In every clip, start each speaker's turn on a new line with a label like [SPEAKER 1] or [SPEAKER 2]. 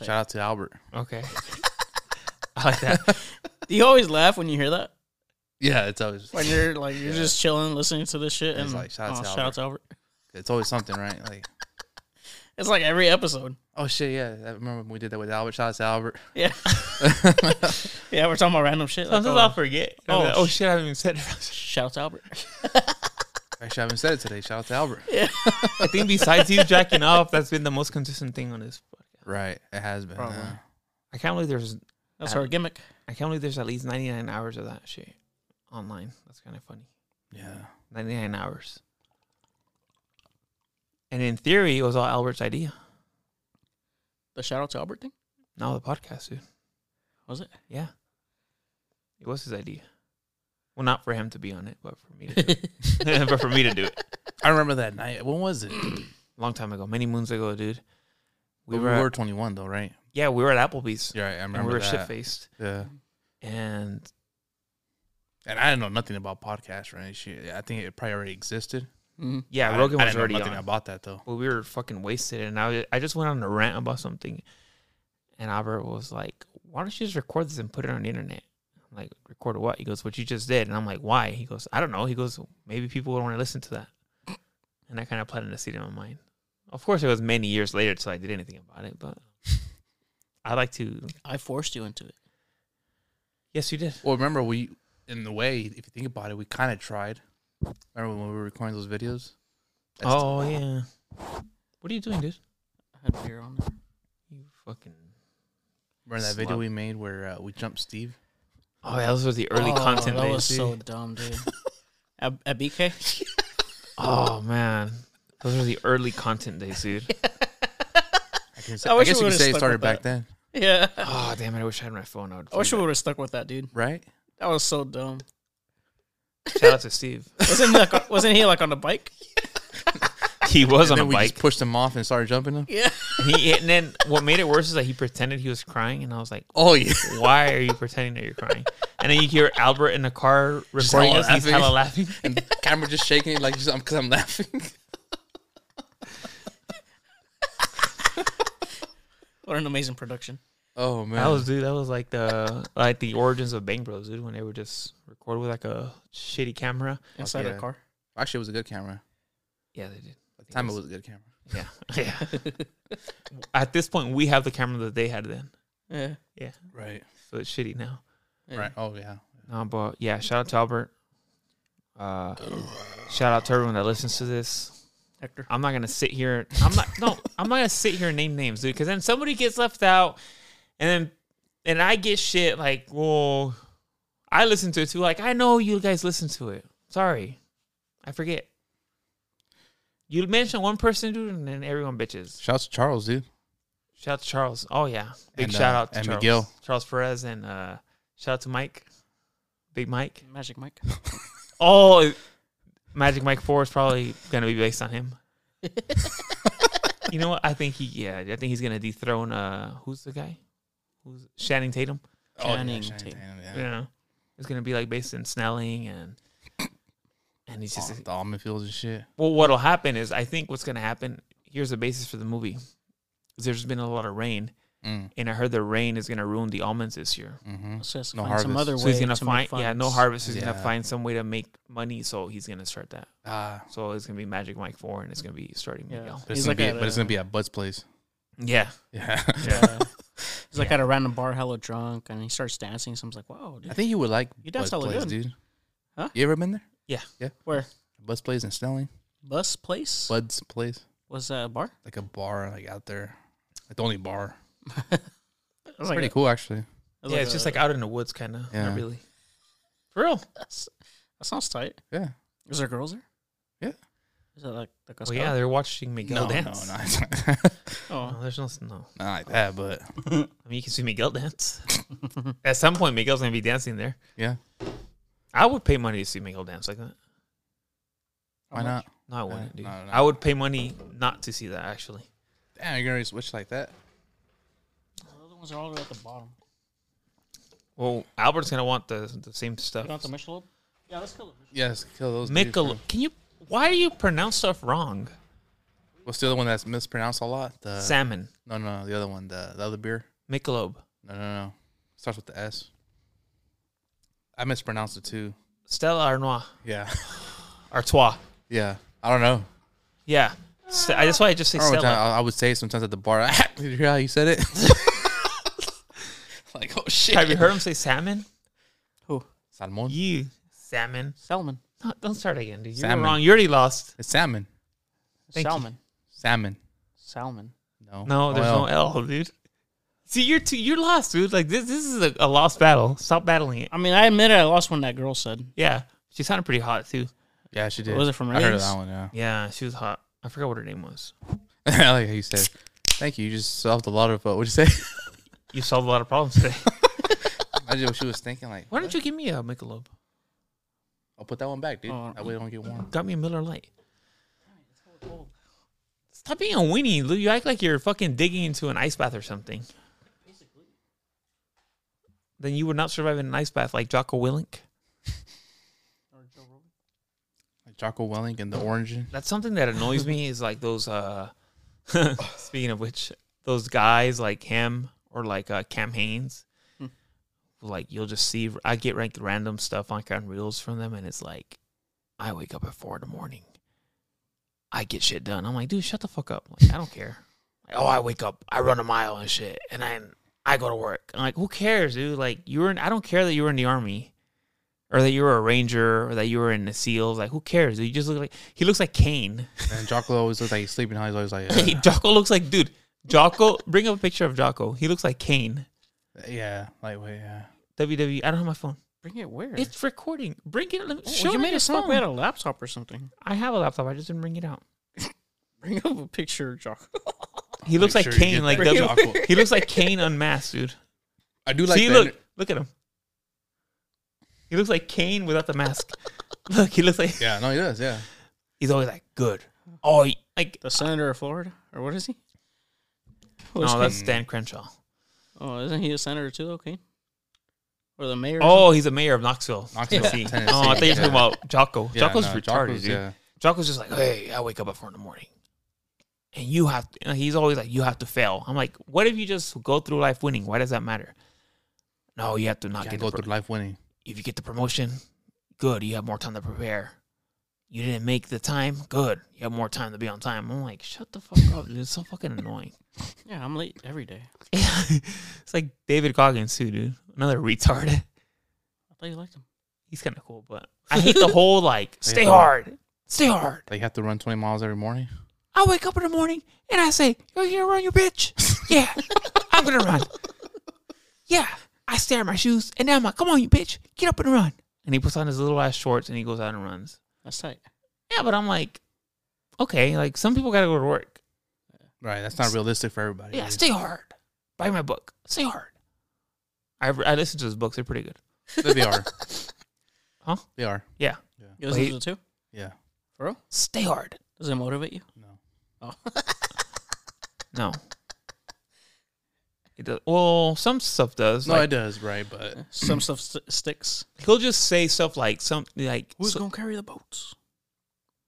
[SPEAKER 1] Like,
[SPEAKER 2] Shout out to Albert.
[SPEAKER 1] Okay. I like that. Do you always laugh when you hear that?
[SPEAKER 2] Yeah, it's always
[SPEAKER 1] When you're like you're
[SPEAKER 2] Yeah.
[SPEAKER 1] just chilling, listening to this shit,
[SPEAKER 2] It's
[SPEAKER 1] and
[SPEAKER 2] like, shout out
[SPEAKER 1] oh,
[SPEAKER 2] to
[SPEAKER 1] shout out to Albert.
[SPEAKER 2] it's always something, right? Like,
[SPEAKER 1] It's like every episode.
[SPEAKER 2] oh shit, yeah. I remember when we did that with Albert. Shout out to Albert.
[SPEAKER 1] Yeah, yeah, we're talking about random shit. Like,
[SPEAKER 3] Sometimes
[SPEAKER 1] oh,
[SPEAKER 3] I'll forget.
[SPEAKER 1] Oh,
[SPEAKER 3] Oh, oh
[SPEAKER 1] sh-
[SPEAKER 3] shit! I haven't even said it.
[SPEAKER 1] shout out to Albert.
[SPEAKER 2] Actually, I haven't said it today. Shout out to Albert.
[SPEAKER 3] I think besides you jacking off, that's been the most consistent thing on this.
[SPEAKER 2] Right, it has been. uh,
[SPEAKER 1] Probably.
[SPEAKER 2] huh?
[SPEAKER 3] I can't believe there's.
[SPEAKER 1] That's our gimmick.
[SPEAKER 3] I can't believe there's at least 99 hours of that shit online. That's kind of funny.
[SPEAKER 2] yeah.
[SPEAKER 3] 99 hours. And in theory, it was all Albert's idea.
[SPEAKER 1] The shout out to Albert thing.
[SPEAKER 3] Now the podcast, dude.
[SPEAKER 1] Was it?
[SPEAKER 3] Yeah, it was his idea. Well, not for him to be on it, but for me to do it. but for me to do it.
[SPEAKER 2] I remember that night. When was it?
[SPEAKER 3] Long time ago, many moons ago, dude.
[SPEAKER 2] We,
[SPEAKER 3] We
[SPEAKER 2] we
[SPEAKER 3] were, at-
[SPEAKER 2] were 21 though, right?
[SPEAKER 3] yeah, we were at Applebee's
[SPEAKER 2] Yeah, right, I remember
[SPEAKER 3] and we were shit
[SPEAKER 2] that.
[SPEAKER 3] faced.
[SPEAKER 2] Yeah.
[SPEAKER 3] And
[SPEAKER 2] And I didn't know nothing about podcasts or any shit. I think it probably already existed.
[SPEAKER 1] Mhm.
[SPEAKER 3] yeah,
[SPEAKER 2] I,
[SPEAKER 3] Rogan
[SPEAKER 2] I
[SPEAKER 3] was
[SPEAKER 2] didn't know
[SPEAKER 3] already
[SPEAKER 2] nothing
[SPEAKER 3] on.
[SPEAKER 2] about that though.
[SPEAKER 3] but we were fucking wasted, and I was, I just went on a rant about something, and Albert was like, "Why don't you just record this and put it on the internet?" I'm like, "Record what?" He goes, "What you just did," and I'm like, "Why?" He goes, "I don't know." He goes, "Maybe people would want to listen to that," and I kind of planted a seed in my mind. Of course, it was many years later till I did anything about it, but I like to.
[SPEAKER 1] I forced you into it.
[SPEAKER 3] Yes, you did.
[SPEAKER 2] Well, remember we, in the way, if you think about it, we kind of tried. Remember when we were recording those videos? That's-
[SPEAKER 3] oh yeah. What are you doing, dude?
[SPEAKER 1] I had beer on there.
[SPEAKER 3] You fucking.
[SPEAKER 2] remember that video
[SPEAKER 3] Slut.
[SPEAKER 2] we made where uh, we jumped Steve?
[SPEAKER 3] Oh yeah, those were the early
[SPEAKER 1] Oh,
[SPEAKER 3] content
[SPEAKER 1] That
[SPEAKER 3] days.
[SPEAKER 1] was so
[SPEAKER 3] dude.
[SPEAKER 1] dumb, dude. at, at BK.
[SPEAKER 3] Oh man, those were the early content days, dude.
[SPEAKER 2] I, can say,
[SPEAKER 1] I
[SPEAKER 2] I,
[SPEAKER 1] wish
[SPEAKER 2] guess
[SPEAKER 1] we
[SPEAKER 2] you could
[SPEAKER 1] would've
[SPEAKER 2] say it
[SPEAKER 1] stuck
[SPEAKER 2] started
[SPEAKER 1] with
[SPEAKER 2] back
[SPEAKER 1] that.
[SPEAKER 2] then,
[SPEAKER 1] Yeah.
[SPEAKER 3] Oh damn it! I wish I had my phone. I would.
[SPEAKER 1] I wish we would have stuck with that, dude.
[SPEAKER 2] right?
[SPEAKER 1] That was so dumb.
[SPEAKER 3] Shout out to Steve.
[SPEAKER 1] Wasn't he like, wasn't he like on the bike?
[SPEAKER 3] he was
[SPEAKER 2] And then
[SPEAKER 3] on a
[SPEAKER 2] we
[SPEAKER 3] bike.
[SPEAKER 2] just pushed him off and started jumping him.
[SPEAKER 1] Yeah.
[SPEAKER 3] he, and then what made it worse is that he pretended he was crying, and I was like,
[SPEAKER 2] Oh yeah,
[SPEAKER 3] "Why are you pretending that you're crying?" And then you hear Albert in the car recording
[SPEAKER 2] hella
[SPEAKER 3] us. He's
[SPEAKER 2] laughing.
[SPEAKER 3] hella laughing.
[SPEAKER 2] and the camera just shaking like just because I'm laughing.
[SPEAKER 1] What an amazing production.
[SPEAKER 2] Oh man,
[SPEAKER 3] That was dude. That was like the like the origins of Bang Bros, dude. When they were just recorded with like a shitty camera.
[SPEAKER 1] Inside
[SPEAKER 2] yeah.
[SPEAKER 1] a car.
[SPEAKER 2] actually it was a good camera.
[SPEAKER 3] Yeah, they did.
[SPEAKER 2] At the time it was a good camera.
[SPEAKER 3] Yeah, yeah. At this point, we have the camera that they had then,
[SPEAKER 1] Yeah.
[SPEAKER 2] Right.
[SPEAKER 3] so it's shitty now.
[SPEAKER 1] yeah.
[SPEAKER 2] Right. Oh yeah.
[SPEAKER 3] No, Um, but yeah, shout out to Albert. Uh, shout out to everyone that listens to this.
[SPEAKER 1] Hector.
[SPEAKER 3] I'm not gonna sit here. I'm not. No, I'm not gonna sit here and name names, dude. Because then somebody gets left out, and then and I get shit like, well, I listen to it too. Like I know you guys listen to it. Sorry, I forget. You mentioned one person, dude, and then everyone bitches.
[SPEAKER 2] Shouts to Charles, dude.
[SPEAKER 3] Shout out to Charles. Oh yeah, big
[SPEAKER 2] And, uh,
[SPEAKER 3] shout out to
[SPEAKER 2] and
[SPEAKER 3] Charles.
[SPEAKER 2] Miguel.
[SPEAKER 3] Charles Perez, and uh, shout out to Mike, Big Mike.
[SPEAKER 1] Magic Mike.
[SPEAKER 3] Oh, Magic Mike Four is probably gonna be based on him.
[SPEAKER 2] Oh,
[SPEAKER 3] you know what? I think he. Yeah, I think he's gonna dethrone. Uh, who's the guy? Who's Shannon Tatum?
[SPEAKER 2] Channing
[SPEAKER 1] Channing Tatum.
[SPEAKER 2] Tatum,
[SPEAKER 3] Yeah.
[SPEAKER 2] yeah.
[SPEAKER 3] You know, it's gonna be like based in Snelling and and he's just
[SPEAKER 2] Oh, the almond fields and shit.
[SPEAKER 3] well. What'll happen is I think what's gonna happen. Here's the basis for the movie. is There's been a lot of rain,
[SPEAKER 2] Mm.
[SPEAKER 3] and I heard the rain is gonna ruin the almonds this year.
[SPEAKER 2] hmm
[SPEAKER 1] Let's just
[SPEAKER 2] No
[SPEAKER 1] find some
[SPEAKER 2] harvest.
[SPEAKER 1] other way.
[SPEAKER 3] So he's gonna
[SPEAKER 1] to make
[SPEAKER 3] find yeah, no
[SPEAKER 1] funds.
[SPEAKER 3] harvest. He's gonna
[SPEAKER 2] Yeah.
[SPEAKER 3] find some way to make money, so he's gonna start that.
[SPEAKER 2] Ah,
[SPEAKER 3] So it's gonna be Magic Mike Four, and it's gonna be starting
[SPEAKER 1] Yeah.
[SPEAKER 3] Miguel.
[SPEAKER 2] but it's
[SPEAKER 1] He's
[SPEAKER 2] gonna
[SPEAKER 1] like
[SPEAKER 2] be,
[SPEAKER 1] at,
[SPEAKER 2] but it's
[SPEAKER 1] uh,
[SPEAKER 2] gonna be at Bud's place.
[SPEAKER 3] Yeah,
[SPEAKER 2] Yeah.
[SPEAKER 1] Yeah. He's like
[SPEAKER 3] Yeah.
[SPEAKER 1] at a random bar, hella drunk, and he starts dancing. So I'm like, wow,
[SPEAKER 2] I
[SPEAKER 1] dude.
[SPEAKER 2] think you would like
[SPEAKER 1] You
[SPEAKER 2] Bud's
[SPEAKER 1] dance hella
[SPEAKER 2] place,
[SPEAKER 1] good.
[SPEAKER 2] dude.
[SPEAKER 1] Huh?
[SPEAKER 2] You ever been there?
[SPEAKER 3] Yeah.
[SPEAKER 2] Yeah.
[SPEAKER 1] Where?
[SPEAKER 2] Bud's place in Snelling.
[SPEAKER 1] Bus place
[SPEAKER 2] Bud's place,
[SPEAKER 1] was that a bar?
[SPEAKER 2] like a bar, like out there, like the only bar.
[SPEAKER 1] It was
[SPEAKER 2] It's
[SPEAKER 1] like
[SPEAKER 2] pretty
[SPEAKER 1] a-
[SPEAKER 2] cool, actually.
[SPEAKER 1] it was
[SPEAKER 3] yeah. It's just
[SPEAKER 1] a-
[SPEAKER 3] like out in the woods, kind of.
[SPEAKER 2] Yeah.
[SPEAKER 3] Not really. For real?
[SPEAKER 1] that's- that sounds tight.
[SPEAKER 2] Yeah.
[SPEAKER 1] Is there girls there?
[SPEAKER 2] Yeah.
[SPEAKER 1] Is that like like a
[SPEAKER 3] Well, yeah, they're watching Miguel
[SPEAKER 2] no,
[SPEAKER 3] dance.
[SPEAKER 2] no,
[SPEAKER 3] No,
[SPEAKER 2] not,
[SPEAKER 1] Oh,
[SPEAKER 3] there's no no.
[SPEAKER 2] not like that, but
[SPEAKER 3] I mean, you can see Miguel dance. At some point, Miguel's gonna be dancing there.
[SPEAKER 2] yeah.
[SPEAKER 3] I would pay money to see Miguel dance like that.
[SPEAKER 2] Why not?
[SPEAKER 3] No, I wouldn't. Dude.
[SPEAKER 2] Uh, no, no.
[SPEAKER 3] I would pay money not to see that. Actually,
[SPEAKER 2] Damn, you're gonna switch like that.
[SPEAKER 1] The other ones are all the way at the bottom.
[SPEAKER 3] well, Albert's gonna want the the same stuff.
[SPEAKER 1] You don't have the Michelob? Yeah, let's go.
[SPEAKER 2] Yes, kill those. dudes,
[SPEAKER 3] Michelob.
[SPEAKER 2] bro.
[SPEAKER 3] Can you? Why do you pronounce stuff wrong?
[SPEAKER 2] What's the other one that's mispronounced a lot? The
[SPEAKER 3] Salmon.
[SPEAKER 2] no, no, the other one, the, the other beer.
[SPEAKER 3] Michelob.
[SPEAKER 2] No, no, no. Starts with the S. I mispronounced it too.
[SPEAKER 3] Stella Artois.
[SPEAKER 2] Yeah,
[SPEAKER 3] Artois.
[SPEAKER 2] yeah. I don't know.
[SPEAKER 3] Yeah. Ste- I, that's why I just say
[SPEAKER 2] I, remember one
[SPEAKER 3] Stella.
[SPEAKER 2] time I, I would say sometimes at the bar. Did you hear how you said it? like oh shit.
[SPEAKER 3] Have you heard him say salmon?
[SPEAKER 1] Who?
[SPEAKER 2] Salmon.
[SPEAKER 3] You. Salmon.
[SPEAKER 1] Salmon.
[SPEAKER 3] No, don't start again, dude. You
[SPEAKER 2] Salmon.
[SPEAKER 3] were wrong. You already lost.
[SPEAKER 2] It's salmon.
[SPEAKER 3] Thank you.
[SPEAKER 1] Salmon.
[SPEAKER 2] Salmon.
[SPEAKER 1] Salmon.
[SPEAKER 2] No.
[SPEAKER 3] No, there's
[SPEAKER 2] Oh, Well,
[SPEAKER 3] no L, dude. See, you're too, you're lost, dude. Like this, this is a, a lost battle. Stop battling it.
[SPEAKER 1] I mean, I admit it, I lost when that girl said.
[SPEAKER 3] Yeah, she sounded pretty hot too.
[SPEAKER 2] Yeah, she did.
[SPEAKER 1] Was it from
[SPEAKER 2] I heard of
[SPEAKER 1] Ray's?
[SPEAKER 2] that one. Yeah.
[SPEAKER 3] Yeah, she was hot. I forgot what her name was.
[SPEAKER 2] I like how you said. Thank you. You just solved a lot of. Uh, what'd you say?
[SPEAKER 3] You solved a lot of problems today.
[SPEAKER 2] Imagine what she was thinking. Like,
[SPEAKER 3] Why don't you give me a Michelob?
[SPEAKER 2] I'll put that one back, dude.
[SPEAKER 1] Oh.
[SPEAKER 2] that way it don't get warm.
[SPEAKER 3] Got me a Miller Lite. Stop being a weenie, Lou. You act like you're fucking digging into an ice bath or something. Then you would not survive in an ice bath like Jocko Willink.
[SPEAKER 2] Like Jocko Willink and the orange.
[SPEAKER 3] That's something that annoys me is like those uh speaking of which, those guys like him or like uh Cam Haynes.
[SPEAKER 1] Hmm.
[SPEAKER 3] Like you'll just see I get like random stuff like on reels from them and it's like I wake up at four in the morning. I get shit done. I'm like, dude, shut the fuck up. Like, I don't care. Like, oh, I wake up, I run a mile and shit, and I I go to work. I'm like, who cares, dude? Like you were in, I don't care that you were in the army. Or that you were a ranger, or that you were in the SEALs. Like, who cares? You just look like he looks like Kane.
[SPEAKER 2] And Jocko always looks like he's sleeping. How he's always like, uh,
[SPEAKER 3] Hey, Jocko looks like dude. Jocko, bring up a picture of Jocko. He looks like Kane.
[SPEAKER 2] uh, yeah, lightweight. Yeah.
[SPEAKER 3] WWE. I don't have my phone.
[SPEAKER 1] Bring it where?
[SPEAKER 3] It's recording. Bring it. Let me,
[SPEAKER 1] Oh,
[SPEAKER 3] show
[SPEAKER 1] you
[SPEAKER 3] me
[SPEAKER 1] made
[SPEAKER 3] your
[SPEAKER 1] it sound like
[SPEAKER 3] phone.
[SPEAKER 1] we had a laptop or something.
[SPEAKER 3] I have a laptop. I just didn't bring it out.
[SPEAKER 1] Bring up a picture of Jocko.
[SPEAKER 3] He looks
[SPEAKER 2] Make
[SPEAKER 3] like
[SPEAKER 2] sure you
[SPEAKER 3] Kane.
[SPEAKER 2] get
[SPEAKER 3] Like
[SPEAKER 2] that
[SPEAKER 3] w- E.
[SPEAKER 2] Jocko.
[SPEAKER 3] he looks like Kane unmasked, dude.
[SPEAKER 2] I do like.
[SPEAKER 3] See,
[SPEAKER 2] the
[SPEAKER 3] look,
[SPEAKER 2] inter-
[SPEAKER 3] look at him. He looks like Kane without the mask. look, he looks like
[SPEAKER 2] yeah, no, he does. Yeah.
[SPEAKER 3] he's always like good. Oh, he- like
[SPEAKER 1] The senator of Florida, or what is he? Who is
[SPEAKER 3] no,
[SPEAKER 1] he?
[SPEAKER 3] that's Dan Crenshaw.
[SPEAKER 1] oh, isn't he a senator too? Okay, or the mayor?
[SPEAKER 3] Oh, he's the mayor of Knoxville,
[SPEAKER 2] Knoxville,
[SPEAKER 3] Tennessee.
[SPEAKER 2] Tennessee,
[SPEAKER 3] Oh, I thought you were
[SPEAKER 2] yeah.
[SPEAKER 3] talking about Jocko.
[SPEAKER 2] yeah
[SPEAKER 3] Jocko's
[SPEAKER 2] no,
[SPEAKER 3] retarded,
[SPEAKER 2] Jocko's-
[SPEAKER 3] dude.
[SPEAKER 2] Yeah.
[SPEAKER 3] Jocko's just like, hey, I wake up at four in the morning, and you have. To, and he's always like, you have to fail. I'm like, what if you just go through life winning? Why does that matter? No, you have to not
[SPEAKER 2] Can't
[SPEAKER 3] get.
[SPEAKER 2] go
[SPEAKER 3] the pro-
[SPEAKER 2] through life winning.
[SPEAKER 3] if you get the promotion, good. You have more time to prepare. You didn't make the time, good. You have more time to be on time. I'm like, shut the fuck up, dude. It's so fucking annoying.
[SPEAKER 1] yeah, I'm late every day.
[SPEAKER 3] it's like David Goggins too, dude. Another retard.
[SPEAKER 1] I thought you liked him.
[SPEAKER 3] He's kind of cool, but I hate the whole like, stay
[SPEAKER 2] Yeah.
[SPEAKER 3] hard, stay hard.
[SPEAKER 2] Like you have to run twenty miles every morning.
[SPEAKER 3] I wake up in the morning and I say, You're gonna run, you bitch. Yeah, I'm gonna run. Yeah, I stare at my shoes and then I'm like, Come on, you bitch, get up and run. And he puts on his little ass shorts and he goes out and runs.
[SPEAKER 1] That's tight.
[SPEAKER 3] Yeah, but I'm like, Okay, like some people gotta go to work.
[SPEAKER 2] Right. That's not realistic for everybody.
[SPEAKER 3] Yeah,
[SPEAKER 2] dude.
[SPEAKER 3] stay hard. Buy my book. Stay hard. I, I listened to his books, they're pretty good.
[SPEAKER 2] They- they are.
[SPEAKER 3] Huh?
[SPEAKER 2] They are.
[SPEAKER 3] Yeah,
[SPEAKER 1] You
[SPEAKER 3] Well,
[SPEAKER 1] listen
[SPEAKER 3] he-
[SPEAKER 1] to it too?
[SPEAKER 2] Yeah.
[SPEAKER 1] For real?
[SPEAKER 3] stay hard.
[SPEAKER 1] Does it motivate you?
[SPEAKER 2] No.
[SPEAKER 3] No. It does, well, some stuff does.
[SPEAKER 2] No,
[SPEAKER 3] like,
[SPEAKER 2] it does. Right, but
[SPEAKER 1] Some stuff st- sticks.
[SPEAKER 3] he'll just say stuff like some like
[SPEAKER 1] Who's
[SPEAKER 3] so-
[SPEAKER 1] gonna carry the boats?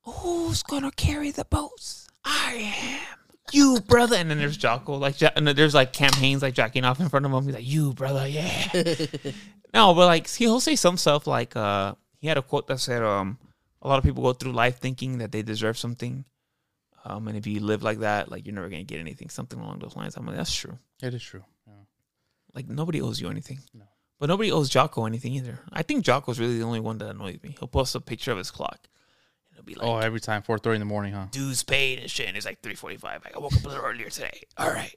[SPEAKER 3] Who's gonna carry the boats? I am. You brother, and then there's Jocko, like jo- and then there's like Cam Haynes, like jacking off in front of him. He's like, "You brother, yeah." no, but like he'll say some stuff like uh he had a quote that said, "Um, a lot of people go through life thinking that they deserve something, um, and if you live like that, like you're never gonna get anything." Something along those lines. I'm like, that's true.
[SPEAKER 2] it is true. Yeah.
[SPEAKER 3] Like nobody owes you anything.
[SPEAKER 2] No.
[SPEAKER 3] But nobody owes Jocko anything either. I think Jocko's really the only one that annoys me. He'll post a picture of his clock, and it'll be like,
[SPEAKER 2] Oh, every time four thirty in the morning, huh?
[SPEAKER 3] dues paid and shit. And it's like three forty five. Like I woke up a little earlier today. All right.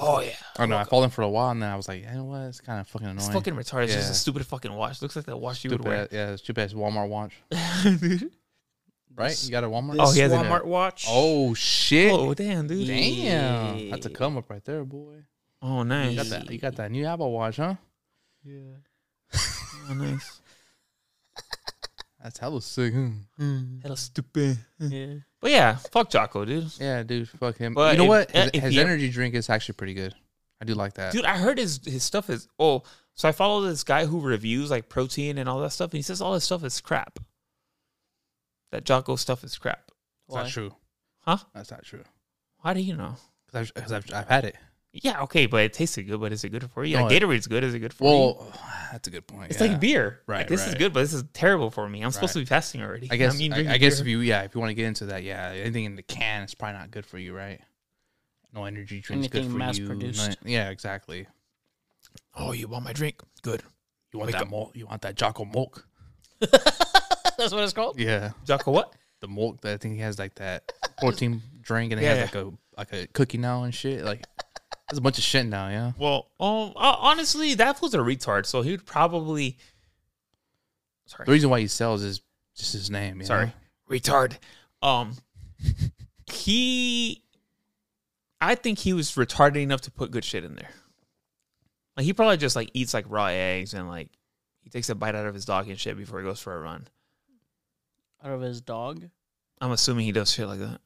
[SPEAKER 3] Oh yeah.
[SPEAKER 2] I don't know. I followed him for a while, and then I was like, you know what? It's kind of fucking annoying.
[SPEAKER 3] It's fucking retarded. It's just
[SPEAKER 2] Yeah.
[SPEAKER 3] a stupid fucking watch. Looks like that watch you
[SPEAKER 2] stupid.
[SPEAKER 3] would wear.
[SPEAKER 2] ass- yeah, it's stupid ass Walmart watch.
[SPEAKER 3] Dude.
[SPEAKER 2] Right?
[SPEAKER 1] This-
[SPEAKER 2] you got a Walmart?
[SPEAKER 1] This
[SPEAKER 3] Oh, he has an-
[SPEAKER 1] Walmart watch.
[SPEAKER 2] Oh, shit.
[SPEAKER 3] Oh damn, dude.
[SPEAKER 2] Damn. That's a come up right there, boy.
[SPEAKER 3] Oh
[SPEAKER 2] You
[SPEAKER 3] nice.
[SPEAKER 2] got that, you got that new Apple Watch, huh?
[SPEAKER 1] yeah.
[SPEAKER 3] Oh nice.
[SPEAKER 2] That's hella sick. huh? Hmm.
[SPEAKER 3] Hella stupid.
[SPEAKER 1] yeah.
[SPEAKER 3] But yeah, fuck Jocko, dude.
[SPEAKER 2] Yeah, dude. Fuck him.
[SPEAKER 3] But
[SPEAKER 2] you know
[SPEAKER 3] if-
[SPEAKER 2] what?
[SPEAKER 3] uh,
[SPEAKER 2] His,
[SPEAKER 3] if
[SPEAKER 2] his
[SPEAKER 3] he-
[SPEAKER 2] energy drink is actually pretty good. I do like that.
[SPEAKER 3] Dude, I heard his his stuff is oh. So I follow this guy who reviews like protein and all that stuff, and he says all his stuff is crap. That Jocko stuff is crap.
[SPEAKER 2] it's not
[SPEAKER 1] Why?
[SPEAKER 2] true.
[SPEAKER 3] Huh?
[SPEAKER 2] That's not true.
[SPEAKER 3] How do you know?
[SPEAKER 2] Because I've, 'cause I've, I've had it.
[SPEAKER 3] Yeah, okay, but it tasted good. But is it good for you?
[SPEAKER 2] No,
[SPEAKER 3] like
[SPEAKER 2] it-
[SPEAKER 3] Gatorade's good. Is it good for you?
[SPEAKER 2] Well, that's a good point.
[SPEAKER 3] It's
[SPEAKER 2] yeah.
[SPEAKER 3] like beer.
[SPEAKER 2] Right,
[SPEAKER 3] Like, this is
[SPEAKER 2] right.
[SPEAKER 3] good, but this is terrible for me. I'm supposed to be fasting already.
[SPEAKER 2] I guess.
[SPEAKER 3] I
[SPEAKER 2] I,
[SPEAKER 3] mean,
[SPEAKER 2] I guess if you yeah, if you want to get into that, yeah, anything in the can is probably not good for you, right? No energy drinks
[SPEAKER 1] Anything
[SPEAKER 2] good for you.
[SPEAKER 1] mass-produced.
[SPEAKER 2] No- yeah, exactly.
[SPEAKER 3] oh, you want my drink? Good.
[SPEAKER 2] You want
[SPEAKER 3] Wake
[SPEAKER 2] that
[SPEAKER 3] up.
[SPEAKER 2] malt? You want that Jocko milk?
[SPEAKER 1] That's what it's called.
[SPEAKER 2] Yeah,
[SPEAKER 3] Jocko, what?
[SPEAKER 2] the milk that I think he has like that protein drink, and it
[SPEAKER 3] Yeah,
[SPEAKER 2] has like a like a cookie now and shit. Like there's a bunch of shit now. Yeah,
[SPEAKER 3] Well, um, uh, honestly, that fool's a retard. So he would probably. Sorry.
[SPEAKER 2] the reason why he sells is just his name. You
[SPEAKER 3] Sorry.
[SPEAKER 2] know?
[SPEAKER 3] Retard. Um, he. I think he was retarded enough to put good shit in there. Like he probably just like eats like raw eggs and like he takes a bite out of his dog and shit before he goes for a run.
[SPEAKER 1] Out of his dog,
[SPEAKER 3] I'm assuming he does shit like that.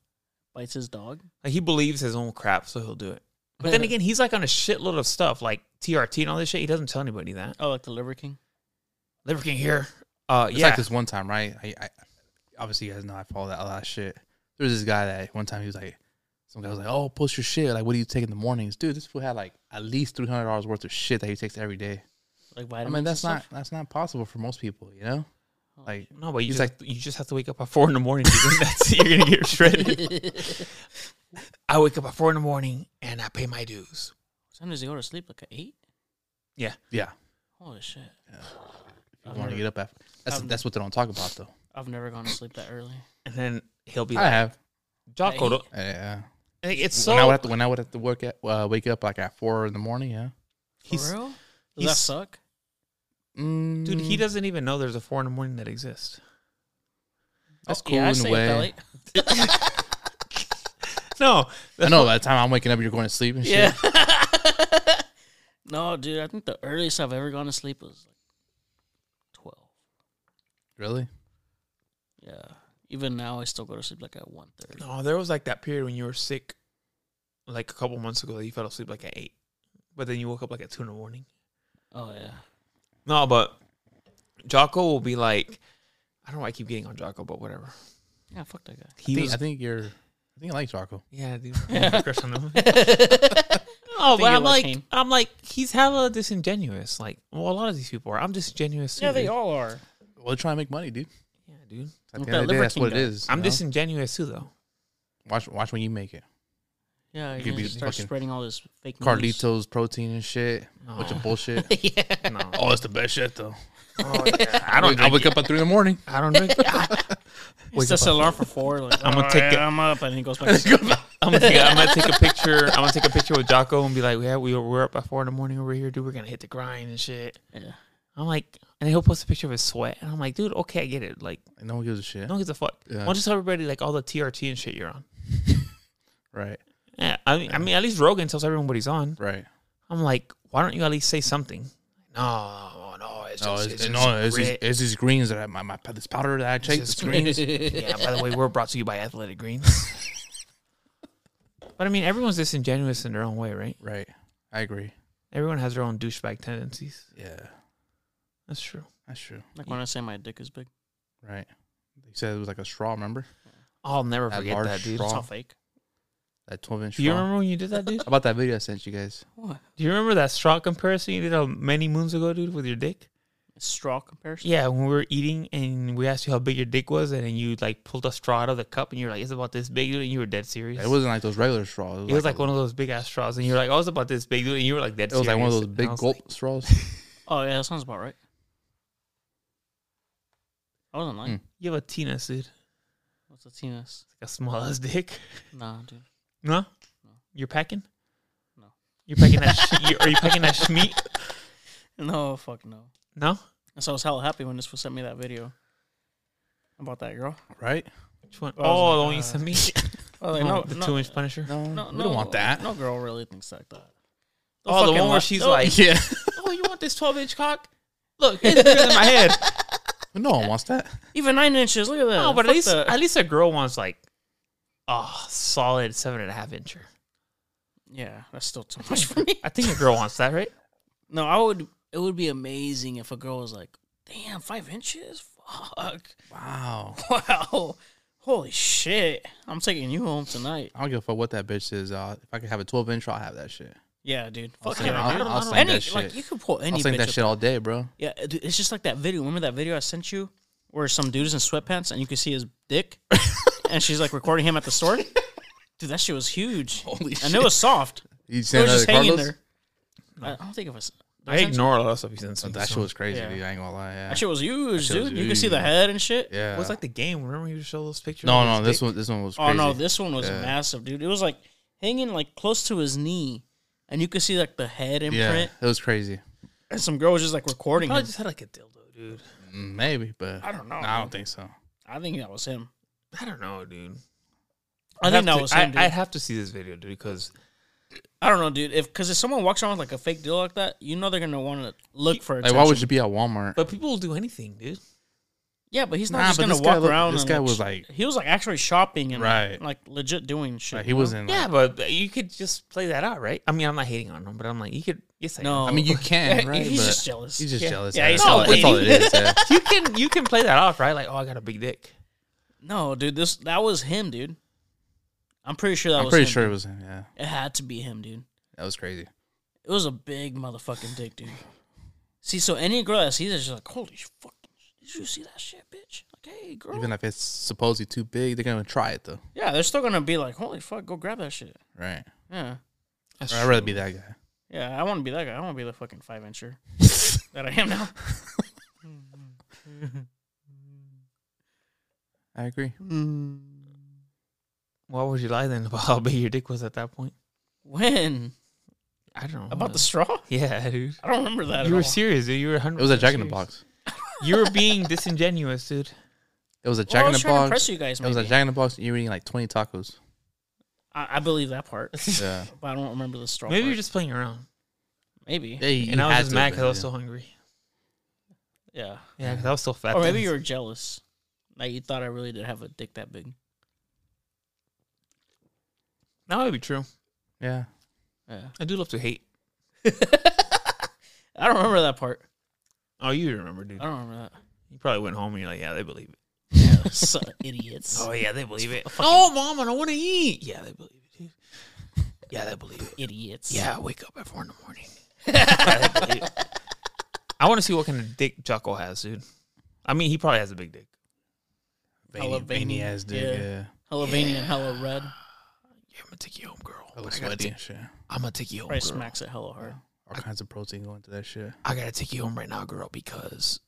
[SPEAKER 1] bites his dog.
[SPEAKER 3] Like he believes his own crap, so he'll do it. But then again, he's like on a shitload of stuff, like TRT and all this shit. He doesn't tell anybody that.
[SPEAKER 1] oh, like the Liver King.
[SPEAKER 3] Liver King here. Uh,
[SPEAKER 2] It's
[SPEAKER 3] yeah.
[SPEAKER 2] like this one time, right? I, I obviously you guys know I follow that a lot of shit. There was this guy that one time he was like, some guy was like, "Oh, post your shit. Like, what do you take in the mornings, dude?" This fool had like at least three hundred dollars worth of shit that he takes every day.
[SPEAKER 1] Like
[SPEAKER 2] I
[SPEAKER 1] vitamins.
[SPEAKER 2] mean,
[SPEAKER 1] and
[SPEAKER 2] that's not
[SPEAKER 1] stuff?
[SPEAKER 2] that's not possible for most people, you know.
[SPEAKER 1] Oh,
[SPEAKER 2] Like,
[SPEAKER 3] no, but you
[SPEAKER 2] he's
[SPEAKER 3] just, you just have to wake up at four in the morning. To do that, so you're gonna get shredded.
[SPEAKER 1] what
[SPEAKER 3] I wake up at four in the morning and I pay my dues.
[SPEAKER 1] time does he go to sleep? Like at eight.
[SPEAKER 2] yeah,
[SPEAKER 1] Holy shit!
[SPEAKER 2] if you want to get up after. That's
[SPEAKER 1] Um,
[SPEAKER 2] that's what they don't talk about though.
[SPEAKER 1] I've never gone to sleep that early.
[SPEAKER 3] And then he'll be
[SPEAKER 2] I
[SPEAKER 3] like,
[SPEAKER 2] have.
[SPEAKER 3] Jocko,
[SPEAKER 1] Hey.
[SPEAKER 3] don't-
[SPEAKER 2] Yeah.
[SPEAKER 3] like, it's
[SPEAKER 2] when I would
[SPEAKER 3] so.
[SPEAKER 2] have to when I would have to work at uh, wake up like at four in the morning. Yeah.
[SPEAKER 3] He's,
[SPEAKER 1] For real? Does that
[SPEAKER 3] he's-
[SPEAKER 1] suck?
[SPEAKER 2] Mm,
[SPEAKER 3] dude, he doesn't even know there's a four in the morning that exists.
[SPEAKER 2] That's cool
[SPEAKER 1] oh, Yeah, I
[SPEAKER 2] in
[SPEAKER 1] stay
[SPEAKER 2] a
[SPEAKER 1] up that
[SPEAKER 2] way.
[SPEAKER 1] late.
[SPEAKER 3] No,
[SPEAKER 2] I know. By the time I'm waking up, you're going to sleep and shit.
[SPEAKER 1] Yeah. no, dude, I think the earliest I've ever gone to sleep was like twelve.
[SPEAKER 2] Really?
[SPEAKER 1] Yeah. Even now, I still go to sleep like at one thirty.
[SPEAKER 3] No, Oh, there was like that period when you were sick, like a couple months ago, that you fell asleep like at eight, but then you woke up like at two in the morning.
[SPEAKER 1] Oh yeah.
[SPEAKER 3] No, but Jocko will be like, I don't know why I keep getting on Jocko, but whatever.
[SPEAKER 1] Yeah, fuck that guy.
[SPEAKER 2] I
[SPEAKER 3] He
[SPEAKER 2] think,
[SPEAKER 3] was,
[SPEAKER 2] I think you're. I think I like Jocko.
[SPEAKER 3] yeah, dude, I had a crush on him.
[SPEAKER 1] I
[SPEAKER 3] Oh, but
[SPEAKER 1] think you
[SPEAKER 3] I'm
[SPEAKER 1] like
[SPEAKER 3] like,
[SPEAKER 1] him.
[SPEAKER 3] I'm like, he's hella disingenuous. Like, well, a lot of these people are. I'm disingenuous. Too, dude.
[SPEAKER 1] all are.
[SPEAKER 2] Well, they're trying to make money, dude.
[SPEAKER 3] Yeah, dude.
[SPEAKER 2] At
[SPEAKER 1] Look
[SPEAKER 2] the
[SPEAKER 1] at
[SPEAKER 2] end of the
[SPEAKER 1] Liver
[SPEAKER 2] day, that's
[SPEAKER 1] King
[SPEAKER 2] what it
[SPEAKER 1] guy.
[SPEAKER 2] is.
[SPEAKER 3] I'm
[SPEAKER 2] you know?
[SPEAKER 3] disingenuous too, though.
[SPEAKER 2] watch. Watch when you make it.
[SPEAKER 1] Yeah,
[SPEAKER 2] You
[SPEAKER 1] you
[SPEAKER 2] could be
[SPEAKER 1] start
[SPEAKER 2] fucking
[SPEAKER 1] spreading all this fake news.
[SPEAKER 2] Carlitos protein and shit.
[SPEAKER 3] No,
[SPEAKER 2] Bunch of bullshit.
[SPEAKER 1] yeah.
[SPEAKER 3] no.
[SPEAKER 2] oh, it's the best shit though.
[SPEAKER 3] Oh, yeah. I don't.
[SPEAKER 2] I
[SPEAKER 3] drink
[SPEAKER 2] wake
[SPEAKER 3] it.
[SPEAKER 2] up at three in the morning.
[SPEAKER 3] I don't drink. I,
[SPEAKER 1] He sets an alarm for four. Like,
[SPEAKER 3] I'm gonna
[SPEAKER 1] "All
[SPEAKER 3] take
[SPEAKER 1] right,
[SPEAKER 3] it."
[SPEAKER 1] I'm up, and he goes back to sleep.
[SPEAKER 3] am gonna take, I'm gonna take a picture. I'm gonna take a picture with Jocko and be like, yeah, we were, we're up at four in the morning over here, dude. We're gonna hit the grind and shit.
[SPEAKER 1] Yeah.
[SPEAKER 3] I'm like, and he'll post a picture of his sweat, and I'm like, dude, okay, I get it. Like,
[SPEAKER 2] No one gives a shit.
[SPEAKER 3] no one gives a fuck.
[SPEAKER 2] Yeah.
[SPEAKER 3] Why don't you tell everybody like all the TRT and shit you're on?
[SPEAKER 2] Right.
[SPEAKER 3] Yeah, I mean, I mean, at least Rogan tells everyone what he's on.
[SPEAKER 2] Right.
[SPEAKER 3] I'm like, why don't you at least say something? No, no, it's
[SPEAKER 2] No,
[SPEAKER 3] just,
[SPEAKER 2] it's,
[SPEAKER 3] it's, just
[SPEAKER 2] no, it's, these,
[SPEAKER 3] grit.
[SPEAKER 2] it's these greens that I, my, my this powder that I take.
[SPEAKER 3] just
[SPEAKER 2] this green.
[SPEAKER 3] yeah. By the way, we're brought to you by Athletic Greens. but I mean, everyone's disingenuous in their own way, right?
[SPEAKER 2] Right. I agree.
[SPEAKER 3] Everyone has their own douchebag tendencies.
[SPEAKER 2] Yeah,
[SPEAKER 3] That's true.
[SPEAKER 2] that's true.
[SPEAKER 1] Like when I say my dick is big,
[SPEAKER 2] Right. They said it was like a straw. Remember
[SPEAKER 3] I'll never
[SPEAKER 2] That
[SPEAKER 3] forget
[SPEAKER 2] large
[SPEAKER 3] that, dude.
[SPEAKER 2] straw.
[SPEAKER 1] it's
[SPEAKER 2] Wrong.
[SPEAKER 1] all fake.
[SPEAKER 2] that twelve inch
[SPEAKER 3] Do you
[SPEAKER 2] straw?
[SPEAKER 3] remember when you did that, dude?
[SPEAKER 2] How about that video I sent you guys?
[SPEAKER 1] What?
[SPEAKER 3] Do you remember that straw comparison you did uh, many moons ago, dude, with your dick?
[SPEAKER 1] Straw comparison.
[SPEAKER 3] Yeah, when we were eating and we asked you how big your dick was, and then you like pulled a straw out of the cup and you were like, "It's about this big," dude, and you were dead serious.
[SPEAKER 2] It wasn't like those regular straws.
[SPEAKER 3] It was like,
[SPEAKER 2] a-
[SPEAKER 3] one of those big ass straws, and you were like, "I was about this big, dude," and you were like, "That's
[SPEAKER 2] it was like one of those big gulp straws.
[SPEAKER 1] Oh yeah, that sounds about right. I wasn't lying.
[SPEAKER 3] you have a penis, dude. It's
[SPEAKER 1] What's the tennis?
[SPEAKER 3] like a small ass dick.
[SPEAKER 1] Nah, dude.
[SPEAKER 3] No?
[SPEAKER 1] No.
[SPEAKER 3] you're packing.
[SPEAKER 1] No.
[SPEAKER 3] you're packing that. Sh- you, are you packing that schmeat?
[SPEAKER 1] No, fuck no.
[SPEAKER 3] No,
[SPEAKER 1] And so I was hella happy when this fool sent me that video about that girl.
[SPEAKER 2] right?
[SPEAKER 3] which one?
[SPEAKER 1] I was
[SPEAKER 3] Oh, the
[SPEAKER 1] like,
[SPEAKER 3] one you
[SPEAKER 1] uh,
[SPEAKER 3] sent me.
[SPEAKER 1] Oh, like,
[SPEAKER 3] No,
[SPEAKER 1] no,
[SPEAKER 3] the
[SPEAKER 1] no,
[SPEAKER 3] two inch punisher.
[SPEAKER 2] No,
[SPEAKER 1] No,
[SPEAKER 2] we
[SPEAKER 1] no,
[SPEAKER 2] don't want that.
[SPEAKER 1] No girl really thinks like that.
[SPEAKER 3] Oh, the
[SPEAKER 1] fucking
[SPEAKER 3] one where
[SPEAKER 1] la-
[SPEAKER 3] she's
[SPEAKER 1] they'll-
[SPEAKER 3] like,
[SPEAKER 2] Yeah,
[SPEAKER 3] "Oh, you want this twelve inch cock? Look, it's bigger than my head."
[SPEAKER 2] no one wants that.
[SPEAKER 1] even nine inches. Look at that.
[SPEAKER 3] No, "Oh, but at
[SPEAKER 1] Fuck
[SPEAKER 3] least
[SPEAKER 1] that.
[SPEAKER 3] at least a girl wants like a solid seven and a half incher.
[SPEAKER 1] yeah, that's still too much for me.
[SPEAKER 3] I think a girl wants that, right?
[SPEAKER 1] No, I would. It would be amazing if a girl was like, "Damn, five inches. Fuck.
[SPEAKER 2] Wow,
[SPEAKER 1] Wow. Holy shit! I'm taking you home tonight.
[SPEAKER 2] I don't give a fuck what that bitch is. Uh, if I could have a 12 inch, I'll have that shit.
[SPEAKER 1] Yeah, dude.
[SPEAKER 2] I'll
[SPEAKER 1] Fuck
[SPEAKER 2] sing-
[SPEAKER 1] yeah,
[SPEAKER 2] I'll-
[SPEAKER 1] dude.
[SPEAKER 3] I don't- I
[SPEAKER 2] I'll
[SPEAKER 3] don't-
[SPEAKER 2] sing
[SPEAKER 1] any,
[SPEAKER 2] that shit.
[SPEAKER 1] like you could pull any.
[SPEAKER 2] I'll sing
[SPEAKER 1] bitch
[SPEAKER 2] that
[SPEAKER 1] up
[SPEAKER 2] shit all day, bro.
[SPEAKER 1] Yeah, uh, dude, it's just like that video. Remember that video I sent you where some dude is in sweatpants and you can see his dick? and she's like recording him at the store? Dude, that shit was huge.
[SPEAKER 2] Holy
[SPEAKER 1] and it was soft.
[SPEAKER 2] You
[SPEAKER 1] It
[SPEAKER 2] seen
[SPEAKER 1] was just
[SPEAKER 2] another
[SPEAKER 1] hanging
[SPEAKER 2] Carlos?
[SPEAKER 1] there. I I don't think it was.
[SPEAKER 3] I ignore a lot of stuff he sends.
[SPEAKER 2] That shit was crazy,
[SPEAKER 1] Yeah.
[SPEAKER 2] dude. I ain't gonna lie. Yeah.
[SPEAKER 1] That shit was huge,
[SPEAKER 2] shit was
[SPEAKER 1] dude. You could see the
[SPEAKER 2] huge.
[SPEAKER 1] head and shit.
[SPEAKER 2] yeah.
[SPEAKER 3] What's like the game? Remember you show those pictures?
[SPEAKER 2] no,
[SPEAKER 3] of
[SPEAKER 2] no.
[SPEAKER 3] his
[SPEAKER 2] This
[SPEAKER 3] dick?
[SPEAKER 2] one, this one was crazy.
[SPEAKER 1] Oh no, this one was
[SPEAKER 2] Yeah.
[SPEAKER 1] massive, dude. It was like hanging like close to his knee. And you could see like the head
[SPEAKER 2] yeah,
[SPEAKER 1] imprint.
[SPEAKER 2] it was crazy.
[SPEAKER 1] And some girl was just like recording
[SPEAKER 3] Probably
[SPEAKER 1] him.
[SPEAKER 3] just had like a dildo, dude.
[SPEAKER 2] Mm, Maybe, but
[SPEAKER 1] I don't know.
[SPEAKER 2] I don't think so.
[SPEAKER 1] I think that was him.
[SPEAKER 3] I don't know, dude.
[SPEAKER 1] I
[SPEAKER 3] I'd
[SPEAKER 1] think
[SPEAKER 3] have
[SPEAKER 1] that
[SPEAKER 3] to-
[SPEAKER 1] was him, dude.
[SPEAKER 3] I, I'd have to see this video, dude, because
[SPEAKER 1] I don't know, dude. If because if someone walks around with like a fake deal like that, you know they're gonna want to look for
[SPEAKER 2] Like,
[SPEAKER 1] attention.
[SPEAKER 2] why would you be at Walmart?
[SPEAKER 3] but people will do anything, dude.
[SPEAKER 1] Yeah, but he's not
[SPEAKER 2] Nah,
[SPEAKER 1] just
[SPEAKER 2] but
[SPEAKER 1] gonna
[SPEAKER 2] this guy
[SPEAKER 1] walk
[SPEAKER 2] look-
[SPEAKER 1] around.
[SPEAKER 2] this
[SPEAKER 1] and,
[SPEAKER 2] guy was, like-
[SPEAKER 1] he was like actually shopping and
[SPEAKER 2] Right.
[SPEAKER 1] like legit doing shit.
[SPEAKER 2] Like, he
[SPEAKER 1] you know?
[SPEAKER 2] wasn't. Like,
[SPEAKER 3] Yeah, but you could just play that out, right? I mean, I'm not hating on him, but I'm like, you could. Yes, I
[SPEAKER 1] No,
[SPEAKER 2] I mean, you can,
[SPEAKER 1] Yeah,
[SPEAKER 2] right?
[SPEAKER 1] he's
[SPEAKER 2] but
[SPEAKER 1] just jealous.
[SPEAKER 2] He's just
[SPEAKER 3] Yeah.
[SPEAKER 2] jealous.
[SPEAKER 1] Yeah,
[SPEAKER 2] Yeah,
[SPEAKER 1] he's
[SPEAKER 2] that's, all,
[SPEAKER 1] jealous.
[SPEAKER 2] that's all it is. Yeah.
[SPEAKER 3] you can. You can play that off, right? Like, oh, I got a big dick.
[SPEAKER 1] no, dude. This that was him, dude. I'm pretty sure that
[SPEAKER 2] I'm
[SPEAKER 1] was.
[SPEAKER 2] pretty
[SPEAKER 1] him,
[SPEAKER 2] sure it
[SPEAKER 1] dude.
[SPEAKER 2] was him. Yeah,
[SPEAKER 1] It had to be him, dude.
[SPEAKER 2] that was crazy.
[SPEAKER 1] It was a big motherfucking dick, dude. See, so any girl that sees it, she's like, "Holy fucking! Did you see that shit, bitch? Like, hey, girl.
[SPEAKER 2] Even if it's supposedly too big, they're gonna try it though,
[SPEAKER 1] yeah, they're still gonna be like, "Holy fuck! Go grab that shit."
[SPEAKER 2] right?
[SPEAKER 1] Yeah.
[SPEAKER 3] That's
[SPEAKER 2] I'd rather be that guy.
[SPEAKER 1] Yeah, I want to be that guy. I want to be the fucking five incher that I am now.
[SPEAKER 2] I agree.
[SPEAKER 1] Mm,
[SPEAKER 3] Why would you lie then about how big your dick was at that point?
[SPEAKER 1] When
[SPEAKER 3] I don't know.
[SPEAKER 1] about the straw?
[SPEAKER 3] Yeah, dude.
[SPEAKER 1] I don't remember that.
[SPEAKER 3] You were
[SPEAKER 1] at all.
[SPEAKER 3] serious, dude. You were hundred.
[SPEAKER 2] It was a Jack in the Box.
[SPEAKER 3] You were being disingenuous, dude.
[SPEAKER 2] It was a
[SPEAKER 1] Well,
[SPEAKER 2] Jack
[SPEAKER 1] I
[SPEAKER 2] in
[SPEAKER 1] was
[SPEAKER 2] the
[SPEAKER 1] trying to impress
[SPEAKER 2] Box.
[SPEAKER 1] you guys.
[SPEAKER 2] It was a
[SPEAKER 1] maybe.
[SPEAKER 2] Jack in the Box. and You were eating like 20 tacos.
[SPEAKER 1] I, I believe that part,
[SPEAKER 2] Yeah,
[SPEAKER 1] but I don't remember the straw.
[SPEAKER 3] Maybe
[SPEAKER 1] part.
[SPEAKER 3] you're just playing around.
[SPEAKER 1] maybe.
[SPEAKER 2] Yeah, you
[SPEAKER 3] And I was
[SPEAKER 2] had
[SPEAKER 3] just
[SPEAKER 2] to
[SPEAKER 3] mad
[SPEAKER 2] have
[SPEAKER 3] because I was
[SPEAKER 2] been,
[SPEAKER 3] so hungry.
[SPEAKER 1] Yeah.
[SPEAKER 3] Yeah, because I was so fat.
[SPEAKER 1] Or maybe
[SPEAKER 3] then.
[SPEAKER 1] you were jealous. Like you thought I really did have a dick that big.
[SPEAKER 3] That would be true.
[SPEAKER 2] yeah. Yeah.
[SPEAKER 1] Yeah.
[SPEAKER 3] I do love to hate.
[SPEAKER 1] I don't remember that part.
[SPEAKER 3] Oh, you remember, dude.
[SPEAKER 1] I don't remember that.
[SPEAKER 3] You probably went home and you're like, yeah, they believe it.
[SPEAKER 1] Yeah, son of idiots.
[SPEAKER 3] yeah, they believe it. oh, mom, I don't want to eat. Yeah, they believe it, dude. Yeah, they believe it.
[SPEAKER 1] idiots.
[SPEAKER 3] Yeah, I wake up at four in the morning. Yeah, they believe it. I want to see what kind of dick Jocko has, dude. I mean, he probably has a big dick.
[SPEAKER 1] Hella
[SPEAKER 2] Veiny, veiny
[SPEAKER 1] veiny,
[SPEAKER 2] ass dude.
[SPEAKER 1] yeah.
[SPEAKER 2] Yeah.
[SPEAKER 1] Hella veiny and hella red.
[SPEAKER 3] Yeah, I'm gonna take you home, girl.
[SPEAKER 2] I
[SPEAKER 3] But
[SPEAKER 2] look
[SPEAKER 3] I gotta
[SPEAKER 2] sweaty
[SPEAKER 3] take,
[SPEAKER 2] and shit.
[SPEAKER 3] I'm gonna take you
[SPEAKER 2] Oh,
[SPEAKER 3] home,
[SPEAKER 1] Probably
[SPEAKER 3] girl.
[SPEAKER 1] smacks it hella hard.
[SPEAKER 2] All kinds of protein going into that shit.
[SPEAKER 3] I gotta take you home right now, girl, because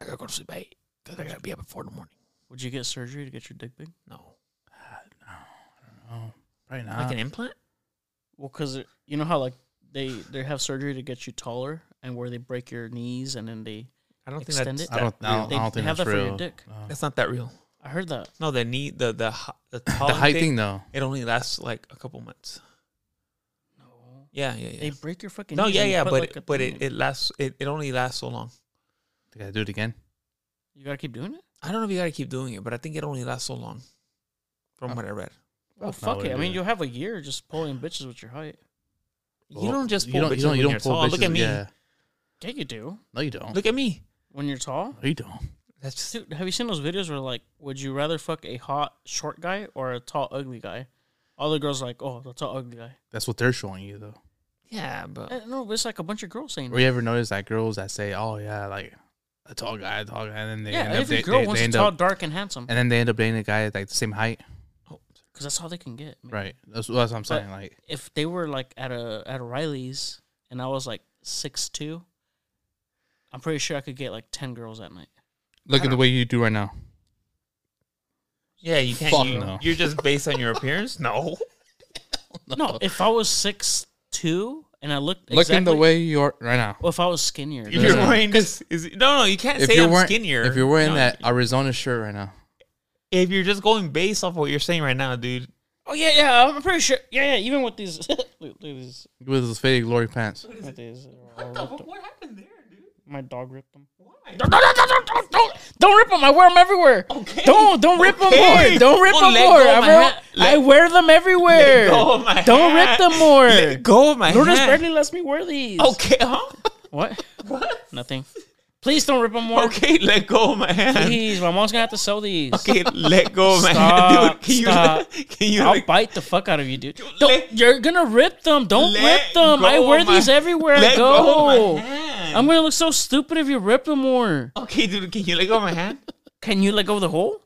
[SPEAKER 3] I gotta go to sleep at eight. Because I gotta be up at four in the morning.
[SPEAKER 1] Would you get surgery to get your dick big?
[SPEAKER 3] No,
[SPEAKER 2] Oh, probably not.
[SPEAKER 3] like an implant.
[SPEAKER 1] Well, because you know how like they they have surgery to get you taller and where they break your knees and then they
[SPEAKER 3] I don't think
[SPEAKER 1] Extend
[SPEAKER 3] that's
[SPEAKER 1] it?
[SPEAKER 2] I don't. I
[SPEAKER 3] real.
[SPEAKER 2] don't,
[SPEAKER 1] They-
[SPEAKER 2] I don't
[SPEAKER 1] they
[SPEAKER 2] think
[SPEAKER 1] have
[SPEAKER 2] that's
[SPEAKER 1] that for your
[SPEAKER 2] real.
[SPEAKER 1] dick.
[SPEAKER 2] No.
[SPEAKER 3] That's not that real.
[SPEAKER 1] I heard that.
[SPEAKER 3] No, the knee, the the h- the, tall
[SPEAKER 2] The height thing though.
[SPEAKER 3] It only lasts like a couple months.
[SPEAKER 1] No,
[SPEAKER 3] Yeah, yeah, yeah.
[SPEAKER 1] they break your fucking.
[SPEAKER 3] no,
[SPEAKER 1] knees
[SPEAKER 3] yeah,
[SPEAKER 1] and
[SPEAKER 3] yeah,
[SPEAKER 1] put,
[SPEAKER 3] but
[SPEAKER 1] like, a
[SPEAKER 3] it, but
[SPEAKER 1] thing
[SPEAKER 3] it,
[SPEAKER 1] in.
[SPEAKER 3] it lasts. It, it only lasts so long.
[SPEAKER 2] They gotta do it again.
[SPEAKER 1] you gotta keep doing it.
[SPEAKER 3] I don't know if you gotta keep doing it, but I think it only lasts so long. From
[SPEAKER 2] Oh.
[SPEAKER 3] what I read,
[SPEAKER 1] Well,
[SPEAKER 2] That's not
[SPEAKER 1] fuck
[SPEAKER 2] what
[SPEAKER 1] it. I
[SPEAKER 2] it
[SPEAKER 1] mean,
[SPEAKER 2] is.
[SPEAKER 1] you'll have a year just pulling bitches with your height.
[SPEAKER 3] you
[SPEAKER 2] Well,
[SPEAKER 3] don't just pull
[SPEAKER 2] you don't.
[SPEAKER 3] bitches
[SPEAKER 2] You don't.
[SPEAKER 3] when
[SPEAKER 2] You
[SPEAKER 3] you're
[SPEAKER 2] don't pull
[SPEAKER 3] tall.
[SPEAKER 2] bitches.
[SPEAKER 3] Look at me.
[SPEAKER 2] Yeah.
[SPEAKER 1] Yeah, you do.
[SPEAKER 2] No, you don't.
[SPEAKER 3] Look at me.
[SPEAKER 1] When you're tall,
[SPEAKER 2] No, you don't.
[SPEAKER 3] That's just,
[SPEAKER 1] dude. Have you seen those videos where like, would you rather fuck a hot short guy or a tall ugly guy? All the girls are like, oh, the tall ugly guy.
[SPEAKER 2] That's what they're showing you though.
[SPEAKER 3] yeah, but
[SPEAKER 1] Eh, No, but it's like a bunch of girls saying.
[SPEAKER 2] Or you ever notice that girls that say, "Oh yeah, like a tall guy, a tall guy," and then they
[SPEAKER 1] that. Yeah,
[SPEAKER 2] end up,
[SPEAKER 1] every
[SPEAKER 2] they,
[SPEAKER 1] girl
[SPEAKER 2] they-
[SPEAKER 1] wants
[SPEAKER 2] they
[SPEAKER 1] a
[SPEAKER 2] end
[SPEAKER 1] tall,
[SPEAKER 2] up,
[SPEAKER 1] dark, and handsome
[SPEAKER 2] and then they end up dating a guy like the same height.
[SPEAKER 1] because that's all they can get. man.
[SPEAKER 2] Right. That's, that's what I'm saying. Like,
[SPEAKER 1] if they were like at a at a Riley's and I was like six two, I'm pretty sure I could get like ten girls that night.
[SPEAKER 2] look at the way you do right now.
[SPEAKER 3] yeah, you can't.
[SPEAKER 2] Fuck
[SPEAKER 3] you,
[SPEAKER 2] no.
[SPEAKER 3] You're just based on your appearance. No,
[SPEAKER 1] No, if I was six two and I looked
[SPEAKER 2] Look in the
[SPEAKER 1] exactly-
[SPEAKER 2] way you are right now.
[SPEAKER 1] Well, if I was skinnier,
[SPEAKER 3] if you're
[SPEAKER 2] No.
[SPEAKER 3] wearing this. Is, no, no, you can't
[SPEAKER 2] If
[SPEAKER 3] say
[SPEAKER 2] you're
[SPEAKER 3] I'm
[SPEAKER 2] wearing,
[SPEAKER 3] skinnier.
[SPEAKER 2] if you're wearing
[SPEAKER 3] No,
[SPEAKER 2] that Arizona shirt right now,
[SPEAKER 3] if you're just going based off what you're saying right now, dude.
[SPEAKER 1] oh yeah, yeah, I'm pretty sure. Yeah, yeah, even with these, look, look at these,
[SPEAKER 2] with those faded glory pants,
[SPEAKER 1] with these, uh,
[SPEAKER 3] What happened there, dude?
[SPEAKER 1] my dog ripped them.
[SPEAKER 3] Why?
[SPEAKER 1] Don't, don't, don't, don't, don't, don't, don't rip them. I wear them everywhere.
[SPEAKER 3] Okay.
[SPEAKER 1] Don't don't rip them
[SPEAKER 3] Okay.
[SPEAKER 1] more. Don't rip
[SPEAKER 3] Well,
[SPEAKER 1] them
[SPEAKER 3] let
[SPEAKER 1] more.
[SPEAKER 3] go of
[SPEAKER 1] I
[SPEAKER 3] my
[SPEAKER 1] wear,
[SPEAKER 3] hat.
[SPEAKER 1] I wear them everywhere.
[SPEAKER 3] go of my
[SPEAKER 1] don't
[SPEAKER 3] hat.
[SPEAKER 1] rip them more.
[SPEAKER 3] Let go of my
[SPEAKER 1] Lourdes
[SPEAKER 3] hand.
[SPEAKER 1] Bradley lets me wear these.
[SPEAKER 3] Okay, huh?
[SPEAKER 1] What? Nothing. Please don't rip them more.
[SPEAKER 3] Okay, let go of my hand.
[SPEAKER 1] Please, my mom's gonna have to sell these.
[SPEAKER 3] Okay, let go of my hand,
[SPEAKER 1] Stop,
[SPEAKER 3] dude. Can
[SPEAKER 1] stop.
[SPEAKER 3] you? Can you?
[SPEAKER 1] I'll
[SPEAKER 3] like,
[SPEAKER 1] bite the fuck out of you, dude. Don't,
[SPEAKER 3] let-
[SPEAKER 1] you're gonna rip them. Don't
[SPEAKER 3] let
[SPEAKER 1] rip them.
[SPEAKER 3] go
[SPEAKER 1] I wear
[SPEAKER 3] of my-
[SPEAKER 1] these everywhere I
[SPEAKER 3] let
[SPEAKER 1] go.
[SPEAKER 3] go of my hand.
[SPEAKER 1] I'm gonna look so stupid if you rip them more.
[SPEAKER 3] okay, dude. Can you let go of my hand?
[SPEAKER 1] Can you let go of the hole?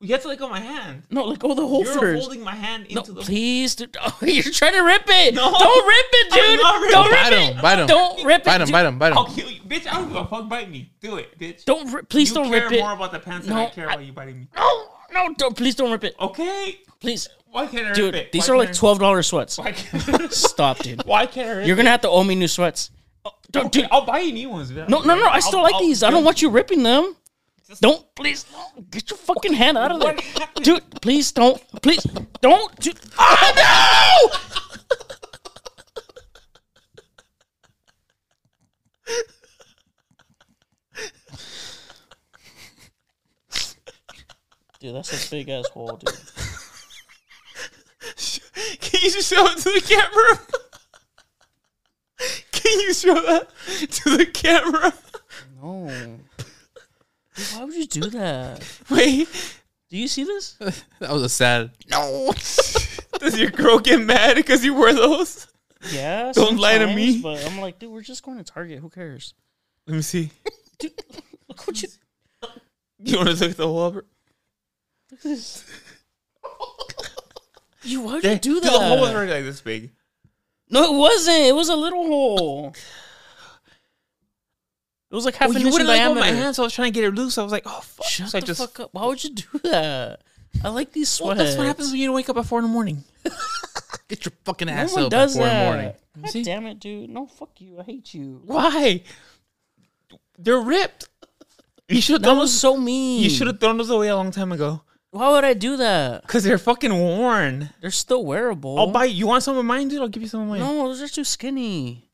[SPEAKER 3] You have to let go of my hand.
[SPEAKER 1] No, let go of the hole
[SPEAKER 3] You're
[SPEAKER 1] first.
[SPEAKER 3] holding my hand
[SPEAKER 1] no,
[SPEAKER 3] into the.
[SPEAKER 1] please, dude. Oh, you're trying to rip it.
[SPEAKER 3] No.
[SPEAKER 1] Don't rip it,
[SPEAKER 3] I'm
[SPEAKER 1] dude.
[SPEAKER 3] not ripping it.
[SPEAKER 1] Don't rip
[SPEAKER 2] Bite
[SPEAKER 1] it.
[SPEAKER 2] 'em, bite 'em.
[SPEAKER 1] Don't rip it.
[SPEAKER 2] Bite him,
[SPEAKER 1] dude.
[SPEAKER 2] bite him, bite him.
[SPEAKER 3] I'll kill you, bitch. I don't give a fuck. Bite me. Do it, bitch.
[SPEAKER 1] Don't rip. Please
[SPEAKER 3] you
[SPEAKER 1] don't
[SPEAKER 3] care
[SPEAKER 1] rip it.
[SPEAKER 3] more about the pants than I
[SPEAKER 1] No,
[SPEAKER 3] care
[SPEAKER 1] I-
[SPEAKER 3] about you biting me.
[SPEAKER 1] no, no, don't. Please don't rip it.
[SPEAKER 3] Okay.
[SPEAKER 1] Please,
[SPEAKER 3] Why can't I Oh. rip
[SPEAKER 1] dude.
[SPEAKER 3] it?
[SPEAKER 1] These
[SPEAKER 3] Why
[SPEAKER 1] are
[SPEAKER 3] can't
[SPEAKER 1] like twelve dollars sweats.
[SPEAKER 3] I- Why can't,
[SPEAKER 1] Stop, dude.
[SPEAKER 3] why can't I rip it?
[SPEAKER 1] You're gonna have to owe me new sweats. Oh, don't,
[SPEAKER 3] Okay,
[SPEAKER 1] dude.
[SPEAKER 3] I'll buy you new ones. man.
[SPEAKER 1] No, no, no. I still
[SPEAKER 3] I'll-
[SPEAKER 1] like
[SPEAKER 3] I'll-
[SPEAKER 1] these. I don't want you ripping them.
[SPEAKER 3] Just-
[SPEAKER 1] Don't please don't. get your fucking hand out of there,
[SPEAKER 3] What happened?
[SPEAKER 1] dude. Please don't. Please don't. Dude. Oh no! Dude, that's a big ass hole, dude.
[SPEAKER 3] Can you show it to the camera? Can you show that to the camera?
[SPEAKER 1] No. Dude, why would you do that?
[SPEAKER 3] Wait,
[SPEAKER 1] Do you see this?
[SPEAKER 2] That was a sad.
[SPEAKER 3] no. Does your girl get mad because you wear those?
[SPEAKER 1] Yeah.
[SPEAKER 3] Don't lie to
[SPEAKER 1] sometimes,
[SPEAKER 3] me.
[SPEAKER 1] But I'm like, dude, we're just going to Target. Who cares?
[SPEAKER 3] Let me see.
[SPEAKER 1] Dude, look what you.
[SPEAKER 3] You want to look at the whole upper?
[SPEAKER 1] Look at this. You why'd
[SPEAKER 3] Yeah,
[SPEAKER 1] you do
[SPEAKER 3] dude, The hole was
[SPEAKER 1] that?
[SPEAKER 3] already like this big.
[SPEAKER 1] No, it wasn't. It was a little hole. It was like half
[SPEAKER 3] Well,
[SPEAKER 1] an
[SPEAKER 3] you
[SPEAKER 1] inch in
[SPEAKER 3] wouldn't let go of
[SPEAKER 1] diameter.
[SPEAKER 3] my hand, so I was trying to get it loose. I was like, oh fuck.
[SPEAKER 1] Shut
[SPEAKER 3] so I
[SPEAKER 1] the
[SPEAKER 3] just,
[SPEAKER 1] fuck up! Why would you do that? I like these
[SPEAKER 3] Well,
[SPEAKER 1] sweats.
[SPEAKER 3] that's what happens when you wake up at four in the morning.
[SPEAKER 2] Get your fucking
[SPEAKER 1] No
[SPEAKER 2] ass
[SPEAKER 1] one
[SPEAKER 2] up
[SPEAKER 1] does
[SPEAKER 2] at four in the morning.
[SPEAKER 1] that.
[SPEAKER 3] You
[SPEAKER 1] God
[SPEAKER 3] see?
[SPEAKER 1] damn it, dude! No, fuck you. I hate you.
[SPEAKER 3] Why? They're ripped. You should have
[SPEAKER 1] That
[SPEAKER 3] thrown
[SPEAKER 1] was
[SPEAKER 3] those.
[SPEAKER 1] so mean.
[SPEAKER 3] You should have thrown those away a long time ago.
[SPEAKER 1] Why would I do that?
[SPEAKER 3] Cause they're fucking worn.
[SPEAKER 1] They're still wearable.
[SPEAKER 3] I'll buy. You want some of mine, dude? I'll give you some of mine.
[SPEAKER 1] No, those are too skinny.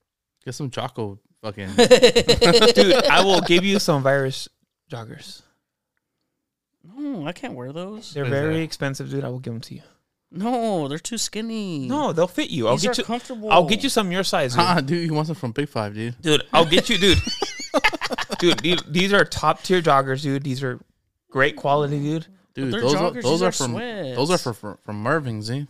[SPEAKER 2] Get some choco fucking.
[SPEAKER 3] dude, I will give you some virus joggers.
[SPEAKER 1] No, I can't wear those.
[SPEAKER 3] They're
[SPEAKER 2] What is
[SPEAKER 3] very
[SPEAKER 2] that?
[SPEAKER 3] expensive, dude. I will give them to you.
[SPEAKER 1] No, they're too skinny.
[SPEAKER 3] No, they'll fit you. I'll
[SPEAKER 1] These
[SPEAKER 3] get
[SPEAKER 1] are
[SPEAKER 3] you.
[SPEAKER 1] comfortable.
[SPEAKER 3] I'll get you some your size, dude.
[SPEAKER 2] huh, dude, you want some from Big Five, dude?
[SPEAKER 3] dude I'll get you, dude. dude, the- these are top tier joggers, dude. These are great quality, dude.
[SPEAKER 2] Dude,
[SPEAKER 1] they're
[SPEAKER 2] those
[SPEAKER 1] joggers,
[SPEAKER 2] are
[SPEAKER 1] these
[SPEAKER 2] those
[SPEAKER 1] are
[SPEAKER 2] are from those are
[SPEAKER 1] sweats.
[SPEAKER 2] from from, from Merving's. Eh?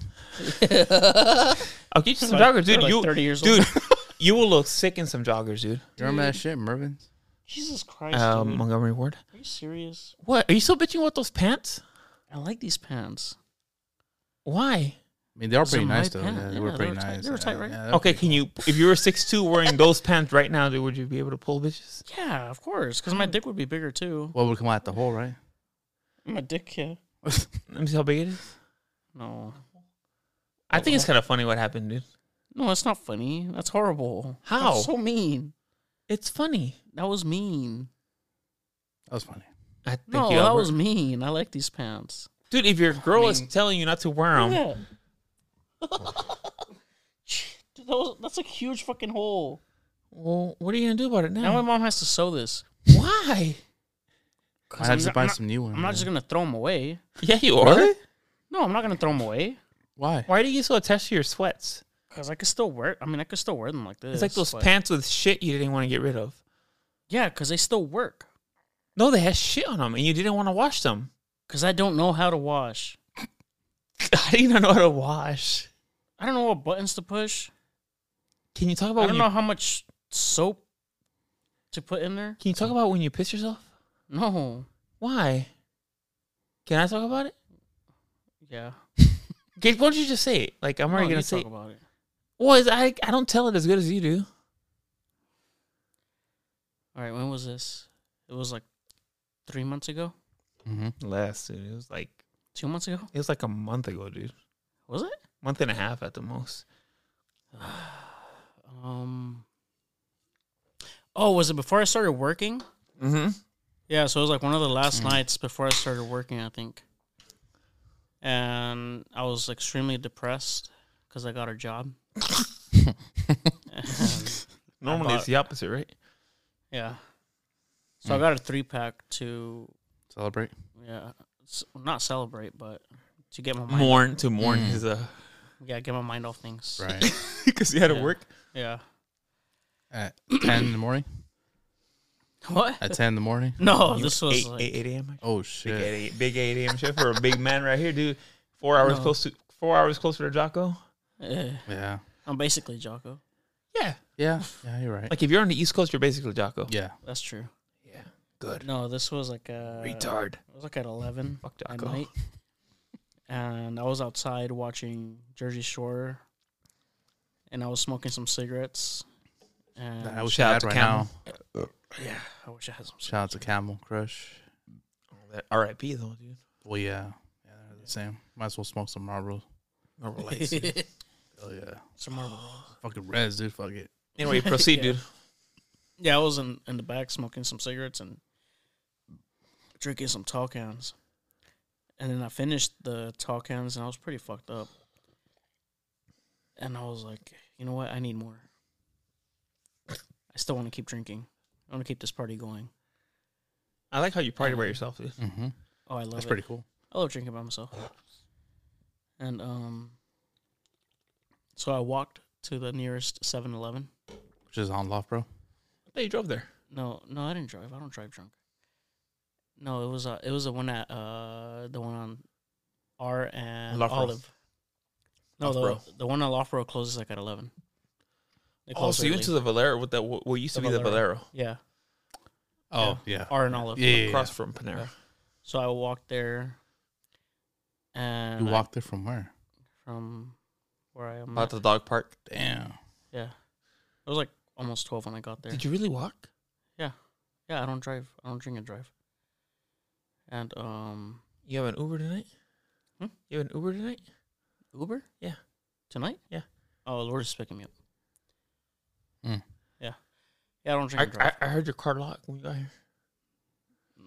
[SPEAKER 3] I'll get you some
[SPEAKER 1] Like-
[SPEAKER 3] joggers, dude.
[SPEAKER 1] they're like
[SPEAKER 3] you,
[SPEAKER 1] 30 years
[SPEAKER 3] dude, you will look sick in some joggers, dude.
[SPEAKER 2] You remember that shit, Merving's?
[SPEAKER 1] Jesus Christ,
[SPEAKER 3] Um,
[SPEAKER 1] dude.
[SPEAKER 3] Montgomery Ward.
[SPEAKER 1] Are you serious?
[SPEAKER 3] What? Are you still bitching about those pants?
[SPEAKER 1] I like these pants.
[SPEAKER 3] Why?
[SPEAKER 2] I mean, they are
[SPEAKER 1] Those are
[SPEAKER 2] pretty
[SPEAKER 1] my
[SPEAKER 2] nice though.
[SPEAKER 1] pants.
[SPEAKER 2] Yeah, they
[SPEAKER 1] Yeah,
[SPEAKER 2] were
[SPEAKER 1] they
[SPEAKER 2] pretty
[SPEAKER 1] were tight-
[SPEAKER 2] nice.
[SPEAKER 1] they were tight,
[SPEAKER 2] Yeah,
[SPEAKER 1] right?
[SPEAKER 2] yeah, they were
[SPEAKER 3] Okay, can you? If you were six two wearing those pants right now, dude, would you be able to pull bitches?
[SPEAKER 1] Yeah, of course, because my dick would be bigger too.
[SPEAKER 2] What would come out the hole, right?
[SPEAKER 1] My dick, yeah.
[SPEAKER 3] Let me see how big it is.
[SPEAKER 1] No,
[SPEAKER 3] I think it's kind of funny what happened, dude.
[SPEAKER 1] no, that's not funny. That's horrible.
[SPEAKER 3] How?
[SPEAKER 1] That's so mean.
[SPEAKER 3] It's funny.
[SPEAKER 1] That was mean.
[SPEAKER 2] That was funny.
[SPEAKER 3] I think
[SPEAKER 1] no,
[SPEAKER 3] you,
[SPEAKER 1] that
[SPEAKER 3] Albert.
[SPEAKER 1] was mean. I like these pants.
[SPEAKER 3] dude. If your girl is telling you not to wear them,
[SPEAKER 1] Yeah. Dude, that was, that's a huge fucking hole.
[SPEAKER 3] well, what are you gonna do about it
[SPEAKER 1] Now my
[SPEAKER 3] now?
[SPEAKER 1] mom has to sew this.
[SPEAKER 3] Why?
[SPEAKER 1] 'Cause
[SPEAKER 2] I had to
[SPEAKER 1] not-
[SPEAKER 2] buy
[SPEAKER 1] not-
[SPEAKER 2] some new ones.
[SPEAKER 1] I'm not
[SPEAKER 2] yeah.
[SPEAKER 1] just gonna throw them away.
[SPEAKER 3] Yeah, you are.
[SPEAKER 2] Really?
[SPEAKER 1] No, I'm not gonna throw them away.
[SPEAKER 2] Why?
[SPEAKER 3] Why do you get so attached to your sweats?
[SPEAKER 1] Cause I could still wear. I mean, I could still wear them like this.
[SPEAKER 3] It's like those
[SPEAKER 1] but-
[SPEAKER 3] pants with shit you didn't want to get rid of.
[SPEAKER 1] Yeah, cause they still work.
[SPEAKER 3] No, they had shit on them, and you didn't want to wash them.
[SPEAKER 1] Cause I don't know how to wash.
[SPEAKER 3] I did not know how to wash.
[SPEAKER 1] I don't know what buttons to push.
[SPEAKER 3] Can you talk about?
[SPEAKER 1] I
[SPEAKER 3] when
[SPEAKER 1] don't
[SPEAKER 3] you,
[SPEAKER 1] know how much soap to put in there.
[SPEAKER 3] Can you talk about when you piss yourself?
[SPEAKER 1] No.
[SPEAKER 3] Why? Can I talk about it?
[SPEAKER 1] Yeah.
[SPEAKER 3] Okay, Why don't you just say it? Like I'm already
[SPEAKER 1] No, you
[SPEAKER 3] gonna say.
[SPEAKER 1] talk about it.
[SPEAKER 3] Well, it's- I I don't tell it as good as you do.
[SPEAKER 1] All right. When was this? It was like three months ago.
[SPEAKER 2] Mm-hmm.
[SPEAKER 3] Less, dude. It was like
[SPEAKER 1] Two months ago.
[SPEAKER 3] it was like a month ago, dude.
[SPEAKER 1] Was it?
[SPEAKER 3] Month and a half at the most.
[SPEAKER 1] Um. Oh, was it before I started working? Mm.
[SPEAKER 3] Mm-hmm.
[SPEAKER 1] Yeah, so it was like one of the last nights before I started working, I think. And I was extremely depressed because I got a job. And,
[SPEAKER 3] Normally it's the opposite, right?
[SPEAKER 1] yeah. So I got a three pack to,
[SPEAKER 2] Celebrate.
[SPEAKER 1] yeah, s- not celebrate, but to get my mind,
[SPEAKER 3] Mourn to mourn
[SPEAKER 2] Mm.
[SPEAKER 3] is uh, a
[SPEAKER 1] yeah, get my mind off things.
[SPEAKER 2] Right.
[SPEAKER 3] because you had to
[SPEAKER 1] Yeah.
[SPEAKER 3] work.
[SPEAKER 1] Yeah.
[SPEAKER 2] At ten in the morning.
[SPEAKER 1] What?
[SPEAKER 2] At 10 in the morning?
[SPEAKER 1] No, this was
[SPEAKER 3] eight,
[SPEAKER 1] like,
[SPEAKER 3] eight, 8 a.m.
[SPEAKER 2] Oh,
[SPEAKER 3] Big
[SPEAKER 2] shit.
[SPEAKER 3] 8 a.m. Big 8 a.m. shift for a big man right here, dude. Four hours
[SPEAKER 1] No.
[SPEAKER 3] close to four hours closer to Jocko.
[SPEAKER 1] eh,
[SPEAKER 2] Yeah.
[SPEAKER 1] I'm basically Jocko.
[SPEAKER 3] Yeah,
[SPEAKER 2] Yeah. Yeah, you're right.
[SPEAKER 3] like if you're on the East Coast, you're basically Jocko.
[SPEAKER 2] yeah.
[SPEAKER 1] That's true.
[SPEAKER 3] yeah. good.
[SPEAKER 1] No, this was like uh
[SPEAKER 3] Retard.
[SPEAKER 1] It was like at eleven
[SPEAKER 3] Fuck
[SPEAKER 1] at
[SPEAKER 3] Jocko.
[SPEAKER 1] night, and I was outside watching Jersey Shore, and I was smoking some cigarettes. And
[SPEAKER 2] I wish
[SPEAKER 3] Shout
[SPEAKER 2] I
[SPEAKER 3] out
[SPEAKER 2] had
[SPEAKER 3] to
[SPEAKER 2] right
[SPEAKER 3] Camel.
[SPEAKER 2] now.
[SPEAKER 1] yeah, I wish I had some.
[SPEAKER 2] Shout out to Camel Crush.
[SPEAKER 3] R.I.P. though, dude.
[SPEAKER 2] Well, yeah. Yeah, they're the same. Might as well smoke some Marlboro.
[SPEAKER 3] Remember, like, dude.
[SPEAKER 1] cigarettes.
[SPEAKER 2] Oh, yeah.
[SPEAKER 1] some Marlboro.
[SPEAKER 2] Fucking Reds, dude. Fuck it.
[SPEAKER 3] anyway, proceed,
[SPEAKER 1] Yeah.
[SPEAKER 3] dude.
[SPEAKER 1] Yeah, I was in, in the back smoking some cigarettes and drinking some tall cans. And then I finished the tall cans and I was pretty fucked up. And I was like, you know what? I need more. I still want to keep drinking. I want to keep this party going.
[SPEAKER 3] I like how you party by
[SPEAKER 1] Um,
[SPEAKER 3] yourself, dude.
[SPEAKER 2] Mm-hmm.
[SPEAKER 1] Oh, I love
[SPEAKER 2] That's
[SPEAKER 1] it.
[SPEAKER 2] pretty cool.
[SPEAKER 1] I love drinking by myself. And um so I walked to the nearest 7-Eleven.
[SPEAKER 2] Which is on Love, bro.
[SPEAKER 3] I thought you drove there.
[SPEAKER 1] No, no, I didn't drive. I don't drive drunk. No, it was uh, it was the one at uh the one on R and
[SPEAKER 3] Loughborough.
[SPEAKER 1] Olive. No, the,
[SPEAKER 3] Loughborough.
[SPEAKER 1] the one on Loughborough closes like at eleven. They
[SPEAKER 3] Oh, so you went to
[SPEAKER 1] early.
[SPEAKER 3] the Valero with that what what used to
[SPEAKER 1] The
[SPEAKER 3] be the
[SPEAKER 1] Valero.
[SPEAKER 3] Valero
[SPEAKER 1] yeah
[SPEAKER 2] Oh, yeah.
[SPEAKER 1] R and Olive.
[SPEAKER 2] Yeah, yeah, yeah.
[SPEAKER 3] across from Panera.
[SPEAKER 1] So I walked there, and
[SPEAKER 2] You
[SPEAKER 1] I-
[SPEAKER 2] walked there from where?
[SPEAKER 1] from where I am.
[SPEAKER 3] About
[SPEAKER 1] at.
[SPEAKER 3] the dog park.
[SPEAKER 2] Damn.
[SPEAKER 1] yeah, it was like almost twelve when I got there.
[SPEAKER 3] Did you really walk?
[SPEAKER 1] yeah, I don't drive. I don't drink and drive. And um,
[SPEAKER 3] You have an Uber tonight?
[SPEAKER 1] Hmm?
[SPEAKER 3] You have an Uber tonight?
[SPEAKER 1] Uber?
[SPEAKER 3] Yeah.
[SPEAKER 1] Tonight?
[SPEAKER 3] Yeah.
[SPEAKER 1] Oh, Lourdes is picking me up.
[SPEAKER 2] Mm.
[SPEAKER 1] Yeah. Yeah, I don't drink
[SPEAKER 3] I,
[SPEAKER 1] and
[SPEAKER 3] I,
[SPEAKER 1] drive.
[SPEAKER 3] I heard your car locked when you got here.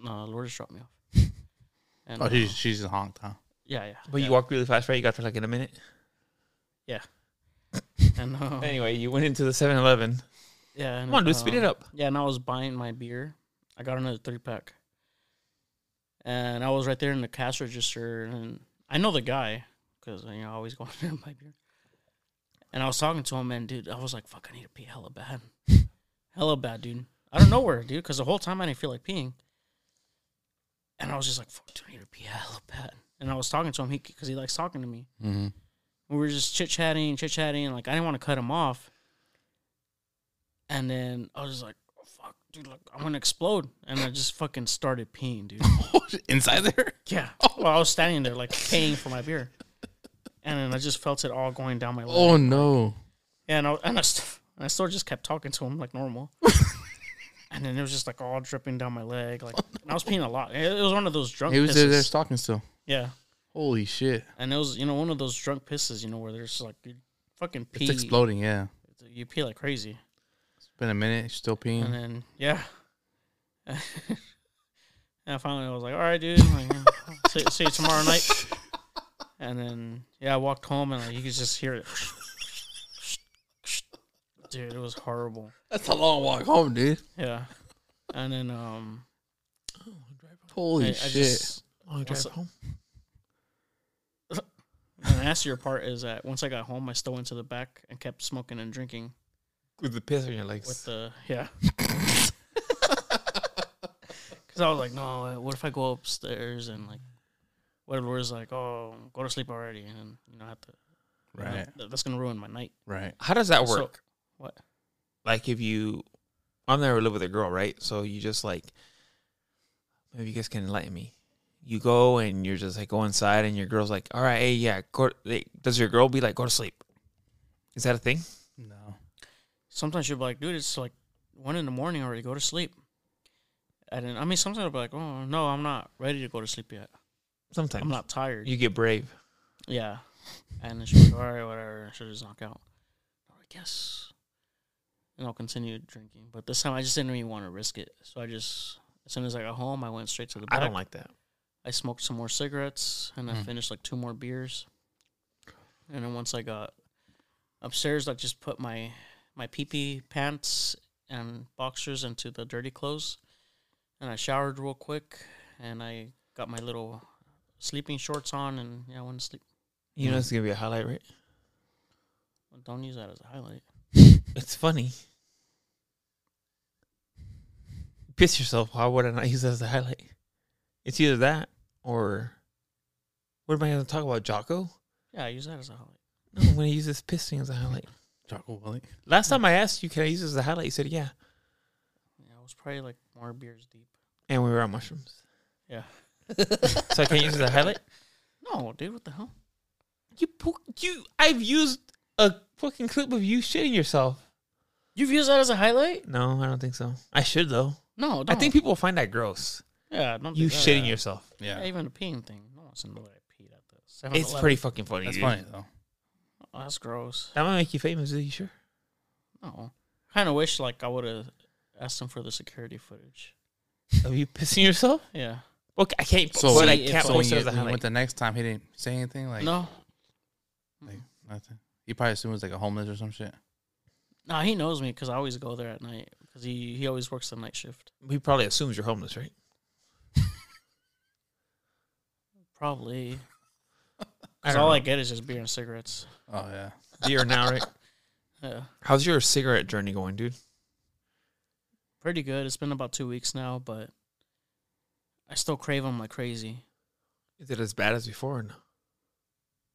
[SPEAKER 1] no, Lourdes dropped me off. And,
[SPEAKER 2] Oh,
[SPEAKER 1] uh,
[SPEAKER 2] she's, she's in Hong Kong.
[SPEAKER 1] yeah, yeah.
[SPEAKER 3] But
[SPEAKER 1] yeah.
[SPEAKER 3] you walked really fast, right? You got there like in a minute.
[SPEAKER 1] And, uh,
[SPEAKER 3] Anyway, you went into the 7 Eleven.
[SPEAKER 1] yeah. And,
[SPEAKER 3] Come on, dude, speed it
[SPEAKER 1] um,
[SPEAKER 3] up.
[SPEAKER 1] Yeah, and I was buying my beer. I got another three pack. And I was right there in the cash register, and I know the guy because you know I always go in there and buy beer. And I was talking to him, and dude, I was like, "Fuck, I need to pee hella bad, hella bad, dude." I don't know where, dude, because the whole time I didn't feel like peeing, and I was just like, "Fuck, dude, I need to pee hella bad." And I was talking to him, he because he likes talking to me,
[SPEAKER 2] Mm-hmm.
[SPEAKER 1] we were just chit chatting, chit chatting. Like I didn't want to cut him off. And then I was just like, oh, "Fuck, dude! Like I'm gonna explode!" And I just fucking started peeing, dude.
[SPEAKER 2] Inside there?
[SPEAKER 1] yeah. Well, I was standing there like paying for my beer, and then I just felt it all going down my leg.
[SPEAKER 2] Oh, no.
[SPEAKER 1] And I and I, st- and I still just kept talking to him like normal. and then it was just like all dripping down my leg. Like and I was peeing a lot. It, it was one of those drunk.
[SPEAKER 2] He was
[SPEAKER 1] pisses.
[SPEAKER 2] there, there stalking still.
[SPEAKER 1] Yeah.
[SPEAKER 2] Holy shit.
[SPEAKER 1] And it was you know one of those drunk pisses you know where there's like you fucking pee.
[SPEAKER 2] It's exploding, yeah.
[SPEAKER 1] You pee like crazy.
[SPEAKER 2] It's been a minute. She's still peeing.
[SPEAKER 1] And then yeah, and I finally was like, "All right, dude, like, uh, see, see you tomorrow night." And then yeah, I walked home and like, you could just hear it. Dude, it was horrible.
[SPEAKER 2] That's a long walk home, oh, dude.
[SPEAKER 1] Yeah, and then um,
[SPEAKER 2] Holy
[SPEAKER 1] I, I
[SPEAKER 2] shit.
[SPEAKER 1] just
[SPEAKER 3] Long drive
[SPEAKER 1] What's up?
[SPEAKER 3] home.
[SPEAKER 1] and the nastier part is that once I got home, I still went to the back and kept smoking and drinking
[SPEAKER 3] With the piss on your legs.
[SPEAKER 1] with the yeah. Because I was like, no, what if I go upstairs and like, what if Laura's like, oh, go to sleep already, and then, you know, I have to, you know,
[SPEAKER 2] right,
[SPEAKER 1] th- that's gonna ruin my night.
[SPEAKER 2] right.
[SPEAKER 3] How does that
[SPEAKER 1] So-
[SPEAKER 3] work?
[SPEAKER 1] what?
[SPEAKER 3] Like if you, I've never lived with a girl, right? So you just like, maybe you guys can enlighten me. You go and you're just like go inside, and your girl's like, "All right, hey, yeah." Go, like, does your girl be like, "Go to sleep"? Is that a thing?
[SPEAKER 2] No.
[SPEAKER 1] Sometimes you'll be like, dude, it's like one in the morning already. Go to sleep. And then, I mean, sometimes I'll be like, oh no, I'm not ready to go to sleep yet.
[SPEAKER 3] Sometimes
[SPEAKER 1] I'm not tired.
[SPEAKER 3] You get brave.
[SPEAKER 1] Yeah. And then she'll be like, all right, whatever. She'll just knock out. I'm like, yes. And I'll continue drinking. But this time I just didn't even want to risk it. So I just, as soon as I got home, I went straight to the
[SPEAKER 3] I
[SPEAKER 1] back.
[SPEAKER 3] don't like that.
[SPEAKER 1] I smoked some more cigarettes and I
[SPEAKER 2] Mm.
[SPEAKER 1] finished like two more beers. And then once I got upstairs, I just put my my pee pee pants and boxers into the dirty clothes, and I showered real quick, and I got my little sleeping shorts on, and yeah, I went to sleep.
[SPEAKER 3] You
[SPEAKER 1] Mm.
[SPEAKER 3] know, it's gonna be a highlight, right?
[SPEAKER 1] Don't use that as a highlight.
[SPEAKER 3] It's funny. piss yourself, why would I not use that as the highlight? It's either that or what am I going to talk about, Jocko?
[SPEAKER 1] Yeah, I use that as a highlight.
[SPEAKER 3] No, I'm going to use this piss thing as a highlight.
[SPEAKER 2] Chocolate Willie.
[SPEAKER 3] Last time I asked you, can I use this as a highlight? You said yeah,
[SPEAKER 1] Yeah, I was probably like more beers deep.
[SPEAKER 3] and we were on mushrooms,
[SPEAKER 1] Yeah.
[SPEAKER 3] so I can't use it as a highlight.
[SPEAKER 1] No, dude, what the hell?
[SPEAKER 3] You, pu- you, I've used a fucking clip of you shitting yourself.
[SPEAKER 1] You've used that as a highlight?
[SPEAKER 3] No, I don't think so. I should though.
[SPEAKER 1] No, Oh,
[SPEAKER 3] I think people will find that gross.
[SPEAKER 1] Yeah, don't do
[SPEAKER 3] You
[SPEAKER 1] that.
[SPEAKER 3] shitting yourself.
[SPEAKER 1] Yeah,
[SPEAKER 2] Yeah,
[SPEAKER 1] even a peeing thing. No one wants to know that I peed at the. 7
[SPEAKER 3] It's pretty fucking funny.
[SPEAKER 2] that's
[SPEAKER 3] dude.
[SPEAKER 2] funny though.
[SPEAKER 1] Oh, that's gross.
[SPEAKER 3] That might make you famous. Are you sure?
[SPEAKER 1] No, kind of wish like I would have asked them for the security footage.
[SPEAKER 3] Of you pissing yourself?
[SPEAKER 1] Yeah.
[SPEAKER 3] Okay, I can't.
[SPEAKER 2] So-
[SPEAKER 3] but I
[SPEAKER 1] See,
[SPEAKER 3] can't
[SPEAKER 1] if-
[SPEAKER 2] So when
[SPEAKER 3] post
[SPEAKER 2] you,
[SPEAKER 3] it as a
[SPEAKER 2] when you
[SPEAKER 3] highlight.
[SPEAKER 2] went the next time, he didn't say anything. Like
[SPEAKER 1] no.
[SPEAKER 2] nothing. He probably assumed it was like a homeless or some shit.
[SPEAKER 1] No, he knows me because I always go there at night because he he always works the night shift.
[SPEAKER 3] He probably assumes you're homeless, right?
[SPEAKER 1] Probably.
[SPEAKER 3] I
[SPEAKER 1] Because
[SPEAKER 3] don't
[SPEAKER 1] all
[SPEAKER 3] know.
[SPEAKER 1] I get is just beer and cigarettes.
[SPEAKER 2] Oh yeah.
[SPEAKER 3] You're now, right?
[SPEAKER 1] Yeah.
[SPEAKER 3] How's your cigarette journey going, dude?
[SPEAKER 1] Pretty good. It's been about two weeks now, but I still crave them like crazy.
[SPEAKER 3] Is it as bad as before? Or no?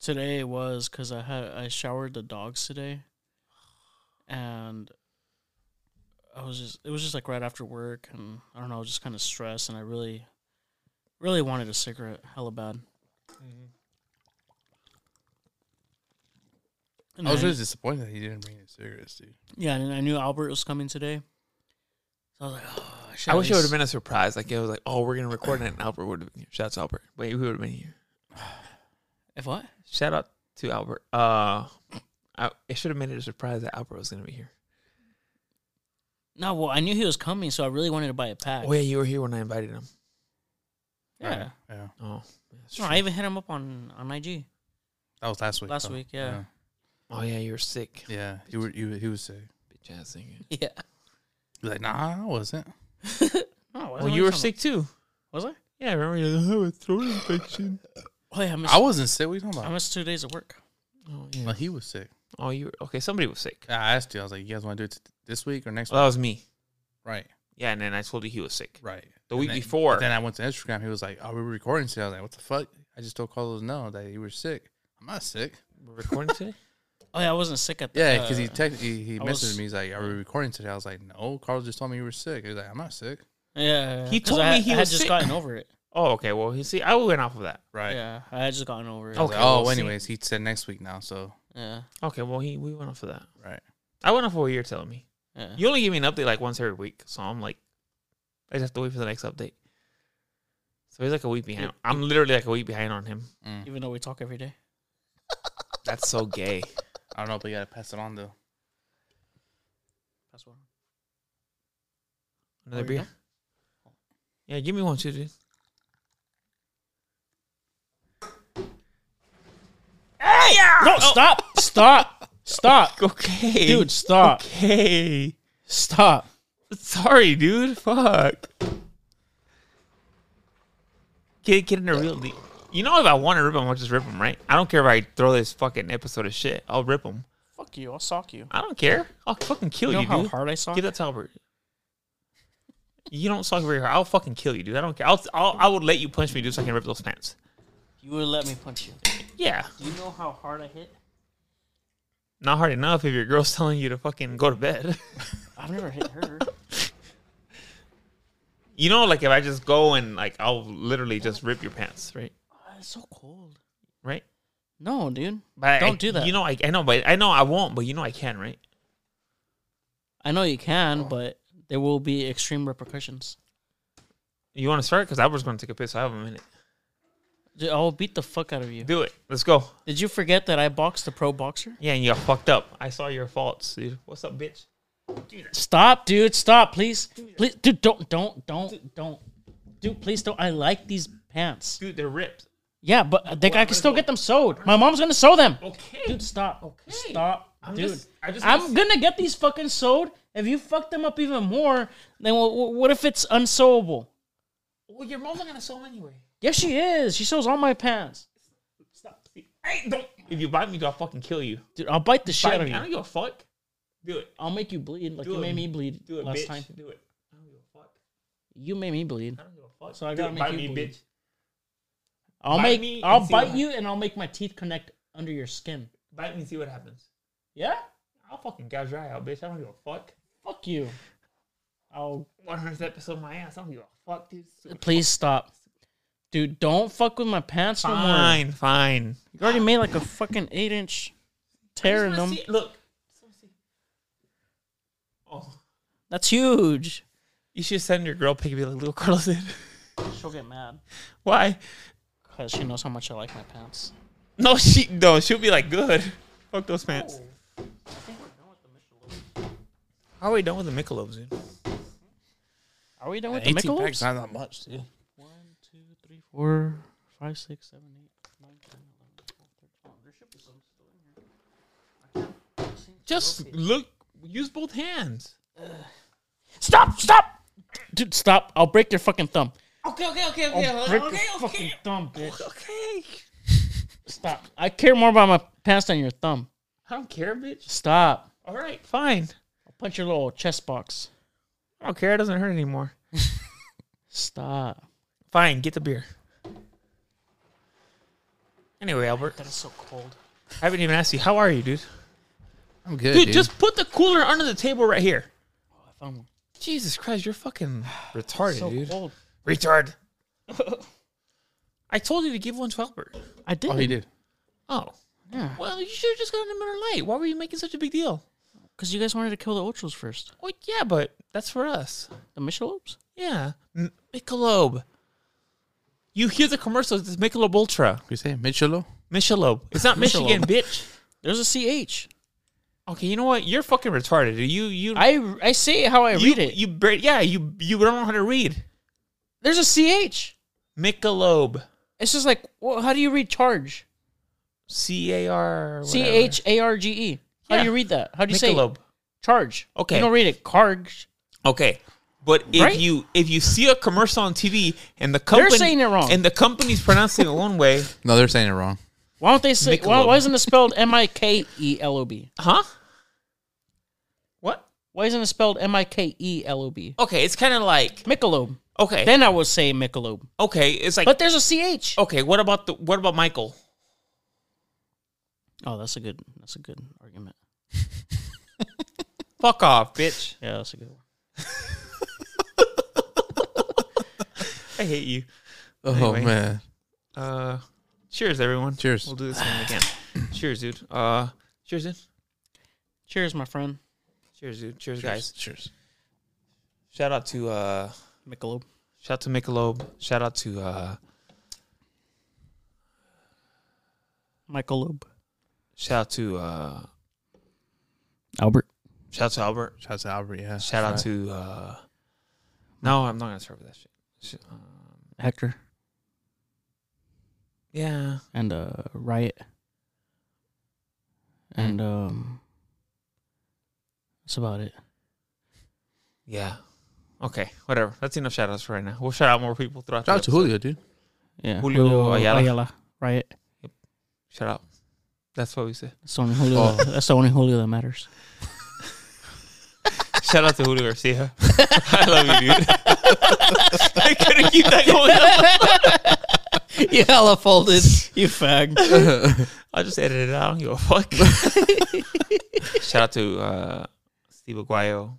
[SPEAKER 1] today was because I had I showered the dogs today, and I was just it was just like right after work, and I don't know, I was just kind of stressed, and I really, really wanted a cigarette, hella bad.
[SPEAKER 3] Mm-hmm.
[SPEAKER 1] And
[SPEAKER 2] I was
[SPEAKER 1] then-
[SPEAKER 2] really disappointed that he didn't bring his cigarettes, dude.
[SPEAKER 1] yeah, and I knew Albert was coming today, so I was like, oh, should
[SPEAKER 3] I
[SPEAKER 1] at
[SPEAKER 3] wish it would have
[SPEAKER 1] least-
[SPEAKER 3] been a surprise. Like it was like, oh, we're gonna record it, and Albert would have been here. Shouts Albert. Wait, who would have been here?
[SPEAKER 1] if what?
[SPEAKER 3] Shout out to Albert. Uh, I, it should have made it a surprise that Albert was gonna be here.
[SPEAKER 1] No, well, I knew he was coming, so I really wanted to buy a pack.
[SPEAKER 3] Oh yeah, you were here when I invited him.
[SPEAKER 1] yeah.
[SPEAKER 2] Right, yeah.
[SPEAKER 3] Oh, that's true.
[SPEAKER 1] No,
[SPEAKER 3] uh,
[SPEAKER 1] I even hit him up on on IG
[SPEAKER 2] That was last week.
[SPEAKER 1] last
[SPEAKER 2] though.
[SPEAKER 1] week. Yeah,
[SPEAKER 3] oh yeah, you were sick.
[SPEAKER 2] Yeah. yeah. You were. You. He was sick.
[SPEAKER 3] Bitch ass singer.
[SPEAKER 1] yeah.
[SPEAKER 2] He was like, nah, I wasn't.
[SPEAKER 1] No, I wasn't
[SPEAKER 3] Well, you were
[SPEAKER 1] talking-
[SPEAKER 3] sick too.
[SPEAKER 1] was I?
[SPEAKER 3] Yeah, I remember you like, I have a throat infection.
[SPEAKER 1] Oh yeah, I missed,
[SPEAKER 2] I wasn't sick. What are you talking
[SPEAKER 1] I
[SPEAKER 2] about?
[SPEAKER 1] missed two days of work.
[SPEAKER 3] Oh yeah.
[SPEAKER 2] Well, he was sick.
[SPEAKER 3] Oh, you were, okay? Somebody was sick.
[SPEAKER 2] I asked you. I was like, you guys want to do it t- this week or next?
[SPEAKER 3] Well, that was me.
[SPEAKER 2] week? Right.
[SPEAKER 3] Yeah, and then I told you he was sick.
[SPEAKER 2] Right.
[SPEAKER 3] The
[SPEAKER 2] And
[SPEAKER 3] week
[SPEAKER 2] then-
[SPEAKER 3] before.
[SPEAKER 2] but Then I went to Instagram. He was like, "Are we recording today?" I was like, "What the fuck?" I just told Carlos no that you were sick. I'm not sick.
[SPEAKER 3] We're recording today.
[SPEAKER 1] Oh yeah, I wasn't sick at the
[SPEAKER 2] Yeah, because he
[SPEAKER 1] uh,
[SPEAKER 2] texted. He, he
[SPEAKER 1] I
[SPEAKER 2] messaged
[SPEAKER 1] was-
[SPEAKER 2] me. He's like, "Are we recording today?" I was like, "No." Carlos just told me you were sick. He was like, "I'm not sick."
[SPEAKER 1] yeah,
[SPEAKER 3] He
[SPEAKER 1] 'cause
[SPEAKER 3] told
[SPEAKER 1] I,
[SPEAKER 3] me he
[SPEAKER 1] I had
[SPEAKER 3] was
[SPEAKER 1] just
[SPEAKER 3] sick.
[SPEAKER 1] gotten over it.
[SPEAKER 3] Oh, okay. Well, you see, I went off of that.
[SPEAKER 2] Right.
[SPEAKER 1] Yeah, I had just gotten over it.
[SPEAKER 2] I was like,
[SPEAKER 3] Okay,
[SPEAKER 2] oh,
[SPEAKER 3] we'll see."
[SPEAKER 2] anyways, he said next week now. So
[SPEAKER 1] Yeah,
[SPEAKER 3] Okay. Well, he we went off of that.
[SPEAKER 2] right.
[SPEAKER 3] I went off of what you're telling me.
[SPEAKER 1] yeah.
[SPEAKER 3] You only give me an update like once every week, so I'm like, I just have to wait for the next update. So he's like a week behind. I'm literally like a week behind on him.
[SPEAKER 2] Mm.
[SPEAKER 1] Even though we talk every day.
[SPEAKER 3] That's so gay.
[SPEAKER 2] I don't know, but you gotta pass it on though.
[SPEAKER 1] That's what.
[SPEAKER 3] Another
[SPEAKER 1] There you
[SPEAKER 3] beer. Yeah, give me one too, dude.
[SPEAKER 1] No, stop, stop, stop,
[SPEAKER 3] Oh. Okay,
[SPEAKER 1] dude, stop,
[SPEAKER 3] Okay.
[SPEAKER 1] stop.
[SPEAKER 3] Sorry, dude. Fuck. Get get in a real deep. You know, if I want to rip them, I'll just rip them, right? I don't care if I throw this fucking episode of shit. I'll rip them.
[SPEAKER 1] Fuck you! I'll sock you.
[SPEAKER 3] I don't care. I'll fucking kill
[SPEAKER 1] You
[SPEAKER 3] Oh, you,
[SPEAKER 1] know how
[SPEAKER 3] dude.
[SPEAKER 1] hard I sock?
[SPEAKER 3] Give that to Albert. You don't suck very hard. I'll fucking kill you, dude. I don't care. I'll, I'll I would let you punch me, dude, so I can rip those pants.
[SPEAKER 1] You would let me punch you.
[SPEAKER 3] Yeah,
[SPEAKER 1] Do you know how hard I hit?
[SPEAKER 3] not hard enough if your girl's telling you to fucking go to bed.
[SPEAKER 1] I've never hit her.
[SPEAKER 3] you know, like if I just go and like I'll literally just rip your pants, right?
[SPEAKER 1] Ah, it's so cold.
[SPEAKER 3] Right.
[SPEAKER 1] No, dude.
[SPEAKER 3] But I-
[SPEAKER 1] Don't
[SPEAKER 3] I-
[SPEAKER 1] do that.
[SPEAKER 3] You know, I, I know, but I know I won't. But you know, I can, right?
[SPEAKER 1] I know you can, but there will be extreme repercussions.
[SPEAKER 3] You want to start? Because Albert's going to take a piss. I have a minute.
[SPEAKER 1] Dude, I'll beat the fuck out of you.
[SPEAKER 3] Do it. Let's go.
[SPEAKER 1] Did you forget that I boxed the pro boxer?
[SPEAKER 3] Yeah, and you got fucked up. I saw your faults, dude. What's up, bitch?
[SPEAKER 1] Stop, dude. Stop, please. Please, dude, don't, don't, don't, don't. Dude, please don't. I like these pants.
[SPEAKER 3] Dude, they're ripped.
[SPEAKER 1] Yeah, but I think I can still get them sewed. My mom's gonna sew them.
[SPEAKER 3] Okay.
[SPEAKER 1] Dude, stop. Stop,
[SPEAKER 3] I'm
[SPEAKER 1] dude.
[SPEAKER 3] just- I just-
[SPEAKER 1] I'm gonna get these fucking sewed. If you fuck them up even more, then wh- wh- what if it's unsewable?
[SPEAKER 3] Well, your mom's not gonna sew 'em anyway.
[SPEAKER 1] Yes, she is. She sews all my pants.
[SPEAKER 3] Stop. Hey, don't. If you bite me, dude, I'll fucking kill you.
[SPEAKER 1] Dude, I'll bite the shit
[SPEAKER 3] Bite
[SPEAKER 1] out of
[SPEAKER 3] me. I don't
[SPEAKER 1] you.
[SPEAKER 3] give a fuck. Do it.
[SPEAKER 1] I'll make you bleed like
[SPEAKER 3] Do
[SPEAKER 1] you
[SPEAKER 3] it.
[SPEAKER 1] made me bleed
[SPEAKER 3] Do it,
[SPEAKER 1] last
[SPEAKER 3] bitch.
[SPEAKER 1] time.
[SPEAKER 3] Do it. I don't give a fuck.
[SPEAKER 1] You made me bleed.
[SPEAKER 3] I don't give a fuck.
[SPEAKER 1] So I gotta
[SPEAKER 3] Dude,
[SPEAKER 1] make
[SPEAKER 3] bite
[SPEAKER 1] you
[SPEAKER 3] me,
[SPEAKER 1] bleed.
[SPEAKER 3] bitch.
[SPEAKER 1] I'll
[SPEAKER 3] Bite
[SPEAKER 1] make.
[SPEAKER 3] me
[SPEAKER 1] I'll
[SPEAKER 3] and see
[SPEAKER 1] bite
[SPEAKER 3] what
[SPEAKER 1] you, and I'll make my teeth connect under your skin.
[SPEAKER 3] Bite me and see what happens.
[SPEAKER 1] Yeah.
[SPEAKER 3] I'll fucking gouge your eye out, bitch. I don't give a fuck.
[SPEAKER 1] Fuck you. I'll
[SPEAKER 3] 100th episode of my ass. I don't give a fuck, dude.
[SPEAKER 1] Please stop. Dude, don't fuck with my pants no more.
[SPEAKER 3] Fine, fine.
[SPEAKER 1] You already made like a fucking eight inch tear in them.
[SPEAKER 3] Look. Oh.
[SPEAKER 1] That's huge.
[SPEAKER 3] You should send your girl pic and be like, little Carlos did.
[SPEAKER 1] She'll get mad
[SPEAKER 3] Why?
[SPEAKER 1] because she knows how much I like my pants.
[SPEAKER 3] No, she no, she'll be like, good. Fuck those pants. How are we done with the Michelobes, dude?
[SPEAKER 1] Are we done with the
[SPEAKER 2] 18 packs,
[SPEAKER 1] Michelobes?
[SPEAKER 2] not, not much, dude.
[SPEAKER 1] One, two, three, four, five, six, seven, eight, nine, ten, eleven, twelve, thirteen. Oh, there should be some still in here.
[SPEAKER 3] Just look. Use both hands.
[SPEAKER 1] stop, stop, dude, stop! I'll break your fucking thumb.
[SPEAKER 3] Okay, okay, okay,
[SPEAKER 1] I'll break your fucking thumb, bitch. Stop! I care more about my pants than your thumb.
[SPEAKER 3] I don't care, bitch.
[SPEAKER 1] Stop!
[SPEAKER 3] All right, fine.
[SPEAKER 1] I'll punch your little chest box.
[SPEAKER 3] I don't care. It doesn't hurt anymore.
[SPEAKER 1] Stop.
[SPEAKER 3] Fine, get the beer. Anyway, Albert,
[SPEAKER 1] That is so cold.
[SPEAKER 3] I haven't even asked you. How are you, dude?
[SPEAKER 2] I'm good,
[SPEAKER 3] Dude, just put the cooler under the table right here.
[SPEAKER 1] Oh, I found one.
[SPEAKER 3] Jesus Christ, you're fucking retarded,
[SPEAKER 1] So
[SPEAKER 3] dude.
[SPEAKER 1] cold.
[SPEAKER 3] Retard. I told you to give one to Albert.
[SPEAKER 1] I did.
[SPEAKER 2] Oh, he did.
[SPEAKER 3] Oh.
[SPEAKER 1] Yeah.
[SPEAKER 3] Well, you should have just gotten a Miller Lite. Why were you making such a big deal?
[SPEAKER 1] Because you guys wanted to kill the Ultras first.
[SPEAKER 3] Well, yeah, but that's for us.
[SPEAKER 1] The Michelobes?
[SPEAKER 3] Yeah. M- Michelob. You hear the commercials. It's Michelob Ultra.
[SPEAKER 2] You say Michelo?
[SPEAKER 3] Michelob. It's not Michigan, bitch.
[SPEAKER 1] There's a CH.
[SPEAKER 3] Okay, you know what? You're fucking retarded. dude. You you
[SPEAKER 1] I, I say it how I
[SPEAKER 3] you,
[SPEAKER 1] read it.
[SPEAKER 3] You bar- yeah, you you don't know how to read.
[SPEAKER 1] There's a CH.
[SPEAKER 3] Michelob.
[SPEAKER 1] It's just like, well, how do you read charge?
[SPEAKER 3] C A R
[SPEAKER 1] C H A R G E. How
[SPEAKER 3] Yeah.
[SPEAKER 1] do you read that? How do you say
[SPEAKER 3] Michelob.
[SPEAKER 1] charge?
[SPEAKER 3] Okay.
[SPEAKER 1] You don't read it carge.
[SPEAKER 3] Okay. But if
[SPEAKER 1] Right?
[SPEAKER 3] you if you see a commercial on TV and the company
[SPEAKER 1] saying it wrong.
[SPEAKER 3] and the company's pronouncing it one way,
[SPEAKER 2] No, they're saying it wrong.
[SPEAKER 1] Why don't they say, why,
[SPEAKER 3] Michelob.
[SPEAKER 1] why isn't it spelled M I K E L O B?
[SPEAKER 3] huh? What?
[SPEAKER 1] Why isn't it spelled M I K E L O B?
[SPEAKER 3] Okay, it's kind of like
[SPEAKER 1] Michelob.
[SPEAKER 3] okay,
[SPEAKER 1] Then I would say Michelob.
[SPEAKER 3] okay, it's like
[SPEAKER 1] But there's a CH.
[SPEAKER 3] okay. What about the what about Michael?
[SPEAKER 1] Oh, that's a good. That's a good argument.
[SPEAKER 3] Fuck off, bitch!
[SPEAKER 1] Yeah, that's a good one.
[SPEAKER 3] I hate you.
[SPEAKER 2] Oh,
[SPEAKER 3] Anyway.
[SPEAKER 2] man.
[SPEAKER 3] Uh, cheers, everyone.
[SPEAKER 2] Cheers.
[SPEAKER 3] We'll do this thing again. cheers, dude. Uh, cheers, dude.
[SPEAKER 1] Cheers, my friend.
[SPEAKER 3] Cheers, dude. Cheers, guys.
[SPEAKER 2] Cheers.
[SPEAKER 3] Shout out to uh,
[SPEAKER 1] Michelob.
[SPEAKER 3] shout out to Michelob. Shout out to uh,
[SPEAKER 1] Michelob.
[SPEAKER 3] shout out to uh,
[SPEAKER 1] Albert.
[SPEAKER 3] shout out to Albert.
[SPEAKER 2] Shout out to Albert, yeah.
[SPEAKER 3] Shout out to. uh No, I'm not gonna start with that shit. Shit, um,
[SPEAKER 1] Hector.
[SPEAKER 3] yeah,
[SPEAKER 1] And uh, Riot.
[SPEAKER 3] Hmm.
[SPEAKER 1] And um, that's about it.
[SPEAKER 3] yeah. Okay, whatever. That's enough shout outs for right now. We'll shout out more people
[SPEAKER 2] Shout
[SPEAKER 3] throughout. the
[SPEAKER 2] out to
[SPEAKER 3] episode.
[SPEAKER 2] Julio, dude.
[SPEAKER 1] Yeah.
[SPEAKER 3] Julio Ayala.
[SPEAKER 1] Riot.
[SPEAKER 3] Shout out. That's what we say.
[SPEAKER 1] That's the only Julio.
[SPEAKER 2] Oh.
[SPEAKER 1] That's the only Julio that matters.
[SPEAKER 3] Shout out to Julio Garcia. I love you, dude. I couldn't keep that going. up.
[SPEAKER 1] you hella folded. You fag.
[SPEAKER 3] I'll just edit it out. I don't give a fuck. shout out to uh, Steve Aguayo,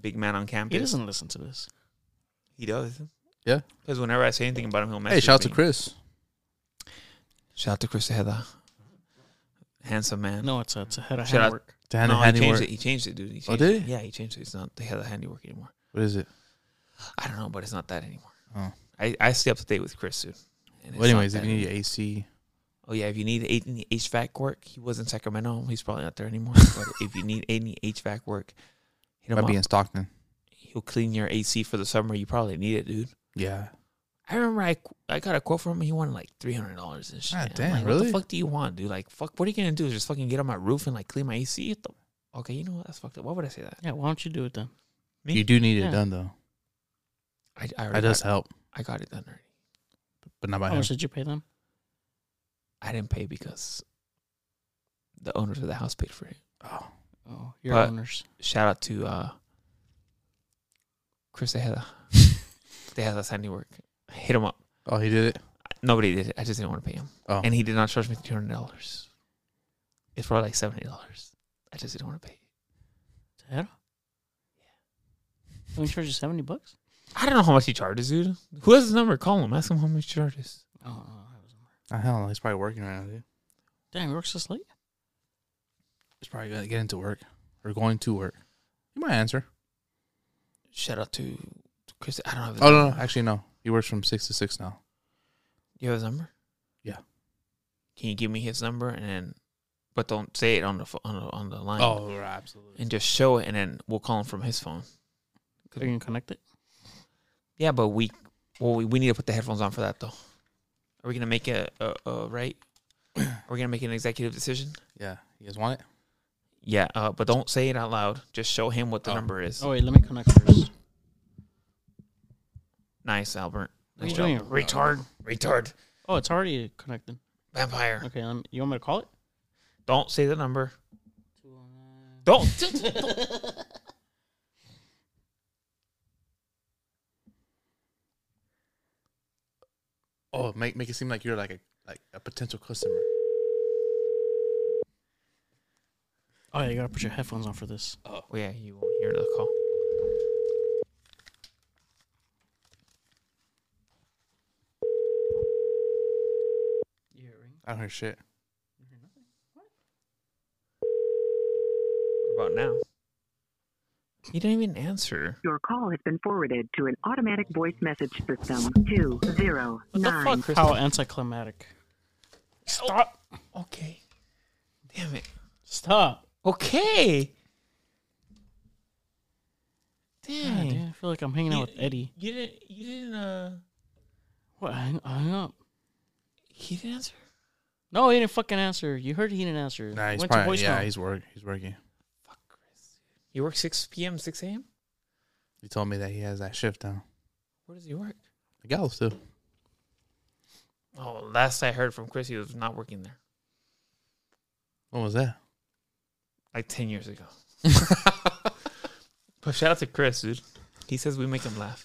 [SPEAKER 3] big man on
[SPEAKER 1] He
[SPEAKER 3] campus.
[SPEAKER 1] doesn't listen to this.
[SPEAKER 3] He does.
[SPEAKER 2] Yeah.
[SPEAKER 3] Because whenever I say anything about him, he'll message
[SPEAKER 2] Hey, shout out to
[SPEAKER 3] me.
[SPEAKER 2] Chris.
[SPEAKER 3] Shout out to Chris Tejeda. Handsome man.
[SPEAKER 1] No, it's a, it's a head of
[SPEAKER 3] Shout out-
[SPEAKER 1] handwork.
[SPEAKER 2] To
[SPEAKER 3] No,
[SPEAKER 2] hand
[SPEAKER 3] he changed it. He changed it, dude. He changed
[SPEAKER 2] Oh, did
[SPEAKER 3] it.
[SPEAKER 2] he?
[SPEAKER 3] Yeah, he changed it. It's not Tejeda handiwork anymore.
[SPEAKER 2] What is it?
[SPEAKER 3] I don't know, but it's not that anymore.
[SPEAKER 2] Oh.
[SPEAKER 3] I, I stay up to date with Chris, dude. And it's
[SPEAKER 2] Well,
[SPEAKER 3] not
[SPEAKER 2] anyways, if
[SPEAKER 3] that
[SPEAKER 2] you need AC,
[SPEAKER 3] Oh yeah, if you need any HVAC work, he was in Sacramento. He's probably not there anymore. but if you need any HVAC work, hit him
[SPEAKER 2] might
[SPEAKER 3] up.
[SPEAKER 2] be in Stockton.
[SPEAKER 3] He'll clean your AC for the summer. You probably need it, dude.
[SPEAKER 2] Yeah.
[SPEAKER 3] I remember I I got a quote from him. He wanted like three hundred dollars and shit.
[SPEAKER 2] Ah,
[SPEAKER 3] I'm
[SPEAKER 2] damn,
[SPEAKER 3] like, What
[SPEAKER 2] really?
[SPEAKER 3] the fuck do you want, dude? Like, fuck. What are you gonna do? Just fucking get on my roof and like clean my AC? What the- Okay, you know what? That's fucked up. Why would I say that?
[SPEAKER 1] Yeah, why don't you do it then?
[SPEAKER 3] Me?
[SPEAKER 2] You do need
[SPEAKER 1] Yeah.
[SPEAKER 2] it done, though.
[SPEAKER 3] I I already
[SPEAKER 2] That does
[SPEAKER 3] got,
[SPEAKER 2] help,
[SPEAKER 3] I got it done already.
[SPEAKER 2] but not by
[SPEAKER 1] How
[SPEAKER 2] him.
[SPEAKER 1] much did you pay them?
[SPEAKER 3] I didn't pay because the owners of the house paid for it.
[SPEAKER 2] Oh.
[SPEAKER 1] Oh, your
[SPEAKER 3] But-
[SPEAKER 1] owners.
[SPEAKER 3] Shout out to uh, Chris Tejeda. They have less handiwork. Hit him up.
[SPEAKER 2] Oh, he did it.
[SPEAKER 3] Nobody did it. I just didn't want to pay him.
[SPEAKER 2] Oh.
[SPEAKER 3] And he did not charge me two hundred dollars. It's probably like seventy dollars. I just didn't want to pay.
[SPEAKER 1] Yeah. Don't charge you seventy bucks.
[SPEAKER 3] I don't know how much he charges, dude. Who has his number? Call him. Ask him how much he charges.
[SPEAKER 1] Oh, I was.
[SPEAKER 2] I don't know. Ah, He's probably working right now, dude.
[SPEAKER 1] Damn, he works this late.
[SPEAKER 2] He's probably gonna get into work or going to work. He might answer.
[SPEAKER 3] Shout out to Chris. I don't have his
[SPEAKER 2] Oh no,
[SPEAKER 3] number.
[SPEAKER 2] no, actually no. He works from six to six now.
[SPEAKER 3] You have his number?
[SPEAKER 2] Yeah.
[SPEAKER 3] Can you give me his number and then, but don't say it on the pho- on the, on the line.
[SPEAKER 2] Oh, absolutely.
[SPEAKER 3] And just show it, and then we'll call him from his phone.
[SPEAKER 1] Are you gonna connect it?
[SPEAKER 3] Yeah, but we well we, we need to put the headphones on for that though. Are we gonna make a, a, a right? Are we gonna make an executive decision?
[SPEAKER 2] Yeah, you guys want it?
[SPEAKER 3] Yeah, uh, but don't say it out loud. Just show him what the
[SPEAKER 2] Oh.
[SPEAKER 3] number is.
[SPEAKER 1] Oh wait, let me connect first.
[SPEAKER 3] Nice, Albert.
[SPEAKER 1] What are
[SPEAKER 3] Nice
[SPEAKER 1] you
[SPEAKER 3] job.
[SPEAKER 1] doing?
[SPEAKER 3] Retard, retard,
[SPEAKER 1] Oh, it's already connected.
[SPEAKER 3] vampire.
[SPEAKER 1] Okay, um, you want me to call it?
[SPEAKER 3] Don't say the number. Don't.
[SPEAKER 2] Oh, make make it seem like you're like a like a potential customer.
[SPEAKER 1] Oh, yeah, you gotta put your headphones on for this.
[SPEAKER 3] Well, yeah, you won't hear the call.
[SPEAKER 1] You hear it ring?
[SPEAKER 2] I don't hear shit.
[SPEAKER 1] You hear nothing?
[SPEAKER 3] What about now? He didn't even answer.
[SPEAKER 4] Your call has been forwarded to an automatic voice message system. Two zero
[SPEAKER 3] What the
[SPEAKER 4] nine.
[SPEAKER 3] fuck, Crystal?
[SPEAKER 1] How anticlimactic. Stop.
[SPEAKER 3] Okay. Damn it.
[SPEAKER 1] Stop.
[SPEAKER 3] Okay.
[SPEAKER 1] Yeah,
[SPEAKER 3] Dang.
[SPEAKER 1] dude, I feel like I'm hanging out with Eddie.
[SPEAKER 3] You didn't. You didn't. Uh,
[SPEAKER 1] What? I hung, I hung up.
[SPEAKER 3] he didn't answer.
[SPEAKER 1] No, he didn't fucking answer. You heard he didn't answer.
[SPEAKER 2] Nah, he's
[SPEAKER 1] Went
[SPEAKER 2] probably
[SPEAKER 1] to
[SPEAKER 2] yeah.
[SPEAKER 1] voicemail.
[SPEAKER 2] He's work. He's working.
[SPEAKER 3] Fuck, Chris. You work six p.m. six a.m.
[SPEAKER 2] He told me that he has that shift down.
[SPEAKER 3] Where does he work?
[SPEAKER 2] The gal too.
[SPEAKER 3] Oh, last I heard from Chris, he was not working there
[SPEAKER 2] What was that?
[SPEAKER 3] like ten years ago. but shout out to Chris, dude. He says we make him laugh.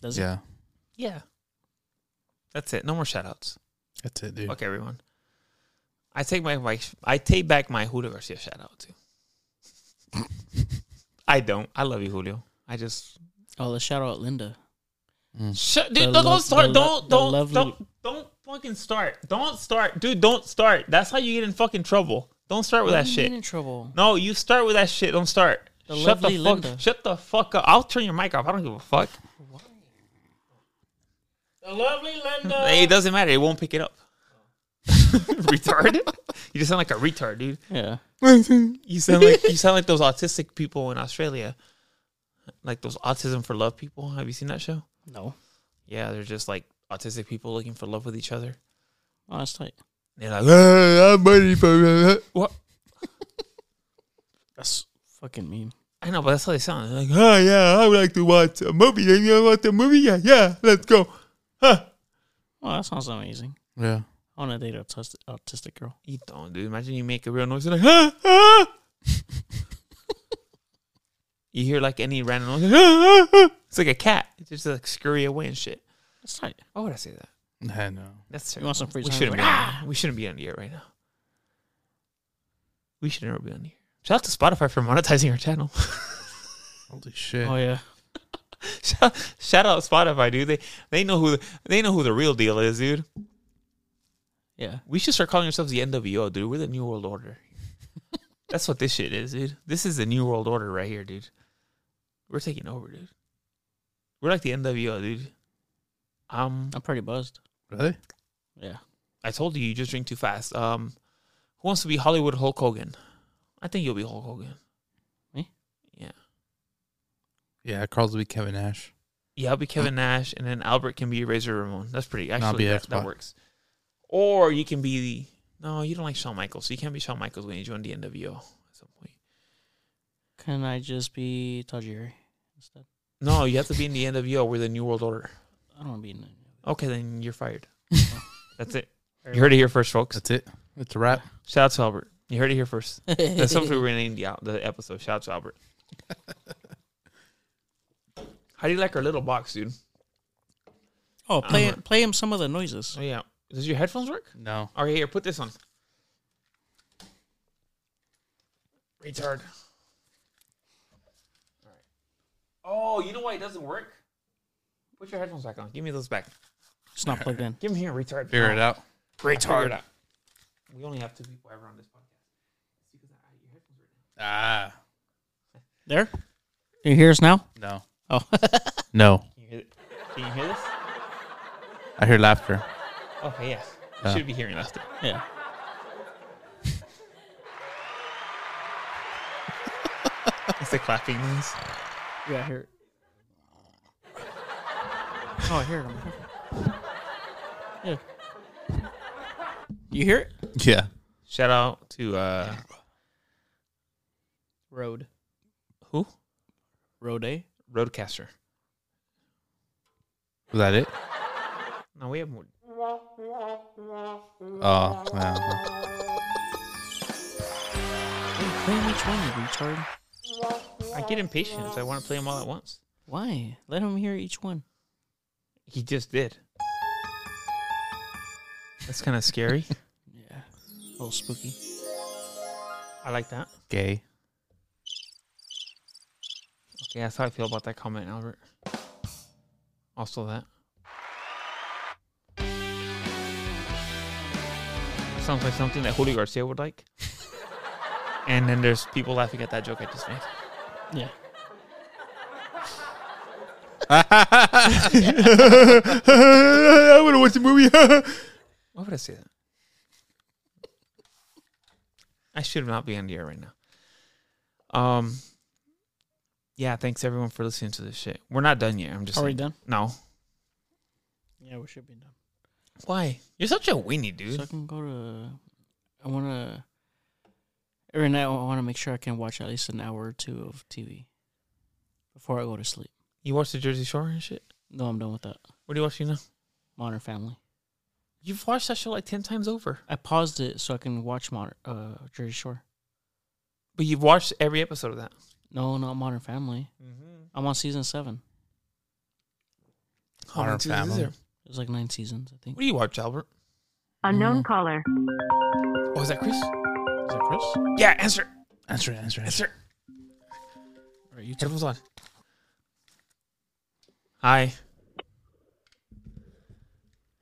[SPEAKER 1] Does
[SPEAKER 2] Yeah,
[SPEAKER 3] Yeah. That's it. No more shout outs.
[SPEAKER 2] that's it, dude.
[SPEAKER 3] Fuck everyone. I take my, my I take back my Julio Garcia shout out too. I don't. I love you, Julio. I just
[SPEAKER 1] He? Oh, let's shout out Linda.
[SPEAKER 3] shut,
[SPEAKER 1] Mm. The
[SPEAKER 3] dude.
[SPEAKER 1] lo-
[SPEAKER 3] don't start.
[SPEAKER 1] the lo-
[SPEAKER 3] don't
[SPEAKER 1] the
[SPEAKER 3] don't
[SPEAKER 1] lovely-
[SPEAKER 3] don't don't fucking start. Don't start, dude. Don't start. That's how you get in fucking trouble. Don't start with that
[SPEAKER 1] You
[SPEAKER 3] shit.
[SPEAKER 1] in trouble.
[SPEAKER 3] No, you start with that shit. Don't start.
[SPEAKER 1] The
[SPEAKER 3] shut the
[SPEAKER 1] lovely
[SPEAKER 3] fuck.
[SPEAKER 1] Linda.
[SPEAKER 3] Shut the fuck up. I'll turn your mic off. I don't give a fuck.
[SPEAKER 1] The lovely Linda.
[SPEAKER 3] It doesn't matter. It won't pick it up. retard. You just sound like a retard, dude.
[SPEAKER 1] Yeah.
[SPEAKER 3] You sound like you sound like those autistic people in Australia, like those autism for love people. Have you seen that show?
[SPEAKER 1] No.
[SPEAKER 3] Yeah, they're just like autistic people looking for love with each other.
[SPEAKER 1] Oh, that's tight.
[SPEAKER 3] They're like, "Ah, I'm ready for what?
[SPEAKER 1] That's fucking mean.
[SPEAKER 3] I know, but that's how they sound. They're like, oh yeah, I would like to watch a movie. You wanna watch a movie? Yeah, yeah, let's go. Huh.
[SPEAKER 1] Oh, that sounds amazing.
[SPEAKER 2] Yeah,
[SPEAKER 1] I want to date an autistic, autistic girl.
[SPEAKER 3] You don't, dude. Imagine you make a real noise. You're like, ah, ah. you hear like any random noise. "Ah, ah, ah." It's like a cat. It just like scurry away and shit.
[SPEAKER 1] That's tight.
[SPEAKER 3] Why would I say that?
[SPEAKER 2] I know.
[SPEAKER 3] That's
[SPEAKER 1] You want some free
[SPEAKER 3] we
[SPEAKER 1] time?
[SPEAKER 3] shouldn't be.
[SPEAKER 1] Like, ah!
[SPEAKER 3] on the- we shouldn't be on the air right now. We should never be on the air. Shout out to Spotify for monetizing our channel.
[SPEAKER 2] Holy shit.
[SPEAKER 1] Oh yeah.
[SPEAKER 3] shout, shout out Spotify, dude. They they know who the, they know who the real deal is, dude.
[SPEAKER 1] Yeah.
[SPEAKER 3] We should start calling ourselves the NWO, dude. We're the New World Order. That's what this shit is, dude. This is the New World Order right here, dude. We're taking over, dude. We're like the NWO, dude. Um,
[SPEAKER 1] I'm pretty buzzed.
[SPEAKER 2] Really?
[SPEAKER 1] Yeah.
[SPEAKER 3] I told you, you just drink too fast. Um, who wants to be Hollywood Hulk Hogan? I think you'll be Hulk Hogan.
[SPEAKER 1] Me?
[SPEAKER 3] Yeah.
[SPEAKER 2] Yeah, Carl's will be Kevin Nash.
[SPEAKER 3] Yeah, I'll be Kevin Nash, and then Albert can be Razor Ramon. That's pretty. Actually,
[SPEAKER 2] I'll be
[SPEAKER 3] that, that
[SPEAKER 2] Xbox.
[SPEAKER 3] works. Or you can be no, you don't like Shawn Michaels, so you can't be Shawn Michaels when you join the NWO at some point.
[SPEAKER 1] Can I just be Tajiri instead?
[SPEAKER 3] No, you have to be in the NWO. We're the New World Order.
[SPEAKER 1] I don't want to be in the
[SPEAKER 3] Okay, then you're fired. That's it. You heard it here first, folks.
[SPEAKER 2] That's it. It's a wrap.
[SPEAKER 3] Shout out to Albert. You heard it here first. That's something we're gonna name the, out- the episode. Shout out to Albert. How do you like our little box, dude?
[SPEAKER 1] Oh, play
[SPEAKER 3] Uh-huh.
[SPEAKER 1] play him some of the noises.
[SPEAKER 3] Oh yeah. Does your headphones work?
[SPEAKER 2] No.
[SPEAKER 3] Okay, here, put this on. Retard. Oh, you know why it doesn't work? Put your headphones back on. Give me those back.
[SPEAKER 1] It's not plugged in.
[SPEAKER 3] Give them here, retard.
[SPEAKER 2] Figure it out.
[SPEAKER 3] Retard. We only have two people ever on this podcast. It's because I your headphones right now.
[SPEAKER 2] Ah.
[SPEAKER 1] There. Can you hear us now?
[SPEAKER 2] No.
[SPEAKER 1] Oh,
[SPEAKER 2] No.
[SPEAKER 3] Can you hear, th- can you hear this?
[SPEAKER 2] I hear laughter.
[SPEAKER 3] Okay, yes. You
[SPEAKER 2] Yeah.
[SPEAKER 3] should be hearing us.
[SPEAKER 1] yeah.
[SPEAKER 3] It's the clapping noise.
[SPEAKER 1] Yeah, I hear it. Oh, I hear it. on my headphone. Yeah. You hear it?
[SPEAKER 2] Yeah.
[SPEAKER 3] Shout out to uh
[SPEAKER 1] Road.
[SPEAKER 3] who?
[SPEAKER 1] Road A.
[SPEAKER 3] Roadcaster.
[SPEAKER 2] Was that it?
[SPEAKER 3] No, we have more.
[SPEAKER 2] Oh. yeah.
[SPEAKER 1] Play which one, you retard?
[SPEAKER 3] I get impatient. so I want to play them all at once.
[SPEAKER 1] Why? Let him hear each one.
[SPEAKER 3] He just did. That's kind of scary.
[SPEAKER 1] Yeah. A little spooky.
[SPEAKER 3] I like that.
[SPEAKER 2] Gay.
[SPEAKER 3] Okay, that's how I feel about that comment, Albert. Also, that sounds like something that Julio Garcia would like. and then there's people laughing at that joke I just made.
[SPEAKER 1] Yeah.
[SPEAKER 2] I want to watch the movie.
[SPEAKER 3] Why would I say that? I should not be on the air right now. Um. Yeah, thanks everyone for listening to this shit. We're not done yet. I'm just
[SPEAKER 1] Are we
[SPEAKER 3] saying.
[SPEAKER 1] done?
[SPEAKER 3] No.
[SPEAKER 1] Yeah, we should be done.
[SPEAKER 3] Why? You're such a weenie, dude.
[SPEAKER 1] So I can go to. I want to. Every night, I want to make sure I can watch at least an hour or two of TV before I go to sleep.
[SPEAKER 3] You watch the Jersey Shore and shit.
[SPEAKER 1] No, I'm done with that.
[SPEAKER 3] What are you watching now?
[SPEAKER 1] Modern Family.
[SPEAKER 3] You've watched that show like ten times over.
[SPEAKER 1] I paused it so I can watch Modern uh, Jersey Shore.
[SPEAKER 3] But you've watched every episode of that.
[SPEAKER 1] No, not Modern Family. I'm on season seven.
[SPEAKER 3] How many
[SPEAKER 2] Modern
[SPEAKER 3] seasons is
[SPEAKER 2] Family.
[SPEAKER 3] there?
[SPEAKER 1] There's like nine seasons, I think.
[SPEAKER 3] What do you watch, Albert?
[SPEAKER 4] Unknown caller.
[SPEAKER 3] Oh, is that Chris?
[SPEAKER 1] Is it Chris?
[SPEAKER 3] Yeah, answer,
[SPEAKER 2] Answer it. Answer it.
[SPEAKER 3] answer.
[SPEAKER 1] Or you took
[SPEAKER 3] Headphones on. Hi.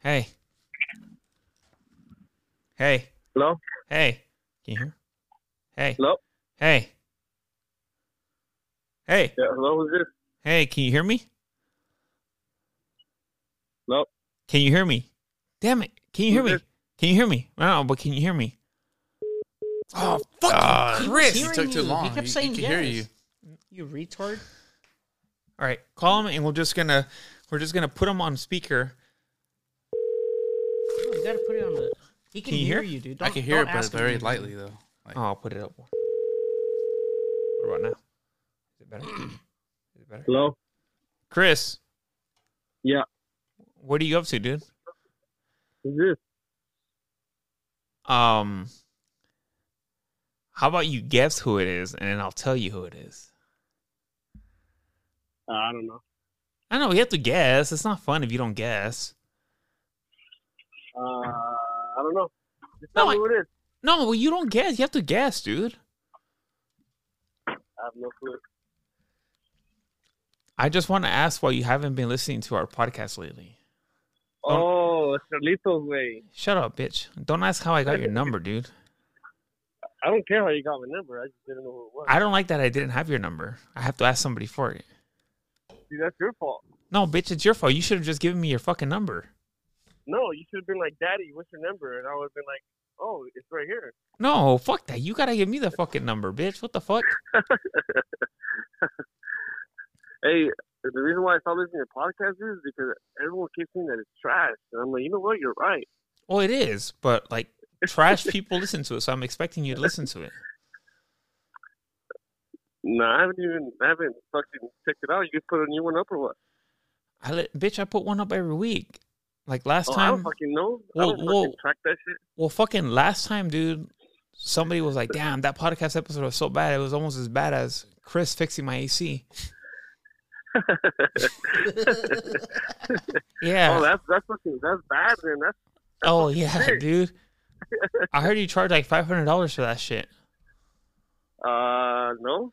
[SPEAKER 3] Hey. Hey.
[SPEAKER 5] Hello?
[SPEAKER 3] Hey. Can you hear? Hey.
[SPEAKER 5] Hello?
[SPEAKER 3] Hey. Hey.
[SPEAKER 5] Yeah, hello, who's this?
[SPEAKER 3] Hey. Can you hear me?
[SPEAKER 5] Hello?
[SPEAKER 3] Can you hear me? Damn it. Can you hear
[SPEAKER 5] Who's
[SPEAKER 3] me?
[SPEAKER 5] this?
[SPEAKER 3] Can you hear me? No, but can you hear me? Oh, fuck.
[SPEAKER 2] Ah,
[SPEAKER 3] Chris.
[SPEAKER 2] he took too
[SPEAKER 1] you.
[SPEAKER 2] long.
[SPEAKER 1] He kept saying
[SPEAKER 2] he can hear
[SPEAKER 1] yes.
[SPEAKER 2] you.
[SPEAKER 1] You retard.
[SPEAKER 3] All right, call him, and we're just gonna we're just gonna put him on speaker.
[SPEAKER 1] No, you gotta put it on the. He can,
[SPEAKER 3] Can you
[SPEAKER 1] hear,
[SPEAKER 3] hear?
[SPEAKER 1] you, dude.
[SPEAKER 2] I
[SPEAKER 1] Don't-
[SPEAKER 2] can hear it,
[SPEAKER 1] don't
[SPEAKER 2] but
[SPEAKER 1] ask him
[SPEAKER 2] very
[SPEAKER 1] to-
[SPEAKER 2] lightly though. Like,
[SPEAKER 3] Oh, I'll put it up. more. What about now? Is it better? Is it better?
[SPEAKER 5] Hello?
[SPEAKER 3] Chris,
[SPEAKER 5] Yeah,
[SPEAKER 3] what are you up to, dude?
[SPEAKER 5] who's this?
[SPEAKER 3] Um, how about you guess who it is, and then I'll tell you who it is.
[SPEAKER 5] Uh, I don't know.
[SPEAKER 3] I know we have to guess. It's not fun if you don't guess.
[SPEAKER 5] Uh, I don't know. Just
[SPEAKER 3] No,
[SPEAKER 5] tell me
[SPEAKER 3] I-
[SPEAKER 5] who it is.
[SPEAKER 3] No, well, you don't guess. You have to guess, dude.
[SPEAKER 5] I have no clue.
[SPEAKER 3] I just want to ask why you haven't been listening to our podcast lately.
[SPEAKER 5] Oh, it's Carlito's way.
[SPEAKER 3] Shut up, bitch. Don't ask how I got your number, dude.
[SPEAKER 5] I don't care how you got my number. I just didn't know who it was.
[SPEAKER 3] I don't like that I didn't have your number. I have to ask somebody for it.
[SPEAKER 5] See, that's your fault.
[SPEAKER 3] No, bitch, it's your fault. You should have just given me your fucking number.
[SPEAKER 5] No, you should have been like, Daddy, what's your number? And I would have been like, oh, it's right here.
[SPEAKER 3] No, fuck that. You gotta give me the fucking number, bitch. What the fuck?
[SPEAKER 5] Hey, the reason why I stopped listening to your podcast is because everyone keeps saying that it's trash. And I'm like, you know what? You're right.
[SPEAKER 3] Well, it is, but like trash people listen to it, so I'm expecting you to listen to it.
[SPEAKER 5] No, I haven't even, I haven't fucking checked it out. You could put a new one up or what?
[SPEAKER 3] I let, bitch, I put one up every week. Like last
[SPEAKER 5] Oh, I
[SPEAKER 3] time,
[SPEAKER 5] don't fucking know. I
[SPEAKER 3] Whoa,
[SPEAKER 5] don't
[SPEAKER 3] whoa.
[SPEAKER 5] fucking track that shit.
[SPEAKER 3] well, fucking last time, dude. Somebody was like, "Damn, that podcast episode was so bad. It was almost as bad as Chris fixing my AC."
[SPEAKER 5] oh,
[SPEAKER 3] Yeah.
[SPEAKER 5] Oh, that's that's fucking that's bad, man. That's
[SPEAKER 3] Oh, yeah, dude. I heard you charge like five hundred dollars for that shit.
[SPEAKER 5] uh no.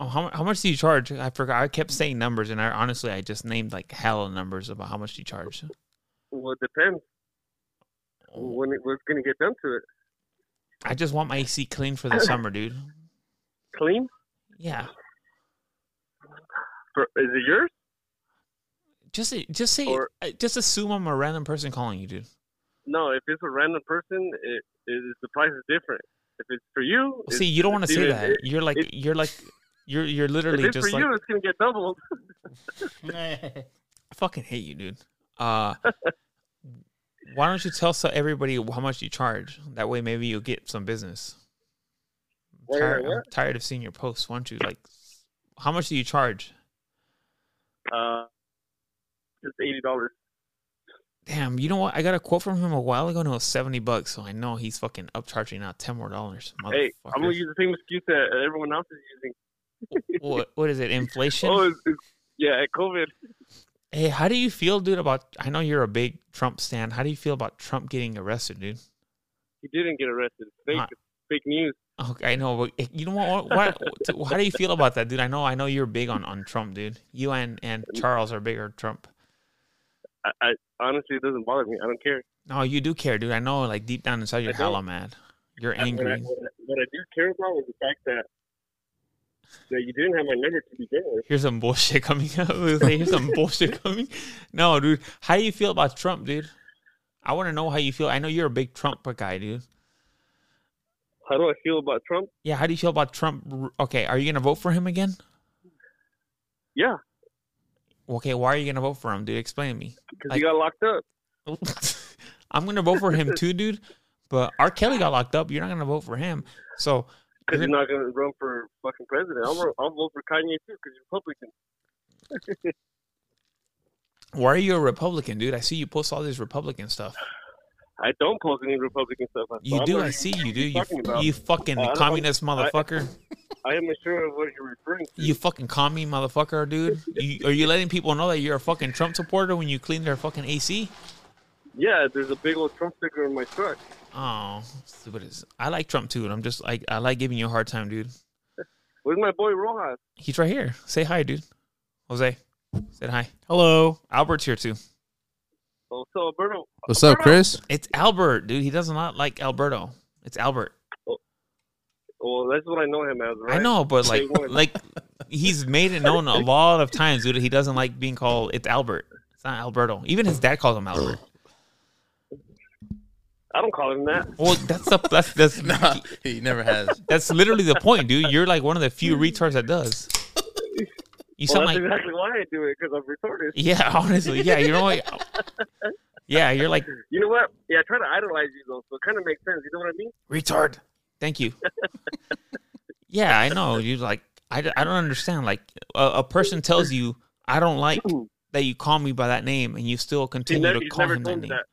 [SPEAKER 3] Oh, how, mu- how much do you charge? I forgot. I kept saying numbers, and I honestly I just named like hella numbers about how much you charge.
[SPEAKER 5] Well, it depends
[SPEAKER 3] Oh.
[SPEAKER 5] when it, what's gonna get done to it.
[SPEAKER 3] I just want my AC clean for the summer, dude.
[SPEAKER 5] Clean?
[SPEAKER 3] Yeah,
[SPEAKER 5] For, is it yours?
[SPEAKER 3] just just say
[SPEAKER 5] Or-
[SPEAKER 3] uh, just assume I'm a random person calling you, dude.
[SPEAKER 5] No. If it's a random person, it, it the price is different. If it's for you,
[SPEAKER 3] See, you don't want to say
[SPEAKER 5] dude,
[SPEAKER 3] that.
[SPEAKER 5] it-
[SPEAKER 3] you're like
[SPEAKER 5] it-
[SPEAKER 3] you're like you're you're
[SPEAKER 5] if
[SPEAKER 3] literally
[SPEAKER 5] it's
[SPEAKER 3] just
[SPEAKER 5] for
[SPEAKER 3] like
[SPEAKER 5] you, it's gonna get doubled.
[SPEAKER 3] I fucking hate you, dude. Uh, why don't you tell so everybody how much you charge? That way, maybe you'll get some business.
[SPEAKER 5] Wait,
[SPEAKER 3] tired,
[SPEAKER 5] wait,
[SPEAKER 3] I'm tired of seeing your posts. Why don't you like? How much do you charge?
[SPEAKER 5] Uh, it's eighty dollars.
[SPEAKER 3] Damn, you know what? I got a quote from him a while ago, and it was seventy bucks. So I know he's fucking upcharging now ten more dollars.
[SPEAKER 5] Hey, I'm gonna
[SPEAKER 3] motherfucker.
[SPEAKER 5] use the same excuse that everyone else is using.
[SPEAKER 3] what, what is it? Inflation?
[SPEAKER 5] Oh, it's, it's, yeah, COVID.
[SPEAKER 3] Hey, how do you feel, dude? About I know you're a big Trump stand. How do you feel about Trump getting arrested, dude?
[SPEAKER 5] He didn't get arrested. Fake,
[SPEAKER 3] Huh.
[SPEAKER 5] fake news.
[SPEAKER 3] Okay, I know, but eh, you know what? What? what how do you feel about that, dude? I know, I know you're big on, on Trump, dude. You and, and Charles are bigger Trump.
[SPEAKER 5] I, I honestly, it doesn't bother me. I don't care.
[SPEAKER 3] No, you do care, dude. I know, like deep down inside, you're
[SPEAKER 5] I don't.
[SPEAKER 3] hella mad. You're
[SPEAKER 5] What I,
[SPEAKER 3] angry.
[SPEAKER 5] what I- what I do care about was the fact that that you didn't have my number to begin with.
[SPEAKER 3] Here's some bullshit coming up. Here's some bullshit coming. No, dude. How do you feel about Trump, dude? I want to know how you feel. I know you're a big Trump guy, dude.
[SPEAKER 5] How do I feel about Trump?
[SPEAKER 3] Yeah, how do you feel about Trump? Okay, are you gonna vote for him again?
[SPEAKER 5] Yeah,
[SPEAKER 3] Okay, why are you gonna vote for him, dude? Explain to me.
[SPEAKER 5] because
[SPEAKER 3] Like-
[SPEAKER 5] he got locked up.
[SPEAKER 3] I'm gonna vote for him too, dude. But R. Kelly got locked up. You're not gonna vote for him. So
[SPEAKER 5] Because
[SPEAKER 3] you're
[SPEAKER 5] you're not going to run for fucking president. I'll, ro- I'll vote for Kanye too because you're Republican.
[SPEAKER 3] gonna- why are you a Republican, dude? I see you post all this Republican stuff.
[SPEAKER 5] I don't post any Republican stuff. so
[SPEAKER 3] You
[SPEAKER 5] I'm
[SPEAKER 3] do.
[SPEAKER 5] not-
[SPEAKER 3] I see you, dude. You
[SPEAKER 5] talking about?
[SPEAKER 3] you fucking
[SPEAKER 5] I don't-
[SPEAKER 3] communist
[SPEAKER 5] I-
[SPEAKER 3] motherfucker.
[SPEAKER 5] I am sure of what you're referring to.
[SPEAKER 3] You fucking commie motherfucker, dude. You, are you letting people know that you're a fucking Trump supporter when you clean their fucking AC?
[SPEAKER 5] Yeah, there's a big old Trump sticker in my truck.
[SPEAKER 3] Oh, stupid as I like Trump too, and I'm just like I like giving you a hard time, dude.
[SPEAKER 5] Where's my boy Rojas?
[SPEAKER 3] He's right here. Say hi, dude. Jose, said hi.
[SPEAKER 1] Hello.
[SPEAKER 3] Albert's here too.
[SPEAKER 5] Oh, so Alberto.
[SPEAKER 2] What's up, Chris?
[SPEAKER 3] It's Albert, dude. He does not like Alberto. It's Albert.
[SPEAKER 5] Well, that's what I know him as, right?
[SPEAKER 3] I know, but like,
[SPEAKER 5] Say what?
[SPEAKER 3] like he's made it known a lot of times, dude. He doesn't like being called. It's Albert. It's not Alberto. Even his dad calls him Albert.
[SPEAKER 5] I don't call him that.
[SPEAKER 3] Well, that's the that's that's
[SPEAKER 2] Nah, he never has.
[SPEAKER 3] that's literally the point, dude. You're like one of the few retards that does. You
[SPEAKER 5] Well,
[SPEAKER 3] sound
[SPEAKER 5] that's
[SPEAKER 3] like
[SPEAKER 5] exactly why I do it because I'm retarded.
[SPEAKER 3] yeah, honestly, yeah. You know what? Yeah, you're like
[SPEAKER 5] You know what? Yeah, I try to idolize you though, so it kind of makes sense. You know what I mean?
[SPEAKER 3] retard. Thank you. yeah, I know. You like I, d- I don't understand. Like a, a person tells you I don't like that you call me by that name, and you still
[SPEAKER 5] He
[SPEAKER 3] continue to
[SPEAKER 5] never, he's
[SPEAKER 3] call
[SPEAKER 5] never
[SPEAKER 3] him that
[SPEAKER 5] told me
[SPEAKER 3] name.
[SPEAKER 5] that.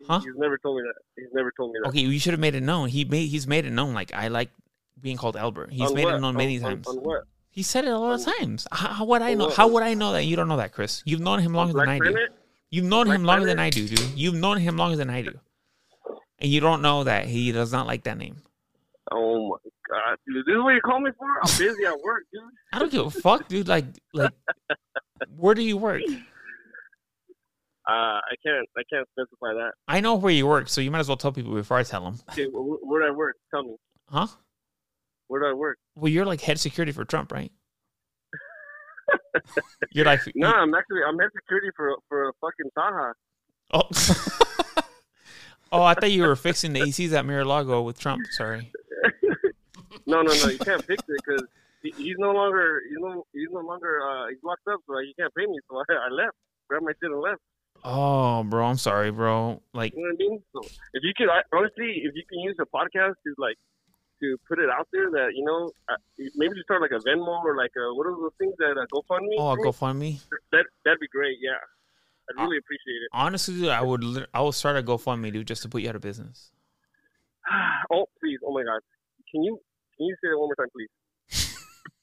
[SPEAKER 5] He-
[SPEAKER 3] Huh?
[SPEAKER 5] He's never told me that. He's never told me that.
[SPEAKER 3] Okay, you should have made it known. He made he's made it known. Like I like being called Albert. He's
[SPEAKER 5] On
[SPEAKER 3] made
[SPEAKER 5] what?
[SPEAKER 3] it known
[SPEAKER 5] On-
[SPEAKER 3] many
[SPEAKER 5] on-
[SPEAKER 3] times.
[SPEAKER 5] On what?
[SPEAKER 3] he said it a lot of times. How, how would I
[SPEAKER 5] on
[SPEAKER 3] know?
[SPEAKER 5] what?
[SPEAKER 3] How would I know that you don't know that, Chris? You've known him longer
[SPEAKER 5] Black
[SPEAKER 3] than I do.
[SPEAKER 5] Planet?
[SPEAKER 3] You've known
[SPEAKER 5] Black
[SPEAKER 3] him longer than I
[SPEAKER 5] Planet?
[SPEAKER 3] do, dude. You've known him longer than I do, and you don't know that he does not like that name.
[SPEAKER 5] Oh my god, dude! This is what you call me for? I'm busy at work, dude.
[SPEAKER 3] I don't give a fuck, dude. Like, like, where do you work?
[SPEAKER 5] Uh, I can't. I can't specify that.
[SPEAKER 3] I know where you work, so you might as well tell people before I tell them,
[SPEAKER 5] Okay, where, where do I work? Tell me.
[SPEAKER 3] huh?
[SPEAKER 5] Where do I work?
[SPEAKER 3] Well, you're like head security for Trump, right? You're like,
[SPEAKER 5] No, I'm actually I'm head security for for a fucking Taha.
[SPEAKER 3] oh, oh, I thought you were fixing the ACs at Mar-a-Lago with Trump. Sorry.
[SPEAKER 5] No, no, no. You can't fix it because he's no longer he's no he's no longer uh, he's locked up, so he can't pay me. So I, I left, grabbed my shit and left.
[SPEAKER 3] Oh, bro, I'm sorry, bro. Like,
[SPEAKER 5] You know what I mean? So if you could I, honestly, if you can use the podcast to like to put it out there that you know uh, maybe just start like a Venmo or like a, what are those things that uh, GoFundMe?
[SPEAKER 3] oh,
[SPEAKER 5] for me?
[SPEAKER 3] GoFundMe.
[SPEAKER 5] That that'd be great. Yeah, I'd really
[SPEAKER 3] Ah.
[SPEAKER 5] appreciate it.
[SPEAKER 3] Honestly, dude, I would, lit- I would start a GoFundMe, dude, just to put you out of business.
[SPEAKER 5] Oh please, oh my god, can you can you say that one more time, please?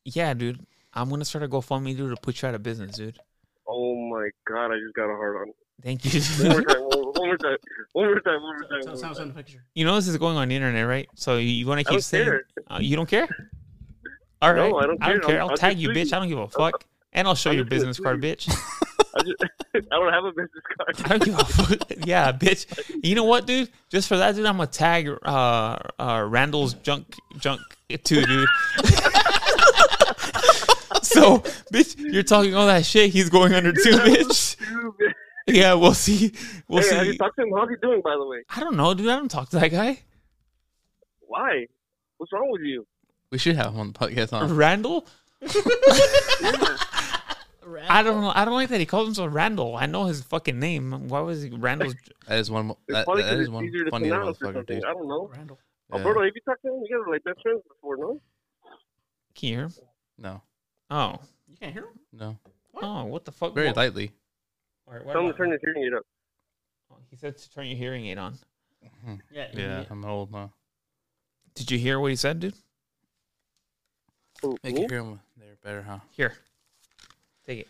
[SPEAKER 3] Yeah, dude. I- I'm gonna start a GoFundMe dude to put you out of business, dude.
[SPEAKER 5] Oh my god, I just got a hard on.
[SPEAKER 3] Thank you.
[SPEAKER 5] One more time, one one more time, one more time, one more time. One more time.
[SPEAKER 1] the picture.
[SPEAKER 3] you know this is going on the internet, right? So you, you want to
[SPEAKER 5] I
[SPEAKER 3] keep
[SPEAKER 5] don't
[SPEAKER 3] saying
[SPEAKER 5] care.
[SPEAKER 3] Uh, you don't care. All right,
[SPEAKER 5] No, I don't
[SPEAKER 3] I don't
[SPEAKER 5] care.
[SPEAKER 3] care.
[SPEAKER 5] I'll-
[SPEAKER 3] I'll,
[SPEAKER 5] I'll
[SPEAKER 3] tag
[SPEAKER 5] just
[SPEAKER 3] you,
[SPEAKER 5] tweet.
[SPEAKER 3] bitch. I don't give a fuck, and I'll show
[SPEAKER 5] I'll
[SPEAKER 3] your
[SPEAKER 5] just do it,
[SPEAKER 3] business card, bitch.
[SPEAKER 5] I, just, I don't have a business card.
[SPEAKER 3] I don't give a fuck. Yeah, bitch. You know what, dude? Just for that, dude, I'm gonna tag uh, uh, Randall's junk junk too, dude. so, bitch, you're talking all that shit. He's going under too, bitch.
[SPEAKER 5] Dude,
[SPEAKER 3] Yeah, we'll see. We'll
[SPEAKER 5] hey, have you
[SPEAKER 3] see.
[SPEAKER 5] talked to him? How's he doing, by the way?
[SPEAKER 3] I don't know, dude. I don't talk to that guy.
[SPEAKER 5] Why? What's wrong with you?
[SPEAKER 2] We should have him on the podcast. On.
[SPEAKER 3] Randall. I don't know. I don't like that he calls himself Randall. I know his fucking name. Why was he Randall's?
[SPEAKER 2] That is one.
[SPEAKER 5] It's
[SPEAKER 2] That,
[SPEAKER 5] probably
[SPEAKER 2] that
[SPEAKER 5] 'cause
[SPEAKER 2] is
[SPEAKER 5] it's
[SPEAKER 2] one
[SPEAKER 5] easier to
[SPEAKER 2] funny
[SPEAKER 5] pronounce or
[SPEAKER 2] motherfucker,
[SPEAKER 5] something.
[SPEAKER 2] dude.
[SPEAKER 5] I don't know.
[SPEAKER 1] Randall.
[SPEAKER 5] Alberto,
[SPEAKER 2] Yeah.
[SPEAKER 5] have you talked to him? You guys were like best friends before, no?
[SPEAKER 3] Can you hear him?
[SPEAKER 2] No,
[SPEAKER 3] Oh,
[SPEAKER 1] You can't hear him?
[SPEAKER 2] no,
[SPEAKER 3] oh, what the fuck?
[SPEAKER 2] very
[SPEAKER 3] What-
[SPEAKER 2] lightly.
[SPEAKER 3] All right, what
[SPEAKER 5] Tell him to
[SPEAKER 3] about-
[SPEAKER 5] turn his hearing aid up.
[SPEAKER 3] Oh, He said to turn your hearing aid on.
[SPEAKER 1] Yeah.
[SPEAKER 2] Yeah,
[SPEAKER 1] idiot.
[SPEAKER 2] I'm old now.
[SPEAKER 3] Did you hear what he said, dude?
[SPEAKER 5] Who-
[SPEAKER 2] Make
[SPEAKER 5] who?
[SPEAKER 2] you hear him there better, huh?
[SPEAKER 3] Here. Take it.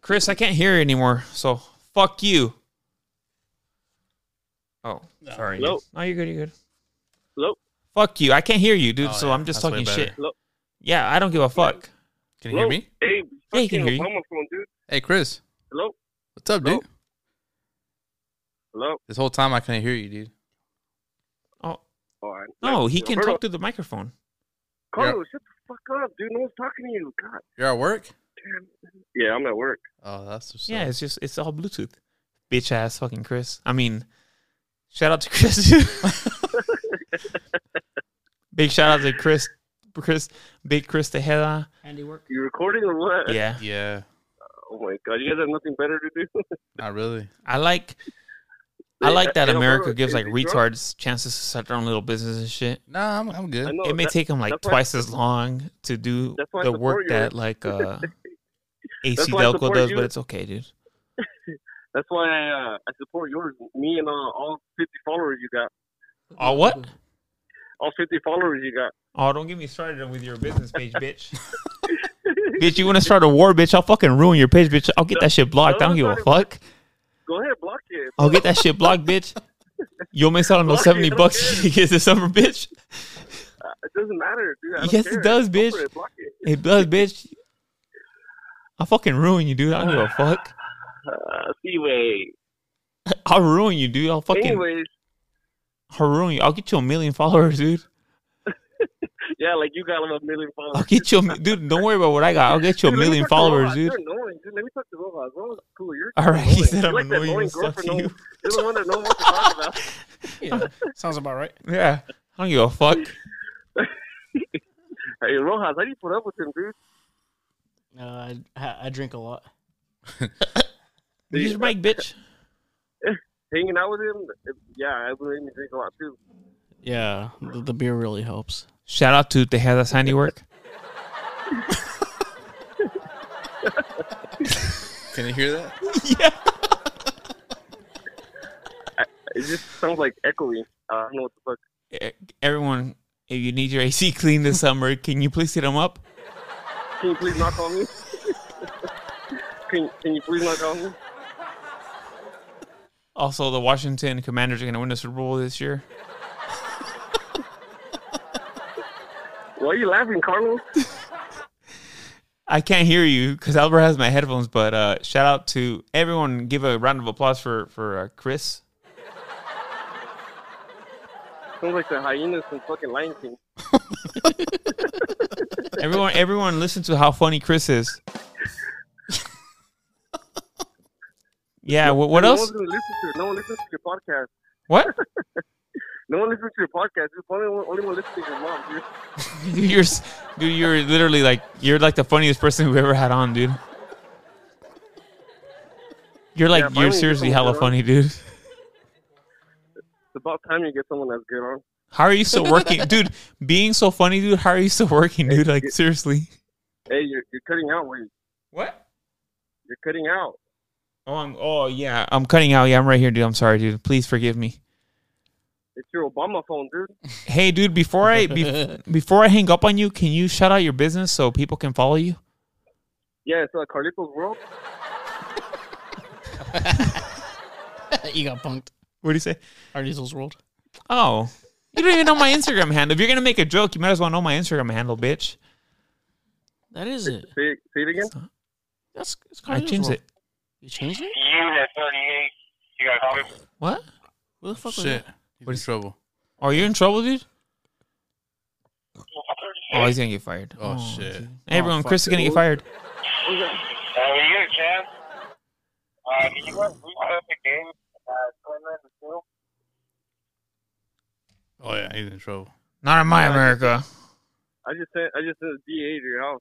[SPEAKER 3] Chris, I can't hear you anymore, so fuck you. Oh, sorry.
[SPEAKER 5] Hello?
[SPEAKER 3] No, you're good, you're good.
[SPEAKER 5] Hello?
[SPEAKER 3] Fuck you. I can't hear you, dude,
[SPEAKER 2] Oh,
[SPEAKER 3] so
[SPEAKER 2] yeah,
[SPEAKER 3] I'm just
[SPEAKER 2] that's way
[SPEAKER 3] talking
[SPEAKER 2] better.
[SPEAKER 3] shit.
[SPEAKER 5] Hello?
[SPEAKER 3] Yeah, I don't give a fuck.
[SPEAKER 2] Can you hear
[SPEAKER 5] Hello?
[SPEAKER 2] me?
[SPEAKER 5] Hey,
[SPEAKER 3] Yeah, he can
[SPEAKER 5] fucking
[SPEAKER 3] hear you.
[SPEAKER 5] Obama phone, dude.
[SPEAKER 2] Hey, Chris,
[SPEAKER 5] Hello?
[SPEAKER 2] what's up,
[SPEAKER 5] Hello?
[SPEAKER 2] dude?
[SPEAKER 5] Hello?
[SPEAKER 2] This whole time I couldn't hear you, dude.
[SPEAKER 3] Oh,
[SPEAKER 5] All right.
[SPEAKER 3] no, he can
[SPEAKER 5] Roberto,
[SPEAKER 3] talk through the microphone.
[SPEAKER 5] Carlos, shut the fuck up, dude. No one's talking to you. God
[SPEAKER 2] You're at work?
[SPEAKER 5] damn. Yeah, I'm at work.
[SPEAKER 2] Oh, that's what's
[SPEAKER 3] Yeah,
[SPEAKER 2] up.
[SPEAKER 3] it's just, it's all Bluetooth. Bitch ass fucking Chris. I mean, shout out to Chris, dude. Big shout out to Chris, Chris, Big Chris Tejeda.
[SPEAKER 1] Handiwork.
[SPEAKER 5] You recording or what?
[SPEAKER 3] Yeah.
[SPEAKER 2] Yeah,
[SPEAKER 5] Oh my god, you guys have nothing better to do.
[SPEAKER 2] not really.
[SPEAKER 3] I like I like that
[SPEAKER 5] Hey,
[SPEAKER 3] America
[SPEAKER 5] Alberto,
[SPEAKER 3] gives
[SPEAKER 5] is
[SPEAKER 3] like
[SPEAKER 5] he drunk?
[SPEAKER 3] retards chances to start their own little business and shit.
[SPEAKER 2] Nah, I'm I'm
[SPEAKER 5] I
[SPEAKER 2] good.
[SPEAKER 5] know,
[SPEAKER 3] it may
[SPEAKER 5] that-
[SPEAKER 3] take them like
[SPEAKER 5] that's why-
[SPEAKER 3] twice as long to do
[SPEAKER 5] That's why I
[SPEAKER 3] the
[SPEAKER 5] support
[SPEAKER 3] work
[SPEAKER 5] you.
[SPEAKER 3] that like uh AC
[SPEAKER 5] That's why I
[SPEAKER 3] Delco
[SPEAKER 5] support
[SPEAKER 3] does,
[SPEAKER 5] you.
[SPEAKER 3] but it's okay, dude.
[SPEAKER 5] That's why I, uh, I support yours. Me and uh, all 50 followers you got.
[SPEAKER 3] Oh what?
[SPEAKER 5] All 50 followers you got.
[SPEAKER 3] Oh, don't get me started with your business page, bitch. bitch, you want to start a war, bitch? I'll fucking ruin your page, bitch. I'll get that shit blocked. I don't give a fuck.
[SPEAKER 5] Go ahead, block it.
[SPEAKER 3] I'll get that shit blocked, bitch. You'll miss out on those
[SPEAKER 5] Block it,
[SPEAKER 3] seventy
[SPEAKER 5] don't
[SPEAKER 3] bucks
[SPEAKER 5] care.
[SPEAKER 3] you get this summer, bitch.
[SPEAKER 5] It doesn't matter, dude. I don't
[SPEAKER 3] Yes, it
[SPEAKER 5] care.
[SPEAKER 3] does,
[SPEAKER 5] Go for
[SPEAKER 3] bitch.
[SPEAKER 5] it, block it.
[SPEAKER 3] It does, bitch. I'll fucking ruin you, dude. I don't give a fuck.
[SPEAKER 5] Uh, anyway,
[SPEAKER 3] I'll ruin you, dude. I'll fucking
[SPEAKER 5] anyways,
[SPEAKER 3] I'll ruin you. I'll get you a million followers, dude.
[SPEAKER 5] yeah, like you got like a million followers.
[SPEAKER 3] I'll get you, a, mi- dude. Don't worry about what I got. I'll get you a
[SPEAKER 5] Dude, let me
[SPEAKER 3] million
[SPEAKER 5] talk to
[SPEAKER 3] followers,
[SPEAKER 5] Rojas.
[SPEAKER 3] dude.
[SPEAKER 5] You're annoying, dude. Let me talk to Rojas. Rojas is cool. You're
[SPEAKER 3] All right, he
[SPEAKER 5] annoying.
[SPEAKER 3] said
[SPEAKER 5] You're
[SPEAKER 3] I'm
[SPEAKER 5] like that
[SPEAKER 3] annoying,
[SPEAKER 5] annoying
[SPEAKER 3] suck
[SPEAKER 5] girl for no-
[SPEAKER 3] you.
[SPEAKER 5] You're the one that no one wants to talk about.
[SPEAKER 1] Yeah. Sounds about right.
[SPEAKER 3] Yeah, I don't give a fuck.
[SPEAKER 5] Hey, Rojas, how do you put up with him, dude?
[SPEAKER 1] No, I, I I drink a lot.
[SPEAKER 3] Use your mic, bitch.
[SPEAKER 5] Hanging out with him, it- yeah, it would make me drink a lot too.
[SPEAKER 1] Yeah, the, the beer really helps.
[SPEAKER 3] Shout out to Tejeda's handiwork.
[SPEAKER 2] Can you hear that?
[SPEAKER 5] It just sounds like echoey. I don't know what the fuck.
[SPEAKER 3] E- Everyone, if you need your AC cleaned this summer, can you please hit them up?
[SPEAKER 5] Can you please knock on me? can, can you please knock on me?
[SPEAKER 3] Also, the Washington Commanders are going to win the Super Bowl this year.
[SPEAKER 5] Why are you laughing, Carlos?
[SPEAKER 3] I can't hear you because Albert has my headphones. But uh, shout out to everyone. Give a round of applause for for uh, Chris.
[SPEAKER 5] Sounds like the hyenas from fucking Lion King.
[SPEAKER 3] Everyone, everyone, listen to how funny Chris is. Yeah. What, what
[SPEAKER 5] no
[SPEAKER 3] else?
[SPEAKER 5] One's gonna listen to it. No one listens to your podcast.
[SPEAKER 3] What?
[SPEAKER 5] No one listens to your podcast. You're the only one, only one listening to your mom, dude.
[SPEAKER 3] You're, s- dude, you're literally like you're like the funniest person we've ever had on, dude. You're like
[SPEAKER 5] Yeah, finally
[SPEAKER 3] you're
[SPEAKER 5] get
[SPEAKER 3] seriously
[SPEAKER 5] someone
[SPEAKER 3] hella
[SPEAKER 5] good on.
[SPEAKER 3] funny, dude.
[SPEAKER 5] It's about time you get someone that's good on.
[SPEAKER 3] How are you still working, dude? Being so funny, dude. How are you still working, dude? Like seriously.
[SPEAKER 5] Hey, you're, you're cutting out, wait.
[SPEAKER 3] What?
[SPEAKER 5] You're cutting out.
[SPEAKER 3] Oh, I'm, oh yeah, I'm cutting out. Yeah, I'm right here, dude. I'm sorry, dude. Please forgive me.
[SPEAKER 5] It's your Obama phone, dude.
[SPEAKER 3] Hey, dude, before I be, before I hang up on you, can you shout out your business so people can follow you?
[SPEAKER 5] Yeah, it's uh, Carlitos World.
[SPEAKER 1] you got punked.
[SPEAKER 3] What do you say?
[SPEAKER 1] Artie's World.
[SPEAKER 3] Oh, you don't even know my Instagram handle. If you're gonna make a joke, you might as well know my Instagram handle, bitch.
[SPEAKER 1] That is it.
[SPEAKER 5] Say, say it again.
[SPEAKER 1] That's it's
[SPEAKER 3] I
[SPEAKER 1] Carlitos
[SPEAKER 3] changed
[SPEAKER 1] World.
[SPEAKER 3] it.
[SPEAKER 1] You changed it?
[SPEAKER 5] Unit 38. You got a copy?
[SPEAKER 3] What?
[SPEAKER 1] Who the fuck was
[SPEAKER 2] Shit.
[SPEAKER 1] that?
[SPEAKER 2] What is trouble?
[SPEAKER 3] Are you in trouble, dude? Oh, he's gonna get fired.
[SPEAKER 2] Oh, shit.
[SPEAKER 3] dude. Hey, everyone,
[SPEAKER 5] Oh,
[SPEAKER 2] fuck.
[SPEAKER 3] Chris is gonna get fired.
[SPEAKER 6] Uh, we get a chance. Uh, can you guys restart the game? Uh, Cleveland and two?
[SPEAKER 2] Oh yeah, he's in trouble.
[SPEAKER 3] Not in my America.
[SPEAKER 5] I just sent I just sent a DA to your house.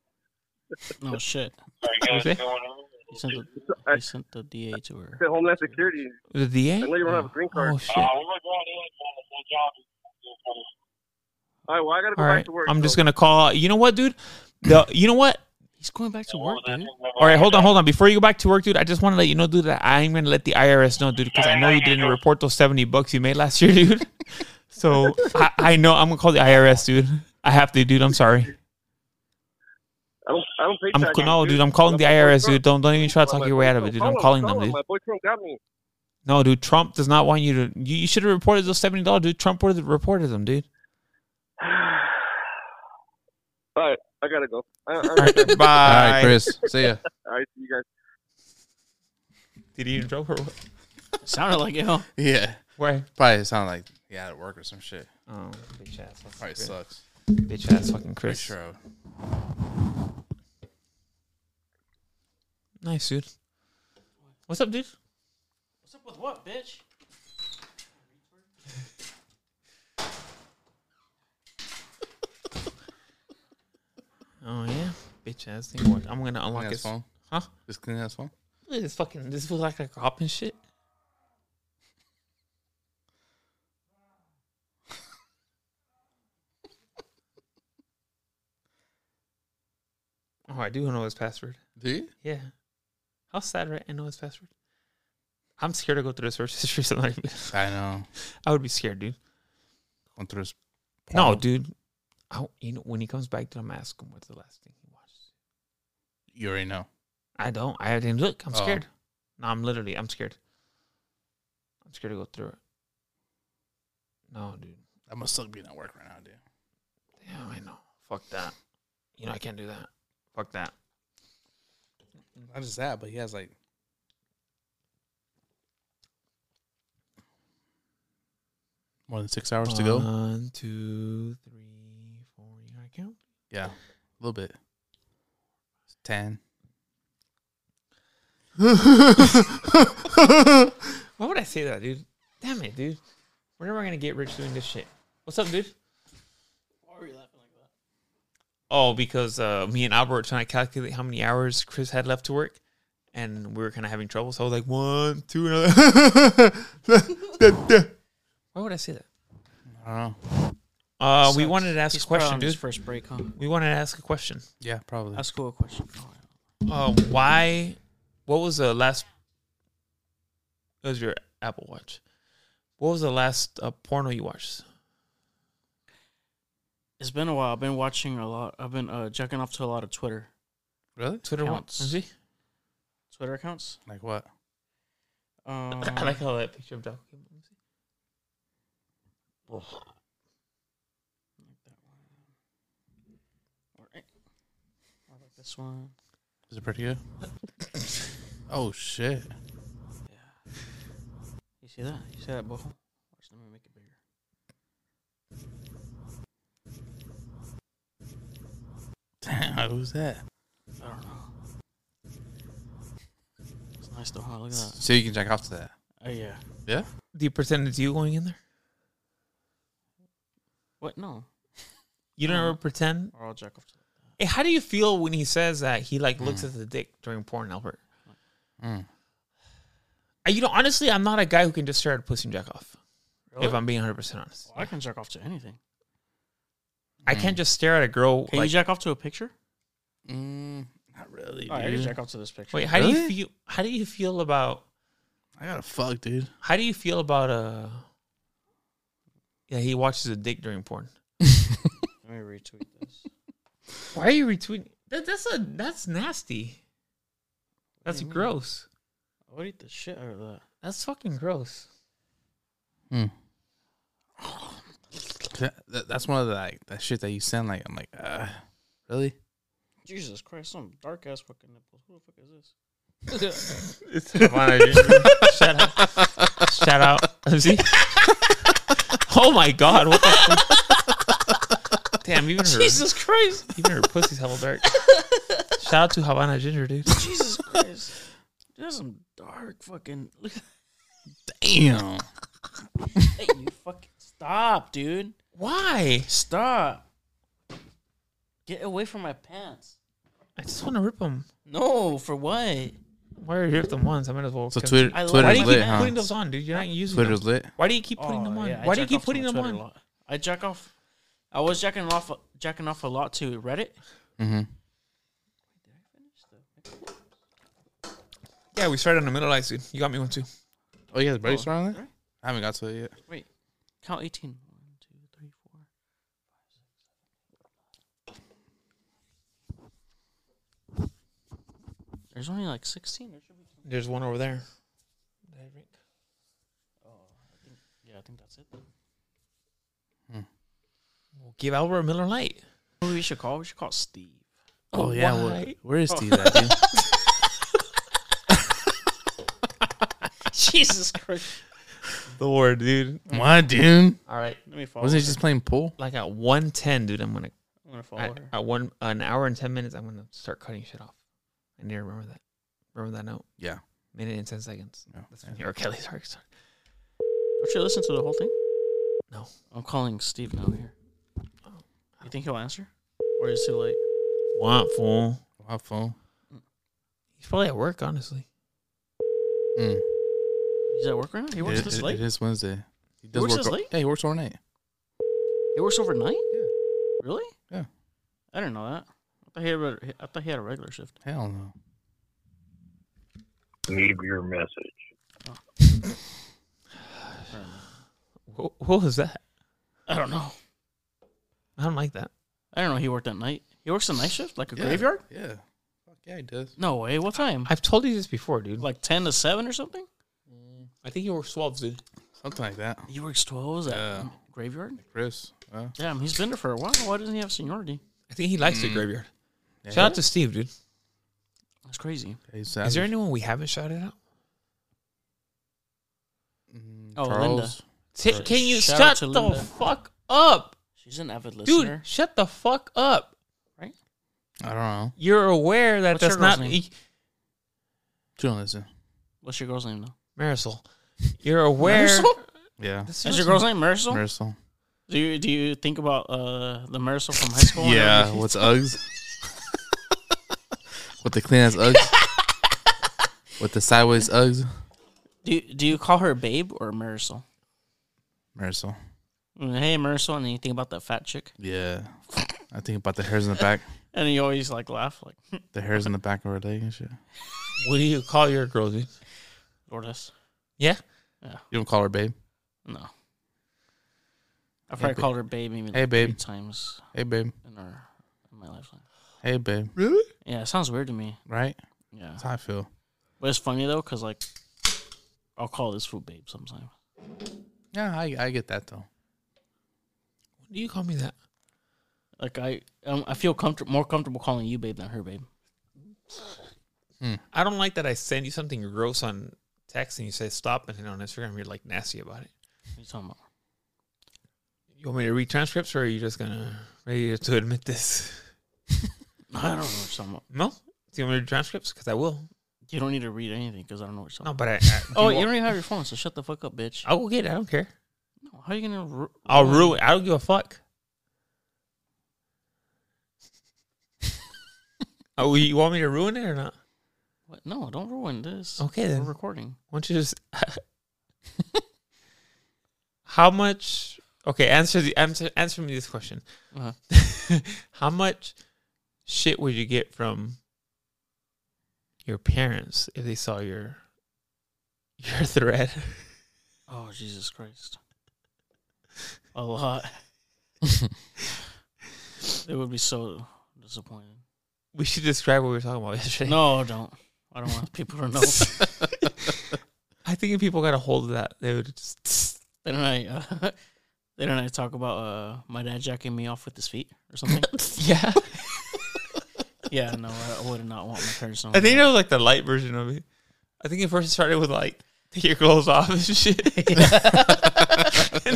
[SPEAKER 1] No shit.
[SPEAKER 6] Sorry,
[SPEAKER 3] you
[SPEAKER 6] guys,
[SPEAKER 3] say?
[SPEAKER 6] going on?
[SPEAKER 1] He sent the,
[SPEAKER 5] I
[SPEAKER 1] he sent the DA to her.
[SPEAKER 5] sent Homeland Security.
[SPEAKER 3] The
[SPEAKER 5] I
[SPEAKER 3] DA.
[SPEAKER 5] know you don't have a green card.
[SPEAKER 3] Oh
[SPEAKER 6] Uh,
[SPEAKER 3] shit. All
[SPEAKER 6] we were going in uh, for the full job.
[SPEAKER 5] All right, well I gotta go back
[SPEAKER 3] right,
[SPEAKER 5] to work.
[SPEAKER 3] I'm
[SPEAKER 5] so-
[SPEAKER 3] just gonna call. You know what, dude? The you know what?
[SPEAKER 1] He's going back to work, dude.
[SPEAKER 3] All right, hold on, hold on. Before you go back to work, dude, I just want to let you know, dude, that I'm gonna let the IRS know, dude, because I know you didn't report those seventy bucks you made last year, dude. So I, I know I'm gonna call the IRS, dude. I have to, dude. I'm sorry.
[SPEAKER 5] I don't I don't pay
[SPEAKER 3] I'm
[SPEAKER 5] taxes,
[SPEAKER 3] no, dude. I'm calling the
[SPEAKER 5] My boy
[SPEAKER 3] IRS, dude.
[SPEAKER 5] Trump-
[SPEAKER 3] Don't don't even try to
[SPEAKER 5] my
[SPEAKER 3] talk your way
[SPEAKER 5] boy
[SPEAKER 3] out of it,
[SPEAKER 5] Trump-
[SPEAKER 3] dude.
[SPEAKER 5] call
[SPEAKER 3] I'm
[SPEAKER 5] him,
[SPEAKER 3] calling them,
[SPEAKER 5] call him.
[SPEAKER 3] dude.
[SPEAKER 5] My boy Trump got me.
[SPEAKER 3] No, dude. Trump does not want you to. You, you should have reported those seventy dollars, dude. Trump would have reported them, dude.
[SPEAKER 5] All right, I gotta go. I, I, all
[SPEAKER 3] All right,
[SPEAKER 2] All
[SPEAKER 3] bye.
[SPEAKER 2] right, Chris. See ya.
[SPEAKER 5] right, see you guys.
[SPEAKER 3] Did he even drop her? what?
[SPEAKER 1] Sounded like it. huh?
[SPEAKER 2] Yeah.
[SPEAKER 3] Why?
[SPEAKER 2] Probably sound like he had at work or some shit.
[SPEAKER 3] Oh, bitch ass. fucking
[SPEAKER 2] Probably
[SPEAKER 3] Chris.
[SPEAKER 2] sucks.
[SPEAKER 3] Bitch ass, fucking
[SPEAKER 2] Pretty
[SPEAKER 3] Chris.
[SPEAKER 2] sure. I would.
[SPEAKER 3] Nice, dude. What's up, dude?
[SPEAKER 1] What's up with what, bitch?
[SPEAKER 3] Oh yeah, bitch ass thing. What? I'm gonna unlock
[SPEAKER 2] Clean
[SPEAKER 3] his
[SPEAKER 2] his phone.
[SPEAKER 3] Huh?
[SPEAKER 2] Just clean his phone.
[SPEAKER 3] Look at this fucking. This looks like a cop and shit. oh, I do know his password.
[SPEAKER 2] Do you?
[SPEAKER 3] Yeah. How sad, right? I know his password. I'm scared to go through the search history. So I'm not even-
[SPEAKER 2] I know.
[SPEAKER 3] I would be scared, dude.
[SPEAKER 2] Going through his.
[SPEAKER 3] No,
[SPEAKER 2] porn.
[SPEAKER 3] dude. I, you know, when he comes back, dude, I'm gonna ask him what's the last thing he watched.
[SPEAKER 2] You already know.
[SPEAKER 3] I don't. I didn't look. I'm
[SPEAKER 2] Oh.
[SPEAKER 3] scared. No, I'm literally. I'm scared. I'm scared to go through it. No, dude.
[SPEAKER 2] I must still be at work right now, dude.
[SPEAKER 3] Damn, I know. Fuck that. You know, I can't do that. Fuck that.
[SPEAKER 2] Not just that, but he has like. More than six hours to go.
[SPEAKER 3] One, two, three, four. You know, I count.
[SPEAKER 2] Yeah, a little bit. Ten.
[SPEAKER 3] Why would I say that, dude? Damn it, dude. We're never gonna get rich doing this shit. What's up, dude?
[SPEAKER 1] Why are you laughing like that?
[SPEAKER 3] Oh, because uh, me and Albert were trying to calculate how many hours Chris had left to work, and we were kind of having trouble. So I was like, one, two, another. Why would I say that?
[SPEAKER 2] I don't know.
[SPEAKER 3] Uh, we
[SPEAKER 1] Sucks.
[SPEAKER 3] wanted to ask
[SPEAKER 1] He's
[SPEAKER 3] a
[SPEAKER 1] probably
[SPEAKER 3] question,
[SPEAKER 1] on his
[SPEAKER 3] dude.
[SPEAKER 1] First break, huh?
[SPEAKER 3] We wanted to ask a question.
[SPEAKER 2] Yeah, probably.
[SPEAKER 1] That's cool question.
[SPEAKER 3] Uh, why? What was the last? That was your Apple Watch. What was the last uh, porno you watched?
[SPEAKER 1] It's been a while. I've been watching a lot. I've been uh, jacking off to a lot of Twitter,
[SPEAKER 2] really?
[SPEAKER 3] Twitter one.
[SPEAKER 1] Counts.
[SPEAKER 3] See?
[SPEAKER 1] Twitter accounts.
[SPEAKER 2] Like what?
[SPEAKER 1] Um,
[SPEAKER 3] I like how that picture of Jocko came up. Let me see.
[SPEAKER 1] I like this one.
[SPEAKER 2] Is it pretty good? oh shit!
[SPEAKER 1] Yeah. You see that? You see that butthole? Watch, let me make it bigger.
[SPEAKER 2] Damn, who's that?
[SPEAKER 1] I don't know. It's nice though, huh? Look at that.
[SPEAKER 2] So you can jack off to that?
[SPEAKER 1] Oh yeah.
[SPEAKER 2] Yeah.
[SPEAKER 3] Do you pretend it's you going in there?
[SPEAKER 1] What? No.
[SPEAKER 3] You don't ever pretend.
[SPEAKER 1] Or I'll jack off to that.
[SPEAKER 3] Hey, how do you feel when he says that he like looks at the dick during porn, Albert?
[SPEAKER 2] Mm.
[SPEAKER 3] Uh, You know, honestly, I'm not a guy who can just stare at a pussy and jack off. If
[SPEAKER 1] Really?
[SPEAKER 3] I'm being 100 percent honest,
[SPEAKER 1] Well, I can jack off to anything.
[SPEAKER 3] I can't just stare at a girl.
[SPEAKER 1] Can
[SPEAKER 3] like,
[SPEAKER 1] you jack off to a picture?
[SPEAKER 2] Mm, not really,
[SPEAKER 1] All right, I can
[SPEAKER 2] dude.
[SPEAKER 1] jack off to this picture.
[SPEAKER 3] wait, how do you
[SPEAKER 2] Really?
[SPEAKER 3] feel? How do you feel about?
[SPEAKER 2] I gotta fuck, dude.
[SPEAKER 3] How do you feel about uh? Yeah, he watches a dick during porn.
[SPEAKER 1] Let me retweet this.
[SPEAKER 3] Why are you retweeting? That, that's a that's nasty. That's
[SPEAKER 1] do you mean?
[SPEAKER 3] gross.
[SPEAKER 1] I would eat the shit out of that.
[SPEAKER 3] That's fucking gross.
[SPEAKER 2] That, that- that's one of the like that shit that you send. Like I'm like, uh, really?
[SPEAKER 1] Jesus Christ, some dark ass fucking nipples. Who the fuck is this?
[SPEAKER 3] Shout out. Shout out. See? Oh my god, what the fuck? Damn, even her
[SPEAKER 1] Jesus Christ!
[SPEAKER 3] even her pussy's hella dark. Shout out to Havana Ginger, dude.
[SPEAKER 1] Jesus Christ! There's some dark fucking. Look at
[SPEAKER 2] Damn.
[SPEAKER 1] that, you fucking stop, dude.
[SPEAKER 3] Why?
[SPEAKER 1] Stop. Get away from my pants.
[SPEAKER 3] I just want to rip them.
[SPEAKER 1] No, for what?
[SPEAKER 3] Why are you rip them once? I might as well.
[SPEAKER 2] So
[SPEAKER 3] con-
[SPEAKER 2] Twitter,
[SPEAKER 1] I love-
[SPEAKER 3] Why do
[SPEAKER 2] Twitter's
[SPEAKER 3] you
[SPEAKER 2] lit,
[SPEAKER 3] keep
[SPEAKER 1] Huh?
[SPEAKER 3] putting those on, dude? You're not using them.
[SPEAKER 2] Twitter's lit.
[SPEAKER 3] Why do you keep putting them on?
[SPEAKER 1] Oh, yeah, I
[SPEAKER 3] Why do you
[SPEAKER 1] jack
[SPEAKER 3] keep
[SPEAKER 1] off
[SPEAKER 3] putting
[SPEAKER 1] on
[SPEAKER 3] them
[SPEAKER 1] Twitter a
[SPEAKER 3] on?
[SPEAKER 1] lot. I jack off. I was jacking off, jacking off a lot to Reddit.
[SPEAKER 2] Mm-hmm.
[SPEAKER 3] Yeah, we started in the middle of ice, dude. You got me one too.
[SPEAKER 2] Oh, you guys ready to on that?
[SPEAKER 1] alright.
[SPEAKER 2] I haven't got to it yet.
[SPEAKER 1] Wait, count 18. One, two, three, four. There's only like 16. There should be.
[SPEAKER 3] There's one over there.
[SPEAKER 1] Yeah, I think that's it.
[SPEAKER 3] We'll give Albert a Miller Light.
[SPEAKER 1] Who we should call? We should call Steve.
[SPEAKER 2] Oh yeah, well,
[SPEAKER 3] Why?
[SPEAKER 2] where is Steve at, dude?
[SPEAKER 1] Jesus Christ.
[SPEAKER 3] Lord, dude.
[SPEAKER 2] Why, dude?
[SPEAKER 3] All right.
[SPEAKER 1] Let me follow
[SPEAKER 2] Wasn't
[SPEAKER 1] her.
[SPEAKER 2] he just playing pool?
[SPEAKER 3] Like at one ten, dude. I'm gonna
[SPEAKER 1] I'm going to follow
[SPEAKER 3] at,
[SPEAKER 1] her.
[SPEAKER 3] at one an hour and ten minutes. I'm gonna start cutting shit off. I need to remember that. Remember that note.
[SPEAKER 2] Yeah.
[SPEAKER 3] Minute and ten seconds.
[SPEAKER 2] Yeah.
[SPEAKER 3] That's when your Kelly's heart starts.
[SPEAKER 1] Don't you listen to the whole thing?
[SPEAKER 3] No. Oh.
[SPEAKER 1] I'm calling Steve now here. You think he'll answer? Or is it too late?
[SPEAKER 3] What fool?
[SPEAKER 2] Wow, phone.
[SPEAKER 3] He's probably at work, honestly.
[SPEAKER 2] Mm.
[SPEAKER 1] He's at work right now? He works
[SPEAKER 2] It-
[SPEAKER 1] this
[SPEAKER 2] it-
[SPEAKER 1] late?
[SPEAKER 2] It is Wednesday. He
[SPEAKER 1] works
[SPEAKER 2] work
[SPEAKER 1] this
[SPEAKER 2] o-
[SPEAKER 1] late?
[SPEAKER 2] Yeah, he works all night.
[SPEAKER 1] He works overnight?
[SPEAKER 2] Yeah.
[SPEAKER 1] Really?
[SPEAKER 2] Yeah.
[SPEAKER 1] I didn't know that. I thought he had a, I thought he had a regular shift.
[SPEAKER 2] Hell no.
[SPEAKER 6] Leave your message.
[SPEAKER 3] What, what was that?
[SPEAKER 1] I don't know.
[SPEAKER 3] I don't like that.
[SPEAKER 1] I don't know. He worked at night. He works a night shift, like a
[SPEAKER 2] Yeah.
[SPEAKER 1] graveyard.
[SPEAKER 2] Yeah. Fuck yeah, he does.
[SPEAKER 1] No way. What time?
[SPEAKER 3] I've told you this before, dude.
[SPEAKER 1] Like ten to seven or something.
[SPEAKER 3] I think he works twelves, dude.
[SPEAKER 2] Something like that.
[SPEAKER 1] He works twelves at
[SPEAKER 2] Yeah.
[SPEAKER 1] graveyard.
[SPEAKER 2] Chris. Uh,
[SPEAKER 1] Damn, he's been there for a while. Why doesn't he have seniority?
[SPEAKER 3] I think he likes the graveyard.
[SPEAKER 2] Mm. yeah,
[SPEAKER 3] Shout out to Steve, dude.
[SPEAKER 1] That's crazy.
[SPEAKER 2] He's
[SPEAKER 3] Is
[SPEAKER 2] savage.
[SPEAKER 3] there anyone we haven't shouted out?
[SPEAKER 2] Mm,
[SPEAKER 1] Oh,
[SPEAKER 2] Charles.
[SPEAKER 1] Linda.
[SPEAKER 3] T- can you
[SPEAKER 1] Shout out
[SPEAKER 3] shut
[SPEAKER 1] to
[SPEAKER 3] the
[SPEAKER 1] Linda.
[SPEAKER 3] fuck up,
[SPEAKER 1] She's an avid
[SPEAKER 3] dude?
[SPEAKER 1] listener.
[SPEAKER 3] Shut the fuck up.
[SPEAKER 2] I don't know.
[SPEAKER 3] You're aware that
[SPEAKER 1] What's
[SPEAKER 3] that's
[SPEAKER 1] your girl's
[SPEAKER 3] not e
[SPEAKER 1] name?
[SPEAKER 2] She don't listen.
[SPEAKER 1] What's your girl's name though?
[SPEAKER 3] Marisol. You're aware.
[SPEAKER 1] Marisol?
[SPEAKER 2] Yeah.
[SPEAKER 3] That's
[SPEAKER 1] Is your girl's name Marisol?
[SPEAKER 2] Marisol.
[SPEAKER 1] do you do you think about uh the Marisol from high school?
[SPEAKER 2] Yeah, with the Uggs. with the clean ass Uggs. with the sideways Uggs.
[SPEAKER 1] Do you, do you call her Babe or Marisol?
[SPEAKER 2] Marisol.
[SPEAKER 1] Mm, Hey Marisol, and then you think about that fat chick,
[SPEAKER 2] Yeah. I think about the hairs in the back.
[SPEAKER 1] and you always like laugh like "Hmm,
[SPEAKER 2] The hairs in the back of her leg and shit. You
[SPEAKER 3] What do you call your girl, dude?
[SPEAKER 1] Lourdes.
[SPEAKER 3] Yeah.
[SPEAKER 2] don't call her babe.
[SPEAKER 1] No, I've probably
[SPEAKER 2] babe.
[SPEAKER 1] called her Babe maybe
[SPEAKER 2] Hey,
[SPEAKER 1] like three
[SPEAKER 2] babe.
[SPEAKER 1] times
[SPEAKER 2] Hey babe.
[SPEAKER 1] in our in my lifetime.
[SPEAKER 2] Hey babe.
[SPEAKER 1] Yeah, it sounds weird to me.
[SPEAKER 2] Right?
[SPEAKER 1] Yeah,
[SPEAKER 2] That's how I feel.
[SPEAKER 1] but it's funny though, cause like I'll call this food babe sometimes.
[SPEAKER 2] Yeah, I, I get that though.
[SPEAKER 3] What do you call me that?
[SPEAKER 1] Like I, um, I feel comfort more comfortable calling you babe than her babe.
[SPEAKER 3] I don't like that I send you something gross on text and you say stop, and then on Instagram you're like nasty about it.
[SPEAKER 1] What are you talking about?
[SPEAKER 3] You want me to read transcripts, or are you just gonna ready to admit this?
[SPEAKER 1] I don't know what you're talking about.
[SPEAKER 3] No. Do you want me to read transcripts? Because I will.
[SPEAKER 1] You don't need to read anything because I don't know what you're
[SPEAKER 3] No,
[SPEAKER 1] talking
[SPEAKER 3] but I. I
[SPEAKER 1] about. Oh,
[SPEAKER 3] do
[SPEAKER 1] wait, you
[SPEAKER 3] want-
[SPEAKER 1] don't even have your phone, so shut the fuck up, bitch.
[SPEAKER 3] I will get it. I don't care.
[SPEAKER 1] No, how are you gonna? Ru-
[SPEAKER 3] I'll ruin. I don't give a fuck. oh, you want me to ruin it or not?
[SPEAKER 1] What? No, don't ruin this.
[SPEAKER 3] Okay
[SPEAKER 1] We're
[SPEAKER 3] then. Why
[SPEAKER 1] recording.
[SPEAKER 3] don't you just? How much? Okay, answer the answer. Answer me this question.
[SPEAKER 1] Uh-huh.
[SPEAKER 3] How much shit would you get from your parents if they saw your your thread?
[SPEAKER 1] Oh Jesus Christ! a lot. it would be so disappointing.
[SPEAKER 3] We should describe what we were talking about yesterday.
[SPEAKER 1] No, don't. I don't want people to know.
[SPEAKER 3] I think if people got a hold of that, they would just.
[SPEAKER 1] then I, uh, then I talk about uh, my dad jacking me off with his feet or something.
[SPEAKER 3] Yeah.
[SPEAKER 1] yeah, no, I, I would not want my parents to know.
[SPEAKER 3] I think that was like the light version of it. I think it first started with like, take your clothes off and shit. and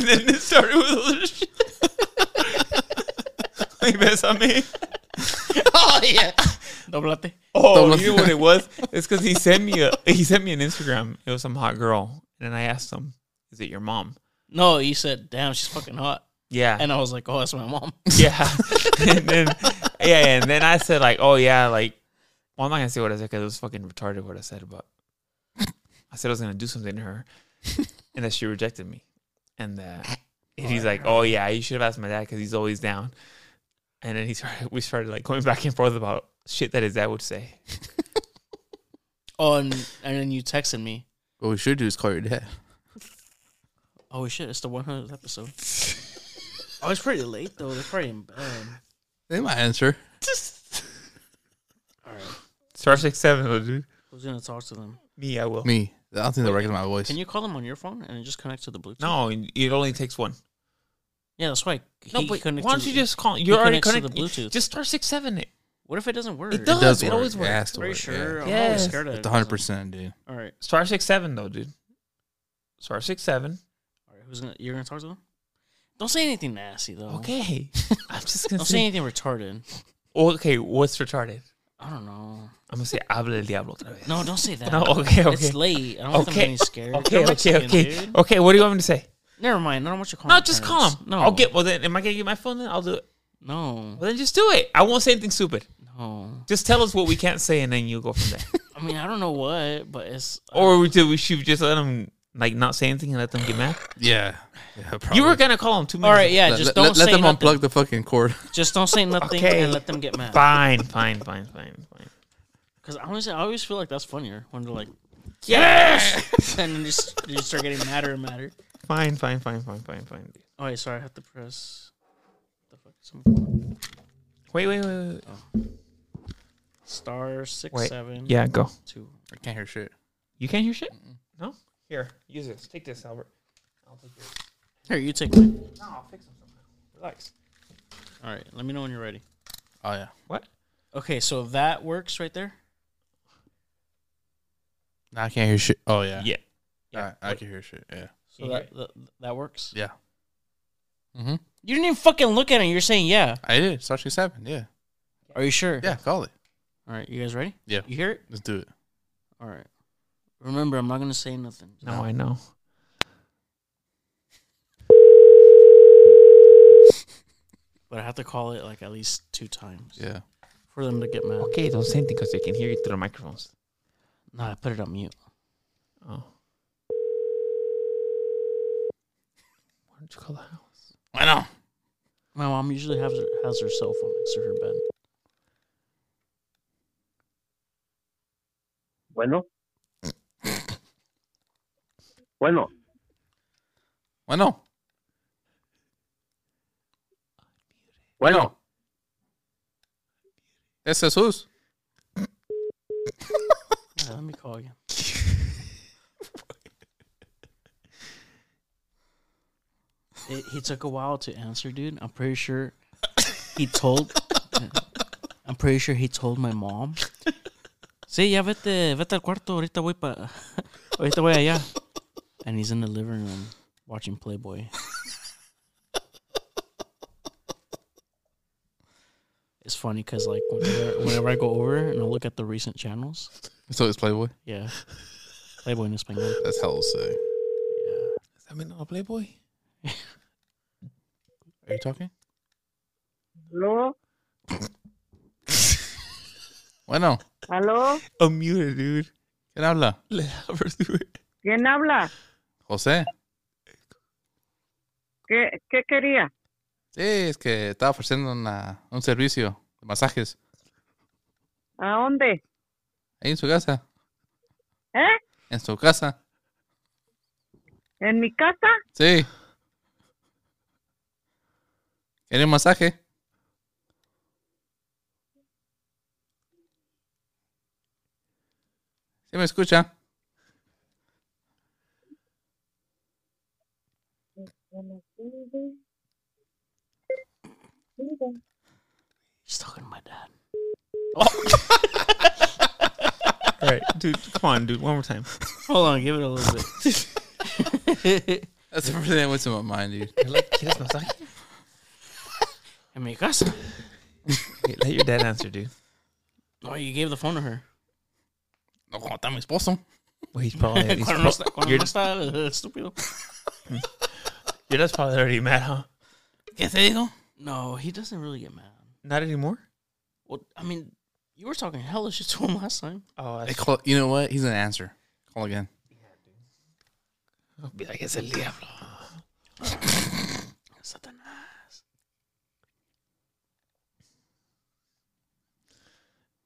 [SPEAKER 3] then it started with other shit. like, besame.
[SPEAKER 1] oh yeah, doblate.
[SPEAKER 3] Oh,
[SPEAKER 2] Don't
[SPEAKER 3] you know
[SPEAKER 2] look-
[SPEAKER 3] what it was? It's because he sent me a he sent me an Instagram. It was some hot girl, and I asked him, "Is it your mom?"
[SPEAKER 1] No, you said, "Damn, she's fucking hot,"
[SPEAKER 3] Yeah,
[SPEAKER 1] and I was like, "Oh, that's my mom."
[SPEAKER 3] yeah, and then yeah, and then I said like, "Oh yeah, like." Well, I'm not gonna say what I said because it was fucking retarded what I said, but I said I was gonna do something to her, and that she rejected me, and that and he's like, "Oh yeah, you should have asked my dad because he's always down," and then he started we started like going back and forth about shit that his dad would say.
[SPEAKER 1] Oh, and, and then you texted me.
[SPEAKER 2] What we should do is call your dad.
[SPEAKER 1] Oh shit, it's the 100th episode. oh, it's pretty late though. They're probably in bed.
[SPEAKER 2] They might answer.
[SPEAKER 3] Star six seven, little dude.
[SPEAKER 1] Who's gonna talk to them?
[SPEAKER 3] Me, I will.
[SPEAKER 2] Me. I don't think they recognize my voice.
[SPEAKER 1] Can you call them on your phone and it just connect to the Bluetooth?
[SPEAKER 3] No, it only takes one.
[SPEAKER 1] Yeah, that's why.
[SPEAKER 3] No,
[SPEAKER 1] he
[SPEAKER 3] but why
[SPEAKER 1] connected
[SPEAKER 3] don't
[SPEAKER 1] to-
[SPEAKER 3] you just call? You're already
[SPEAKER 1] connects to
[SPEAKER 3] connected.
[SPEAKER 1] the Bluetooth.
[SPEAKER 3] Just star six seven it.
[SPEAKER 1] What if it doesn't work?
[SPEAKER 3] It does.
[SPEAKER 2] does
[SPEAKER 3] It
[SPEAKER 2] work.
[SPEAKER 3] always
[SPEAKER 2] It
[SPEAKER 3] works.
[SPEAKER 2] has to
[SPEAKER 1] Pretty
[SPEAKER 2] work,
[SPEAKER 1] sure.
[SPEAKER 2] yeah.
[SPEAKER 1] I'm always
[SPEAKER 3] Yes.
[SPEAKER 1] scared of it.
[SPEAKER 2] It's 100%, dude.
[SPEAKER 1] All right.
[SPEAKER 3] Star six seven though, dude. Star six seven.
[SPEAKER 1] All right. Who's gonna? You're gonna talk to them? Don't say anything nasty though.
[SPEAKER 3] Okay, I'm just gonna
[SPEAKER 1] Don't say
[SPEAKER 3] say. oh,
[SPEAKER 1] anything retarded.
[SPEAKER 3] Okay, what's retarded?
[SPEAKER 1] I don't know.
[SPEAKER 3] I'm gonna say habla el diablo otra vez.
[SPEAKER 1] No, don't say that.
[SPEAKER 3] No, okay, okay.
[SPEAKER 1] It's late. I don't want them
[SPEAKER 3] Okay.
[SPEAKER 1] getting scared.
[SPEAKER 3] Okay,
[SPEAKER 1] They're
[SPEAKER 3] okay,
[SPEAKER 1] Mexican,
[SPEAKER 3] okay,
[SPEAKER 1] dude.
[SPEAKER 3] okay. What do you want me to say?
[SPEAKER 1] Never mind. I don't want you to call.
[SPEAKER 3] No,
[SPEAKER 1] my
[SPEAKER 3] just call
[SPEAKER 1] parents.
[SPEAKER 3] him.
[SPEAKER 1] No.
[SPEAKER 3] I'll get. Well, then, am I gonna get my phone? Then I'll do it.
[SPEAKER 1] No.
[SPEAKER 3] Well, then just do it. I won't say anything stupid.
[SPEAKER 1] No.
[SPEAKER 3] Just tell us what we can't say, and then you go from there.
[SPEAKER 1] I mean, I don't know what, but it's.
[SPEAKER 3] or we do we should just let them like not say anything and let them get mad?
[SPEAKER 2] Yeah. yeah
[SPEAKER 3] You were
[SPEAKER 2] probably.
[SPEAKER 3] gonna call them two minutes.
[SPEAKER 1] all right. Yeah.
[SPEAKER 2] Let-
[SPEAKER 1] Just
[SPEAKER 2] let,
[SPEAKER 1] don't
[SPEAKER 2] let, let
[SPEAKER 1] say
[SPEAKER 2] them
[SPEAKER 1] nothing.
[SPEAKER 2] unplug the fucking cord.
[SPEAKER 1] Just don't say nothing
[SPEAKER 3] Okay.
[SPEAKER 1] and let them get mad.
[SPEAKER 3] Fine, fine, fine, fine, fine.
[SPEAKER 1] Because honestly, I always feel like that's funnier when they're like,
[SPEAKER 3] Yes.
[SPEAKER 1] and then you, s- you just start getting madder and madder.
[SPEAKER 3] Fine, fine, fine, fine, fine, fine.
[SPEAKER 1] Oh, wait, sorry, I have to press. The fuck? Some
[SPEAKER 3] Wait, wait, wait, wait.
[SPEAKER 1] star six
[SPEAKER 3] Wait,
[SPEAKER 1] seven
[SPEAKER 3] Yeah, go.
[SPEAKER 1] two.
[SPEAKER 2] I can't hear shit.
[SPEAKER 3] You can't hear shit. No. Here, use this. Take this, Albert. I'll take yours.
[SPEAKER 1] Here, you take mine.
[SPEAKER 3] No, I'll fix them somehow. Relax.
[SPEAKER 1] All right, let me know when you're ready.
[SPEAKER 2] Oh, yeah.
[SPEAKER 3] What?
[SPEAKER 1] Okay, so that works right there.
[SPEAKER 2] No, I can't hear shit. Oh, yeah.
[SPEAKER 3] Yeah.
[SPEAKER 2] All right, I can hear shit. Yeah.
[SPEAKER 1] So
[SPEAKER 3] Yeah.
[SPEAKER 1] that, that that works.
[SPEAKER 2] Yeah. Mm-hmm.
[SPEAKER 1] You didn't even fucking look at it. You're saying yeah.
[SPEAKER 2] I did. Star Trek 7. Yeah.
[SPEAKER 1] Are you sure?
[SPEAKER 2] Yeah, call it.
[SPEAKER 1] All right, you guys ready?
[SPEAKER 2] Yeah.
[SPEAKER 1] You hear it?
[SPEAKER 2] Let's do it.
[SPEAKER 1] All right. Remember, I'm not gonna say nothing.
[SPEAKER 3] No, I know.
[SPEAKER 1] But I have to call it like at least two times
[SPEAKER 2] Yeah.
[SPEAKER 1] for them to get mad.
[SPEAKER 3] Okay, don't say anything because they can hear you through the microphones.
[SPEAKER 1] No, I put it on mute.
[SPEAKER 3] Oh. Why don't you call the house?
[SPEAKER 2] I know.
[SPEAKER 1] My mom usually has her, has her cell phone next to her bed.
[SPEAKER 5] Bueno. Bueno.
[SPEAKER 2] I know.
[SPEAKER 5] Bueno.
[SPEAKER 2] That's Jesus.
[SPEAKER 1] Yeah, let me call again. it, he took a while to answer, dude. I'm pretty sure he told. I'm pretty sure he told my mom. Sí, ya vete, vete al cuarto. Ahorita voy pa, ahorita voy allá. And he's in the living room watching Playboy. It's funny because like whenever, whenever I go over and I look at the recent channels,
[SPEAKER 2] So it's Playboy.
[SPEAKER 1] yeah. Playboy en español.
[SPEAKER 2] That's hella sick.
[SPEAKER 3] Does that mean i playboy?
[SPEAKER 2] Are you talking?
[SPEAKER 4] Hello?
[SPEAKER 2] Bueno.
[SPEAKER 4] Hello?
[SPEAKER 3] Unmuted, dude.
[SPEAKER 2] ¿Quién habla?
[SPEAKER 3] Let Albert do it.
[SPEAKER 4] ¿Quién habla?
[SPEAKER 2] José.
[SPEAKER 4] ¿Qué, qué quería?
[SPEAKER 2] Sí, es que estaba ofreciendo una, un servicio de masajes
[SPEAKER 4] ¿A dónde?
[SPEAKER 2] ahí en su casa.
[SPEAKER 4] ¿Eh?
[SPEAKER 2] En su casa.
[SPEAKER 4] ¿En mi casa?
[SPEAKER 2] Sí. ¿Tiene masaje? ¿Sí me escucha?
[SPEAKER 1] He's talking to my dad.
[SPEAKER 3] All right, dude. Come on, dude. One more time.
[SPEAKER 1] Hold on, give it a little bit.
[SPEAKER 2] That's the first thing that went to my mind, dude.
[SPEAKER 3] ¿Quieres masaje?
[SPEAKER 1] En mi casa.
[SPEAKER 3] Let your dad answer, dude.
[SPEAKER 1] Oh, you gave the phone to her.
[SPEAKER 2] No, como está mi esposo.
[SPEAKER 3] Well, he's probably he's
[SPEAKER 1] Cuando
[SPEAKER 3] pro-
[SPEAKER 1] no está, cuando
[SPEAKER 3] you're,
[SPEAKER 1] no está el estúpido.
[SPEAKER 3] you're just probably already mad, huh?
[SPEAKER 2] ¿Qué te digo?
[SPEAKER 1] No, he doesn't really get mad.
[SPEAKER 3] Not anymore.
[SPEAKER 1] Well, I mean, you were talking hella shit to him last time.
[SPEAKER 3] Oh,
[SPEAKER 2] They call, you know what? He's gonna answer. Call again.
[SPEAKER 3] I'll be like, it's el diablo.
[SPEAKER 1] Satanás.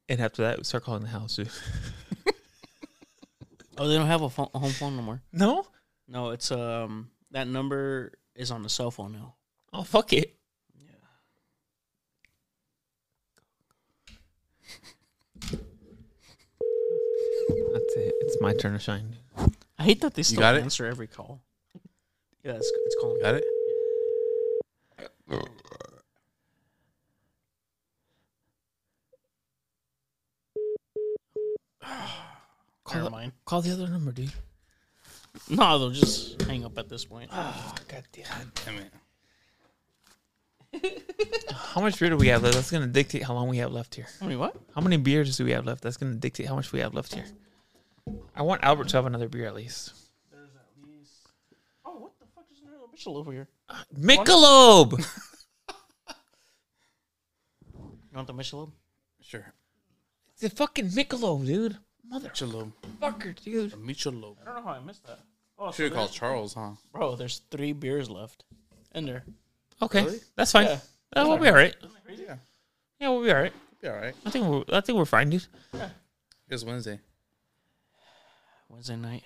[SPEAKER 3] And after that, we start calling the house, dude.
[SPEAKER 1] Oh, they don't have a, phone, a home phone no more.
[SPEAKER 3] No?
[SPEAKER 1] No, it's um that number is on the cell phone now.
[SPEAKER 3] Oh, fuck it. That's it. It's my turn to shine.
[SPEAKER 1] I hate that they still
[SPEAKER 2] got it?
[SPEAKER 1] answer every call. Yeah, it's, it's calling.
[SPEAKER 2] Got it?
[SPEAKER 1] Never mind.
[SPEAKER 3] Call the other number, dude.
[SPEAKER 1] No, they'll just hang up at this point.
[SPEAKER 3] Oh, God damn.
[SPEAKER 2] Damn it.
[SPEAKER 3] How much beer do we have left? That's going to dictate how long we have left here.
[SPEAKER 1] I mean, what?
[SPEAKER 3] How many beers do we have left? That's going to dictate how much we have left here. I want Albert to have another beer at least.
[SPEAKER 1] Oh, what the fuck is there a Mitchell over here?
[SPEAKER 3] Michelob!
[SPEAKER 1] You want the Michelob?
[SPEAKER 2] Sure.
[SPEAKER 3] it's a fucking Michelob, dude.
[SPEAKER 2] Michelob.
[SPEAKER 3] Motherfucker, dude.
[SPEAKER 2] Michelob.
[SPEAKER 1] I don't know how I missed that. Oh,
[SPEAKER 2] Should have called Charles, huh?
[SPEAKER 1] Bro, there's three beers left in there.
[SPEAKER 3] Okay, that's fine.
[SPEAKER 1] Yeah.
[SPEAKER 3] Uh, we'll be all right.
[SPEAKER 2] Yeah.
[SPEAKER 3] Yeah, we'll be all right.
[SPEAKER 2] Be all right.
[SPEAKER 3] I think we're, I think we're fine, dude.
[SPEAKER 2] It's Wednesday.
[SPEAKER 1] Wednesday night.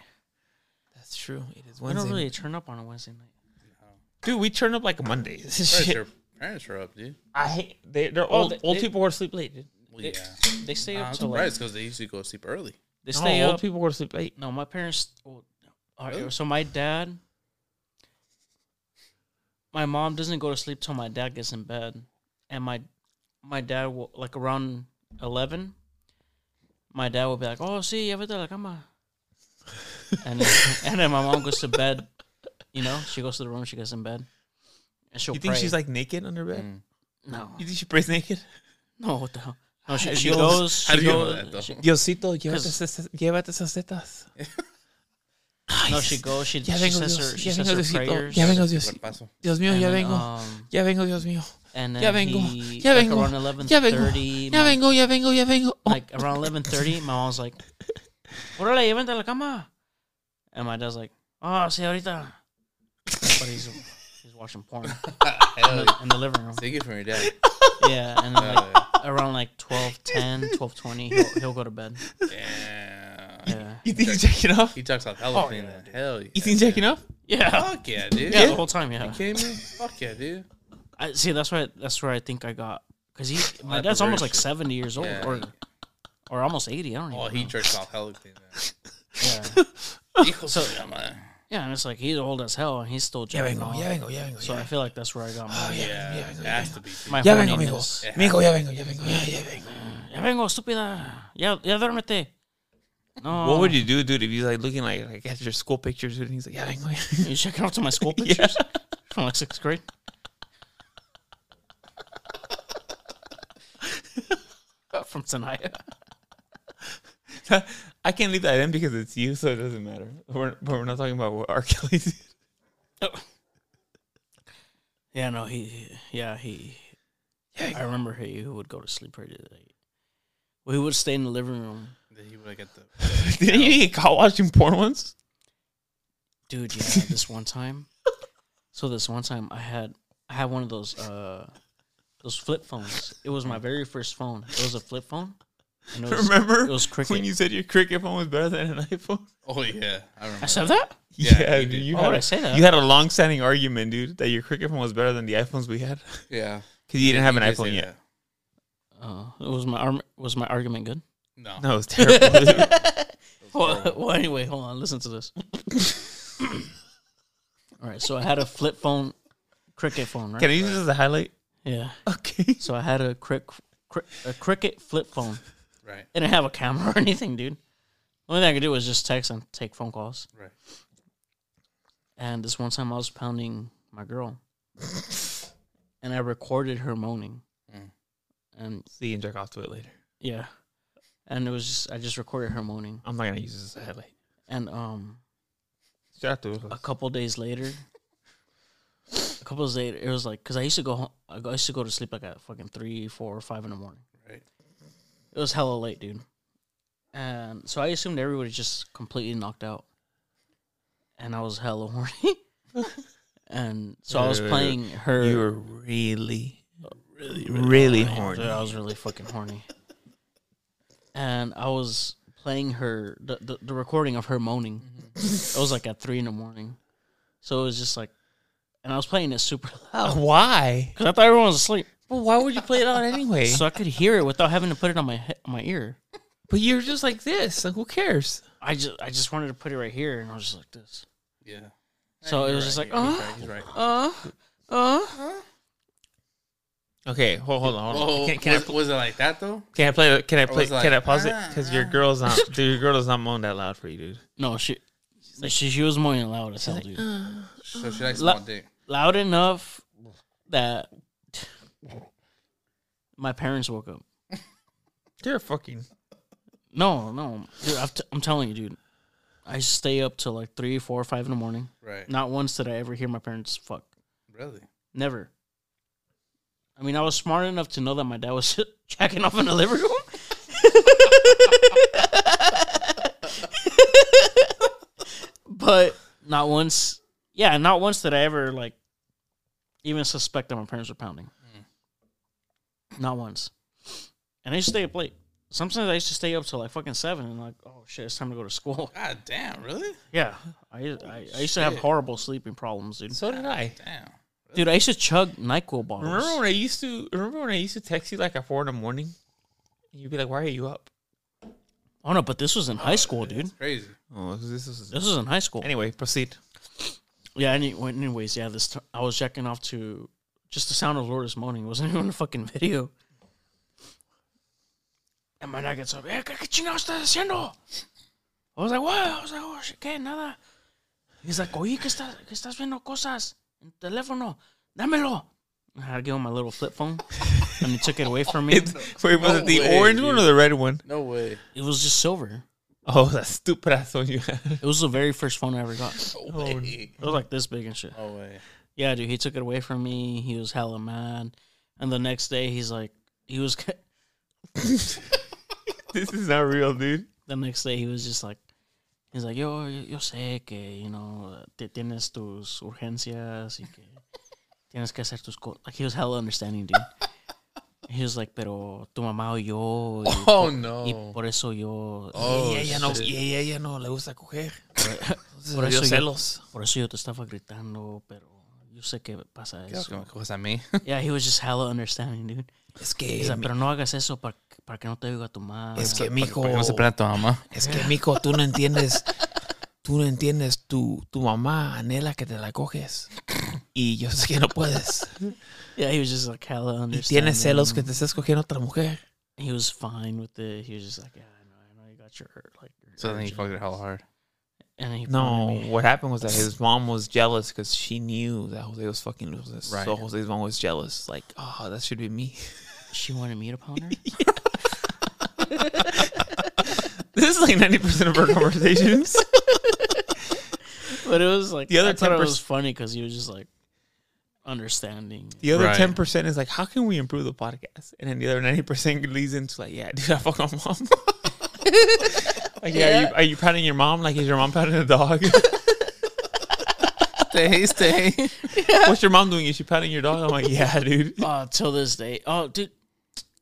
[SPEAKER 3] That's true. It is
[SPEAKER 1] We don't
[SPEAKER 3] Wednesday,
[SPEAKER 1] really turn up on a Wednesday night.
[SPEAKER 3] dude. We turn up like Monday. This is
[SPEAKER 2] Right,
[SPEAKER 3] shit.
[SPEAKER 2] your parents are up, dude.
[SPEAKER 3] I hate they. They're old.
[SPEAKER 1] they-
[SPEAKER 3] old
[SPEAKER 1] they-
[SPEAKER 3] people go to sleep late, dude.
[SPEAKER 2] Well,
[SPEAKER 1] They-
[SPEAKER 2] yeah.
[SPEAKER 1] They stay up
[SPEAKER 2] I'm
[SPEAKER 1] till like
[SPEAKER 2] surprised because they usually go to sleep early.
[SPEAKER 1] they
[SPEAKER 3] No,
[SPEAKER 1] stay
[SPEAKER 3] old
[SPEAKER 1] up.
[SPEAKER 3] people go to sleep late.
[SPEAKER 1] No, my parents. Well, all right,
[SPEAKER 2] Really?
[SPEAKER 1] So my dad, my mom doesn't go to sleep till my dad gets in bed, and my my dad will like around eleven. My dad will be like, "Oh, see, ya vete a la cama," and then, and then my mom goes to bed. You know, she goes to the room. She gets in bed, and she'll.
[SPEAKER 3] You think
[SPEAKER 1] pray.
[SPEAKER 3] she's like naked under bed?
[SPEAKER 1] no,
[SPEAKER 3] You think she prays naked?
[SPEAKER 1] no, what the hell? No, she, she
[SPEAKER 3] Dios.
[SPEAKER 1] goes. She
[SPEAKER 2] How do you know
[SPEAKER 1] goes.
[SPEAKER 2] that, though?
[SPEAKER 1] she-
[SPEAKER 3] Diosito, llévate
[SPEAKER 1] 'Cause-
[SPEAKER 3] esas, llévate esas tetas.
[SPEAKER 1] no, she goes. She,
[SPEAKER 3] Ya
[SPEAKER 1] she
[SPEAKER 3] vengo,
[SPEAKER 1] says
[SPEAKER 3] Dios.
[SPEAKER 1] her, she
[SPEAKER 3] ya
[SPEAKER 1] says
[SPEAKER 3] vengo,
[SPEAKER 1] her
[SPEAKER 3] Diosito.
[SPEAKER 1] prayers.
[SPEAKER 3] Ya vengo,
[SPEAKER 2] Super
[SPEAKER 3] Diosito.
[SPEAKER 2] paso.
[SPEAKER 3] Dios mío,
[SPEAKER 1] and
[SPEAKER 3] ya
[SPEAKER 1] then,
[SPEAKER 3] vengo.
[SPEAKER 1] um,
[SPEAKER 3] Ya vengo, Dios mío.
[SPEAKER 1] And then
[SPEAKER 3] Ya vengo,
[SPEAKER 1] he,
[SPEAKER 3] ya
[SPEAKER 1] like,
[SPEAKER 3] vengo,
[SPEAKER 1] around
[SPEAKER 3] ya vengo, Ya
[SPEAKER 1] 11:30, my-
[SPEAKER 3] vengo, ya vengo, ya vengo. Oh,
[SPEAKER 1] Like around 11:30, my mom's like, "Órale, llévate a la cama." And my dad's like, "Oh, sí, ahorita." But he's he's watching porn in
[SPEAKER 2] Hell yeah.
[SPEAKER 1] the, in the living room.
[SPEAKER 2] Take it from your dad.
[SPEAKER 1] Yeah, and then like
[SPEAKER 2] Uh,
[SPEAKER 1] around like 12:10, 12:20, he'll, he'll go to bed.
[SPEAKER 2] damn.
[SPEAKER 1] Yeah.
[SPEAKER 3] you think he's jacking off?
[SPEAKER 2] He talks like hella clean. then. Hell yeah.
[SPEAKER 3] You think he's jacking off?
[SPEAKER 1] Yeah.
[SPEAKER 2] Fuck yeah, dude.
[SPEAKER 1] Yeah, the whole time, yeah.
[SPEAKER 2] Kidding me? Fuck yeah, dude.
[SPEAKER 1] I see. That's why. That's where I think I got because he. My
[SPEAKER 2] That
[SPEAKER 1] dad's almost like
[SPEAKER 2] perversion.
[SPEAKER 1] seventy years old,
[SPEAKER 2] Yeah.
[SPEAKER 1] or or almost eighty. I don't even.
[SPEAKER 2] Oh, he
[SPEAKER 1] know.
[SPEAKER 2] jerks off hella clean. then.
[SPEAKER 1] Yeah.
[SPEAKER 2] Hijo de la madre.
[SPEAKER 1] yeah, and it's like he's old as hell, and he's still.
[SPEAKER 3] Ya
[SPEAKER 1] jacking
[SPEAKER 3] vengo,
[SPEAKER 1] off.
[SPEAKER 3] ya vengo, ya vengo.
[SPEAKER 1] So
[SPEAKER 3] ya
[SPEAKER 1] I feel like that's where I got my
[SPEAKER 2] Yeah, it has to be. dude.
[SPEAKER 1] my
[SPEAKER 3] Ya vengo, mijo.
[SPEAKER 1] horniness.
[SPEAKER 3] Mijo, ya vengo, ya vengo, ya, ya vengo.
[SPEAKER 1] Ya vengo, estúpida. Ya, ya duérmete. No.
[SPEAKER 3] What would you do, dude, if he's like looking like, like at your school pictures, dude, and he's like, ya vengo, ya vengo.
[SPEAKER 1] You checking off to my school
[SPEAKER 3] Yeah.
[SPEAKER 1] pictures from like sixth grade? from Sanaya.
[SPEAKER 3] I can't leave that in because it's you, so it doesn't matter. We're, but we're not talking about what R. Kelly did.
[SPEAKER 1] Yeah, no, he, he- yeah, he. I remember he, he would go to sleep pretty late. Well, he would stay in the living room,
[SPEAKER 2] Then he would get the
[SPEAKER 3] Didn't you get caught watching porn once?
[SPEAKER 1] dude. Yeah, this one time. So this one time, I had I had one of those uh those flip phones. It was my very first phone. It was a flip phone, And it was,
[SPEAKER 3] Remember
[SPEAKER 1] it was cricket.
[SPEAKER 3] when you said your cricket phone was better than an iPhone?
[SPEAKER 2] Oh yeah, I
[SPEAKER 1] I
[SPEAKER 2] remember.
[SPEAKER 1] said that.
[SPEAKER 2] Yeah, you
[SPEAKER 3] dude,
[SPEAKER 2] did.
[SPEAKER 3] you
[SPEAKER 1] Why
[SPEAKER 3] had
[SPEAKER 1] would
[SPEAKER 3] a,
[SPEAKER 1] I say that?
[SPEAKER 3] You had a long-standing argument, dude, that your cricket phone was better than the iPhones we had
[SPEAKER 2] Yeah,
[SPEAKER 3] because you didn't have an
[SPEAKER 2] You did say
[SPEAKER 3] iPhone yet.
[SPEAKER 2] that.
[SPEAKER 1] Uh, was my arm, was my argument good?
[SPEAKER 2] No,
[SPEAKER 3] No, it was terrible. dude.
[SPEAKER 1] well, well, anyway, hold on. Listen to this. All right, so I had a flip phone, cricket phone, right?
[SPEAKER 3] Can I use this as a highlight?
[SPEAKER 1] yeah.
[SPEAKER 3] Okay.
[SPEAKER 1] So I had a crick, cri- a cricket flip phone.
[SPEAKER 2] right.
[SPEAKER 1] It didn't have a camera or anything, dude. The only thing I could do was just text and take phone calls.
[SPEAKER 2] Right.
[SPEAKER 1] And this one time I was pounding my girl, and I recorded her moaning,
[SPEAKER 2] Mm.
[SPEAKER 1] and
[SPEAKER 3] See and jerk off to it later.
[SPEAKER 1] yeah, and it was just I just recorded her moaning,
[SPEAKER 3] I'm not gonna use this as a highlight.
[SPEAKER 1] and um.
[SPEAKER 3] Shout out to
[SPEAKER 1] a couple days later. A couple days later, it was like because I used to go home. I go- I used to go to sleep like at fucking three, four, or five in the morning.
[SPEAKER 2] Right.
[SPEAKER 1] It was hella late, dude. And so I assumed everybody was just completely knocked out, and I was hella horny. and so I was
[SPEAKER 3] Wait, wait, wait, wait.
[SPEAKER 1] playing her.
[SPEAKER 3] You were really, Uh, really, really,
[SPEAKER 1] Dude,
[SPEAKER 3] horny.
[SPEAKER 1] I was really fucking horny. And I was playing her the, the, the recording of her moaning.
[SPEAKER 3] Mm-hmm.
[SPEAKER 1] It was like at three in the morning, so it was just like, and I was playing it super loud
[SPEAKER 3] Uh, Why?
[SPEAKER 1] because I thought everyone was asleep,
[SPEAKER 3] Well, why would you play it out anyway?
[SPEAKER 1] so I could hear it without having to put it on my he- my ear.
[SPEAKER 3] but you're just like this. Like, who cares?
[SPEAKER 1] I just I just wanted to put it right here, and I was just like this.
[SPEAKER 2] Yeah.
[SPEAKER 1] So it was just like, uh,
[SPEAKER 2] He's right.
[SPEAKER 1] uh, uh.
[SPEAKER 3] Okay, hold, hold on, hold on.
[SPEAKER 2] Whoa,
[SPEAKER 3] Can, can
[SPEAKER 2] was,
[SPEAKER 3] Oh, I,
[SPEAKER 2] was it like that though?
[SPEAKER 3] can I play? Can I
[SPEAKER 2] was
[SPEAKER 3] play?
[SPEAKER 2] like,
[SPEAKER 3] can I pause it?
[SPEAKER 2] ah,
[SPEAKER 3] Because your
[SPEAKER 2] ah.
[SPEAKER 3] girl's not, dude. Your girl does not moan that loud for you, dude.
[SPEAKER 1] No, she she she was moaning loud as hell, dude.
[SPEAKER 2] So she likes
[SPEAKER 1] La-
[SPEAKER 2] small dick.
[SPEAKER 1] Loud enough that my parents woke up.
[SPEAKER 3] You're fucking.
[SPEAKER 1] No, no, dude. I've t- I'm telling you, dude. I stay up till like three, four, five in the morning.
[SPEAKER 2] Right.
[SPEAKER 1] Not once did I ever hear my parents fuck.
[SPEAKER 2] Really?
[SPEAKER 1] Never. I mean, I was smart enough to know that my dad was jacking off in the living room. but not once, yeah, not once did I ever like even suspect that my parents were pounding. Not once. And I used to stay up late. Sometimes I used to stay up till like fucking seven and like, oh shit, it's time to go to school.
[SPEAKER 2] God damn, really?
[SPEAKER 1] Yeah. I, I, I used to have
[SPEAKER 2] shit.
[SPEAKER 1] horrible sleeping problems, dude.
[SPEAKER 3] So did I.
[SPEAKER 2] Damn.
[SPEAKER 1] Dude, I used to chug NyQuil bottles.
[SPEAKER 3] Remember when I used to? Remember when I used to text you like at four in the morning? You'd be like, "Why are you up?"
[SPEAKER 1] Oh no, but this was in high school, dude.
[SPEAKER 2] Crazy.
[SPEAKER 3] Oh, this is.
[SPEAKER 1] This was in high school.
[SPEAKER 3] Anyway, proceed.
[SPEAKER 1] Yeah. Any, well, anyways, yeah. This t- I was checking off to just the sound of Lourdes moaning It wasn't even a fucking video. And my dad gets up. "Eh, ¿Qué qué chingados estás haciendo? I was like, what? I was like, oh shit, qué nada. He's like, oye, que estás, que estás viendo cosas en teléfono. Dámelo. I had to give him my little flip phone, and he took it away from me.
[SPEAKER 3] It's, wait, was
[SPEAKER 2] No
[SPEAKER 3] it the
[SPEAKER 2] way,
[SPEAKER 3] orange one or
[SPEAKER 2] dude.
[SPEAKER 3] the red one?
[SPEAKER 2] No way.
[SPEAKER 1] It was just silver.
[SPEAKER 3] Oh, that stupid ass one you had.
[SPEAKER 1] It was the very first phone I ever got. It
[SPEAKER 2] No way.
[SPEAKER 1] was like this big and shit.
[SPEAKER 2] No way.
[SPEAKER 1] Yeah, dude, he took it away from me. He was hella mad. And the next day, he's like, he was,
[SPEAKER 3] This is not real, dude.
[SPEAKER 1] the next day, he was just like, he's like, yo, yo sé que, you know, te tienes tus urgencias y que tienes que hacer tus cosas. Like, he was hella understanding, dude. He was like, pero tu mamá o yo. y
[SPEAKER 2] Oh
[SPEAKER 1] por- Y
[SPEAKER 2] no.
[SPEAKER 1] por eso yo.
[SPEAKER 2] Oh,
[SPEAKER 3] yeah, yeah, no,
[SPEAKER 2] shit.
[SPEAKER 3] yeah, yeah, yeah, no, le gusta coger.
[SPEAKER 1] por,
[SPEAKER 3] Le dio
[SPEAKER 1] eso yo
[SPEAKER 3] celos.
[SPEAKER 1] por eso yo te estaba gritando, pero yo sé que pasa eso.
[SPEAKER 2] Was that me?
[SPEAKER 1] Yeah, he was just hella understanding, dude.
[SPEAKER 3] Es que,
[SPEAKER 1] He's like, pero no hagas eso para, para que no te oiga tu madre.
[SPEAKER 3] Eh, es que
[SPEAKER 2] ¿Cómo se
[SPEAKER 3] mijo,
[SPEAKER 2] planta tu mamá?
[SPEAKER 3] es que mijo, tú no entiendes, tú no entiendes, tu, tu mamá anhela que te la coges. Y yo sé que no puedes.
[SPEAKER 1] Yeah, he was just like hella
[SPEAKER 3] Y
[SPEAKER 1] understanding.
[SPEAKER 3] tienes celos que te estés cogiendo a otra mujer.
[SPEAKER 1] He was fine with it. He was just like, yeah, I know, I know you got your hurt. Like, your
[SPEAKER 2] So then you
[SPEAKER 1] urges."
[SPEAKER 2] fucked her hell hard.
[SPEAKER 1] And he
[SPEAKER 3] No,
[SPEAKER 1] pounded me.
[SPEAKER 3] what happened was that his mom was jealous because she knew that Jose was fucking Luis.
[SPEAKER 2] Right.
[SPEAKER 3] So Jose's mom was jealous, like, oh, that should be me.
[SPEAKER 1] She wanted me to pound her?
[SPEAKER 3] this is like ninety percent of our conversations.
[SPEAKER 1] but it was like,
[SPEAKER 3] The other
[SPEAKER 1] I thought it
[SPEAKER 3] 10%
[SPEAKER 1] was funny because he was just like understanding.
[SPEAKER 3] The other
[SPEAKER 2] Right.
[SPEAKER 3] ten percent is like, how can we improve the podcast? And then the other ninety percent leads into like, yeah, dude, I fuck my mom. like, yeah, Are, you, are you patting your mom? Like, is your mom patting a dog?
[SPEAKER 2] Stay, stay.
[SPEAKER 3] What's your mom doing? Is she patting your dog? I'm like, yeah, dude.
[SPEAKER 1] Uh, till this day. Oh, dude.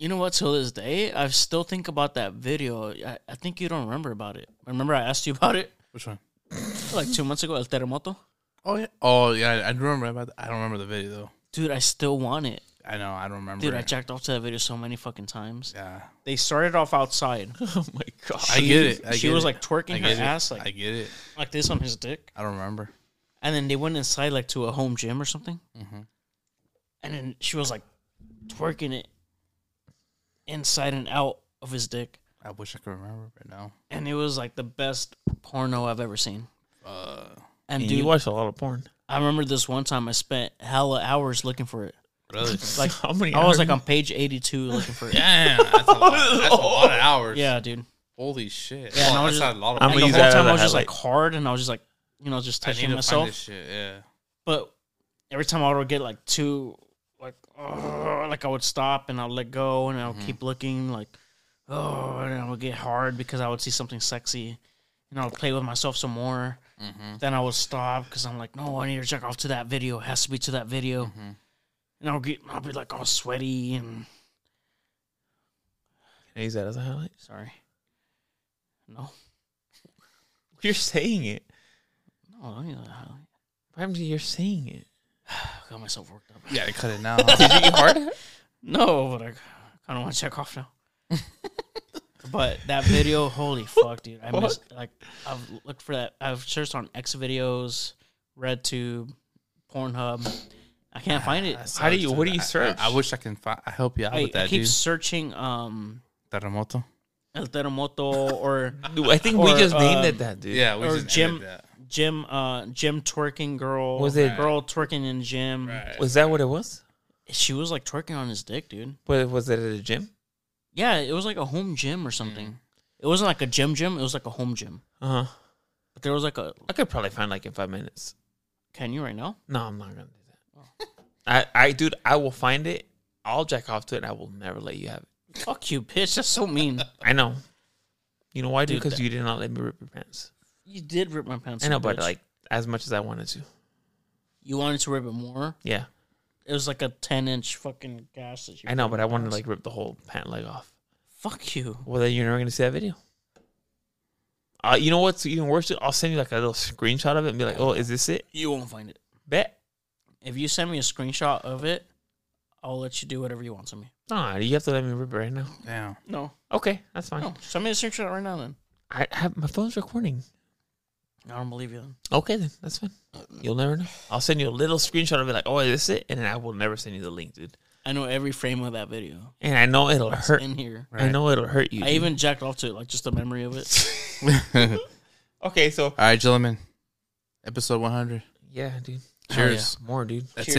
[SPEAKER 1] You know what? Till this day, I still think about that video. I, I think you don't remember about it. Remember, I asked you about it
[SPEAKER 2] Which one?
[SPEAKER 1] like two months ago. El terremoto,
[SPEAKER 2] Oh yeah. Oh yeah. I, I remember about. That. I don't remember the video though.
[SPEAKER 1] dude. I still want it,
[SPEAKER 2] I know. I don't remember.
[SPEAKER 1] dude. I
[SPEAKER 2] it.
[SPEAKER 1] jacked off to that video so many fucking times.
[SPEAKER 2] Yeah.
[SPEAKER 1] They started off outside.
[SPEAKER 3] Oh my god!
[SPEAKER 2] I get it. I
[SPEAKER 1] she
[SPEAKER 2] get
[SPEAKER 1] was
[SPEAKER 2] it.
[SPEAKER 1] like twerking
[SPEAKER 2] I
[SPEAKER 1] her
[SPEAKER 2] get it.
[SPEAKER 1] ass
[SPEAKER 2] I
[SPEAKER 1] like
[SPEAKER 2] get it.
[SPEAKER 1] like this on his dick,
[SPEAKER 2] I don't remember.
[SPEAKER 1] and then they went inside like to a home gym or something,
[SPEAKER 2] Mhm.
[SPEAKER 1] and then she was like twerking it inside and out of his dick,
[SPEAKER 2] I wish I could remember right now.
[SPEAKER 1] and it was like the best porno I've ever seen.
[SPEAKER 2] Uh,
[SPEAKER 1] And
[SPEAKER 3] And
[SPEAKER 1] dude,
[SPEAKER 3] you watch a lot of porn.
[SPEAKER 1] I remember this one time I spent hella hours looking for it.
[SPEAKER 2] really?
[SPEAKER 1] Like
[SPEAKER 3] How many?
[SPEAKER 1] I
[SPEAKER 3] hours?
[SPEAKER 1] was like on page eighty two looking for it. Yeah,
[SPEAKER 2] Damn, that's a, lot, that's a lot of hours.
[SPEAKER 1] dude.
[SPEAKER 2] Holy shit.
[SPEAKER 1] Yeah, and I
[SPEAKER 2] oh,
[SPEAKER 1] was
[SPEAKER 2] that's
[SPEAKER 1] just-
[SPEAKER 2] a lot of.
[SPEAKER 3] I'm gonna
[SPEAKER 1] And the
[SPEAKER 3] use
[SPEAKER 1] whole
[SPEAKER 3] that as
[SPEAKER 1] time
[SPEAKER 3] a
[SPEAKER 1] I was just like
[SPEAKER 3] highlight.
[SPEAKER 1] hard, and I was just like, you know, just
[SPEAKER 2] I need to
[SPEAKER 1] touching
[SPEAKER 2] find
[SPEAKER 1] myself.
[SPEAKER 2] this shit. Yeah.
[SPEAKER 1] But every time I would get like two, like, oh, like I would stop and I'd let go and I'll keep looking, like, oh, and I would get hard because I would see something sexy, and I would play with myself some more. Then I would stop because I'm like, no, I need to check off to that video. It has to be to that video. And I'll get, I'll be like all sweaty and
[SPEAKER 3] Can I use that as a highlight?
[SPEAKER 1] sorry. No,
[SPEAKER 3] You're saying it.
[SPEAKER 1] no, I don't need that highlight.
[SPEAKER 3] Ramsey, you're saying it.
[SPEAKER 1] I got myself worked up.
[SPEAKER 2] Yeah, they cut it now. Did you get hard?
[SPEAKER 1] No, but I kind of want to check off now. but that video, holy fuck, dude! I miss like I've looked for that. I've searched on X videos, RedTube, Pornhub. I can't find it.
[SPEAKER 3] How do you? What do you search?
[SPEAKER 2] I, I wish I can find. I help you out
[SPEAKER 1] I,
[SPEAKER 2] with
[SPEAKER 1] I
[SPEAKER 2] that,
[SPEAKER 1] keep
[SPEAKER 2] dude.
[SPEAKER 1] searching um
[SPEAKER 2] Terremoto.
[SPEAKER 1] El Terremoto or
[SPEAKER 3] Dude, I think
[SPEAKER 1] or,
[SPEAKER 3] we just named
[SPEAKER 1] um,
[SPEAKER 3] it that, dude.
[SPEAKER 2] Yeah, we
[SPEAKER 1] Or
[SPEAKER 2] just ended
[SPEAKER 1] Jim-
[SPEAKER 2] that.
[SPEAKER 1] gym uh gym twerking girl.
[SPEAKER 3] Was it-
[SPEAKER 1] girl twerking in gym?
[SPEAKER 2] Right.
[SPEAKER 3] Was that what it was?
[SPEAKER 1] She was like twerking on his dick, dude.
[SPEAKER 3] But was it at a gym?
[SPEAKER 1] Yeah, it was like a home gym or something. It wasn't like a gym gym. It was like a home gym.
[SPEAKER 3] Uh huh.
[SPEAKER 1] But there was like a
[SPEAKER 3] I could probably find like in five minutes.
[SPEAKER 1] can you right now?
[SPEAKER 3] No, I'm not gonna do that. I, I, dude, I will find it. I'll jack off to it. and I will never let you have it.
[SPEAKER 1] Fuck you, bitch. That's so mean.
[SPEAKER 3] I know. You know why, dude?
[SPEAKER 1] Dude,
[SPEAKER 3] Because
[SPEAKER 1] that-
[SPEAKER 3] you did not let me rip your pants.
[SPEAKER 1] You did rip my pants.
[SPEAKER 3] I know,
[SPEAKER 1] bitch.
[SPEAKER 3] but like as much as I wanted to.
[SPEAKER 1] you wanted to rip it more.
[SPEAKER 3] Yeah,
[SPEAKER 1] It was like a ten inch fucking gash that you.
[SPEAKER 3] I know, but I wanted to like rip the whole pant leg off.
[SPEAKER 1] Fuck you.
[SPEAKER 3] Well, then you're never gonna see that video. Uh, you know what's even worse? dude? I'll send you like a little screenshot of it and be like, "Oh, is this it?"
[SPEAKER 1] You won't find it.
[SPEAKER 3] Bet.
[SPEAKER 1] If you send me a screenshot of it, I'll let you do whatever you want to me.
[SPEAKER 3] Nah, you have to let me rip it right now.
[SPEAKER 2] Damn.
[SPEAKER 1] No,
[SPEAKER 3] Okay, that's fine.
[SPEAKER 1] no. Send me a screenshot right now. Then
[SPEAKER 3] I have my phone's recording.
[SPEAKER 1] I don't believe you. Then.
[SPEAKER 3] Okay, then that's fine. You'll never know. I'll send you a little screenshot of it, like, "Oh, is this it?" And then I will never send you the link, dude.
[SPEAKER 1] I know every frame of that video.
[SPEAKER 3] And I know it'll
[SPEAKER 1] It's
[SPEAKER 3] hurt.
[SPEAKER 1] in here.
[SPEAKER 3] I know it'll hurt you.
[SPEAKER 1] I
[SPEAKER 3] dude.
[SPEAKER 1] even jacked off to it, like just the memory of it.
[SPEAKER 2] All
[SPEAKER 3] okay. So
[SPEAKER 2] right, gentlemen. Episode 100.
[SPEAKER 3] yeah, dude. Oh,
[SPEAKER 2] Cheers.
[SPEAKER 3] More, dude.
[SPEAKER 2] That's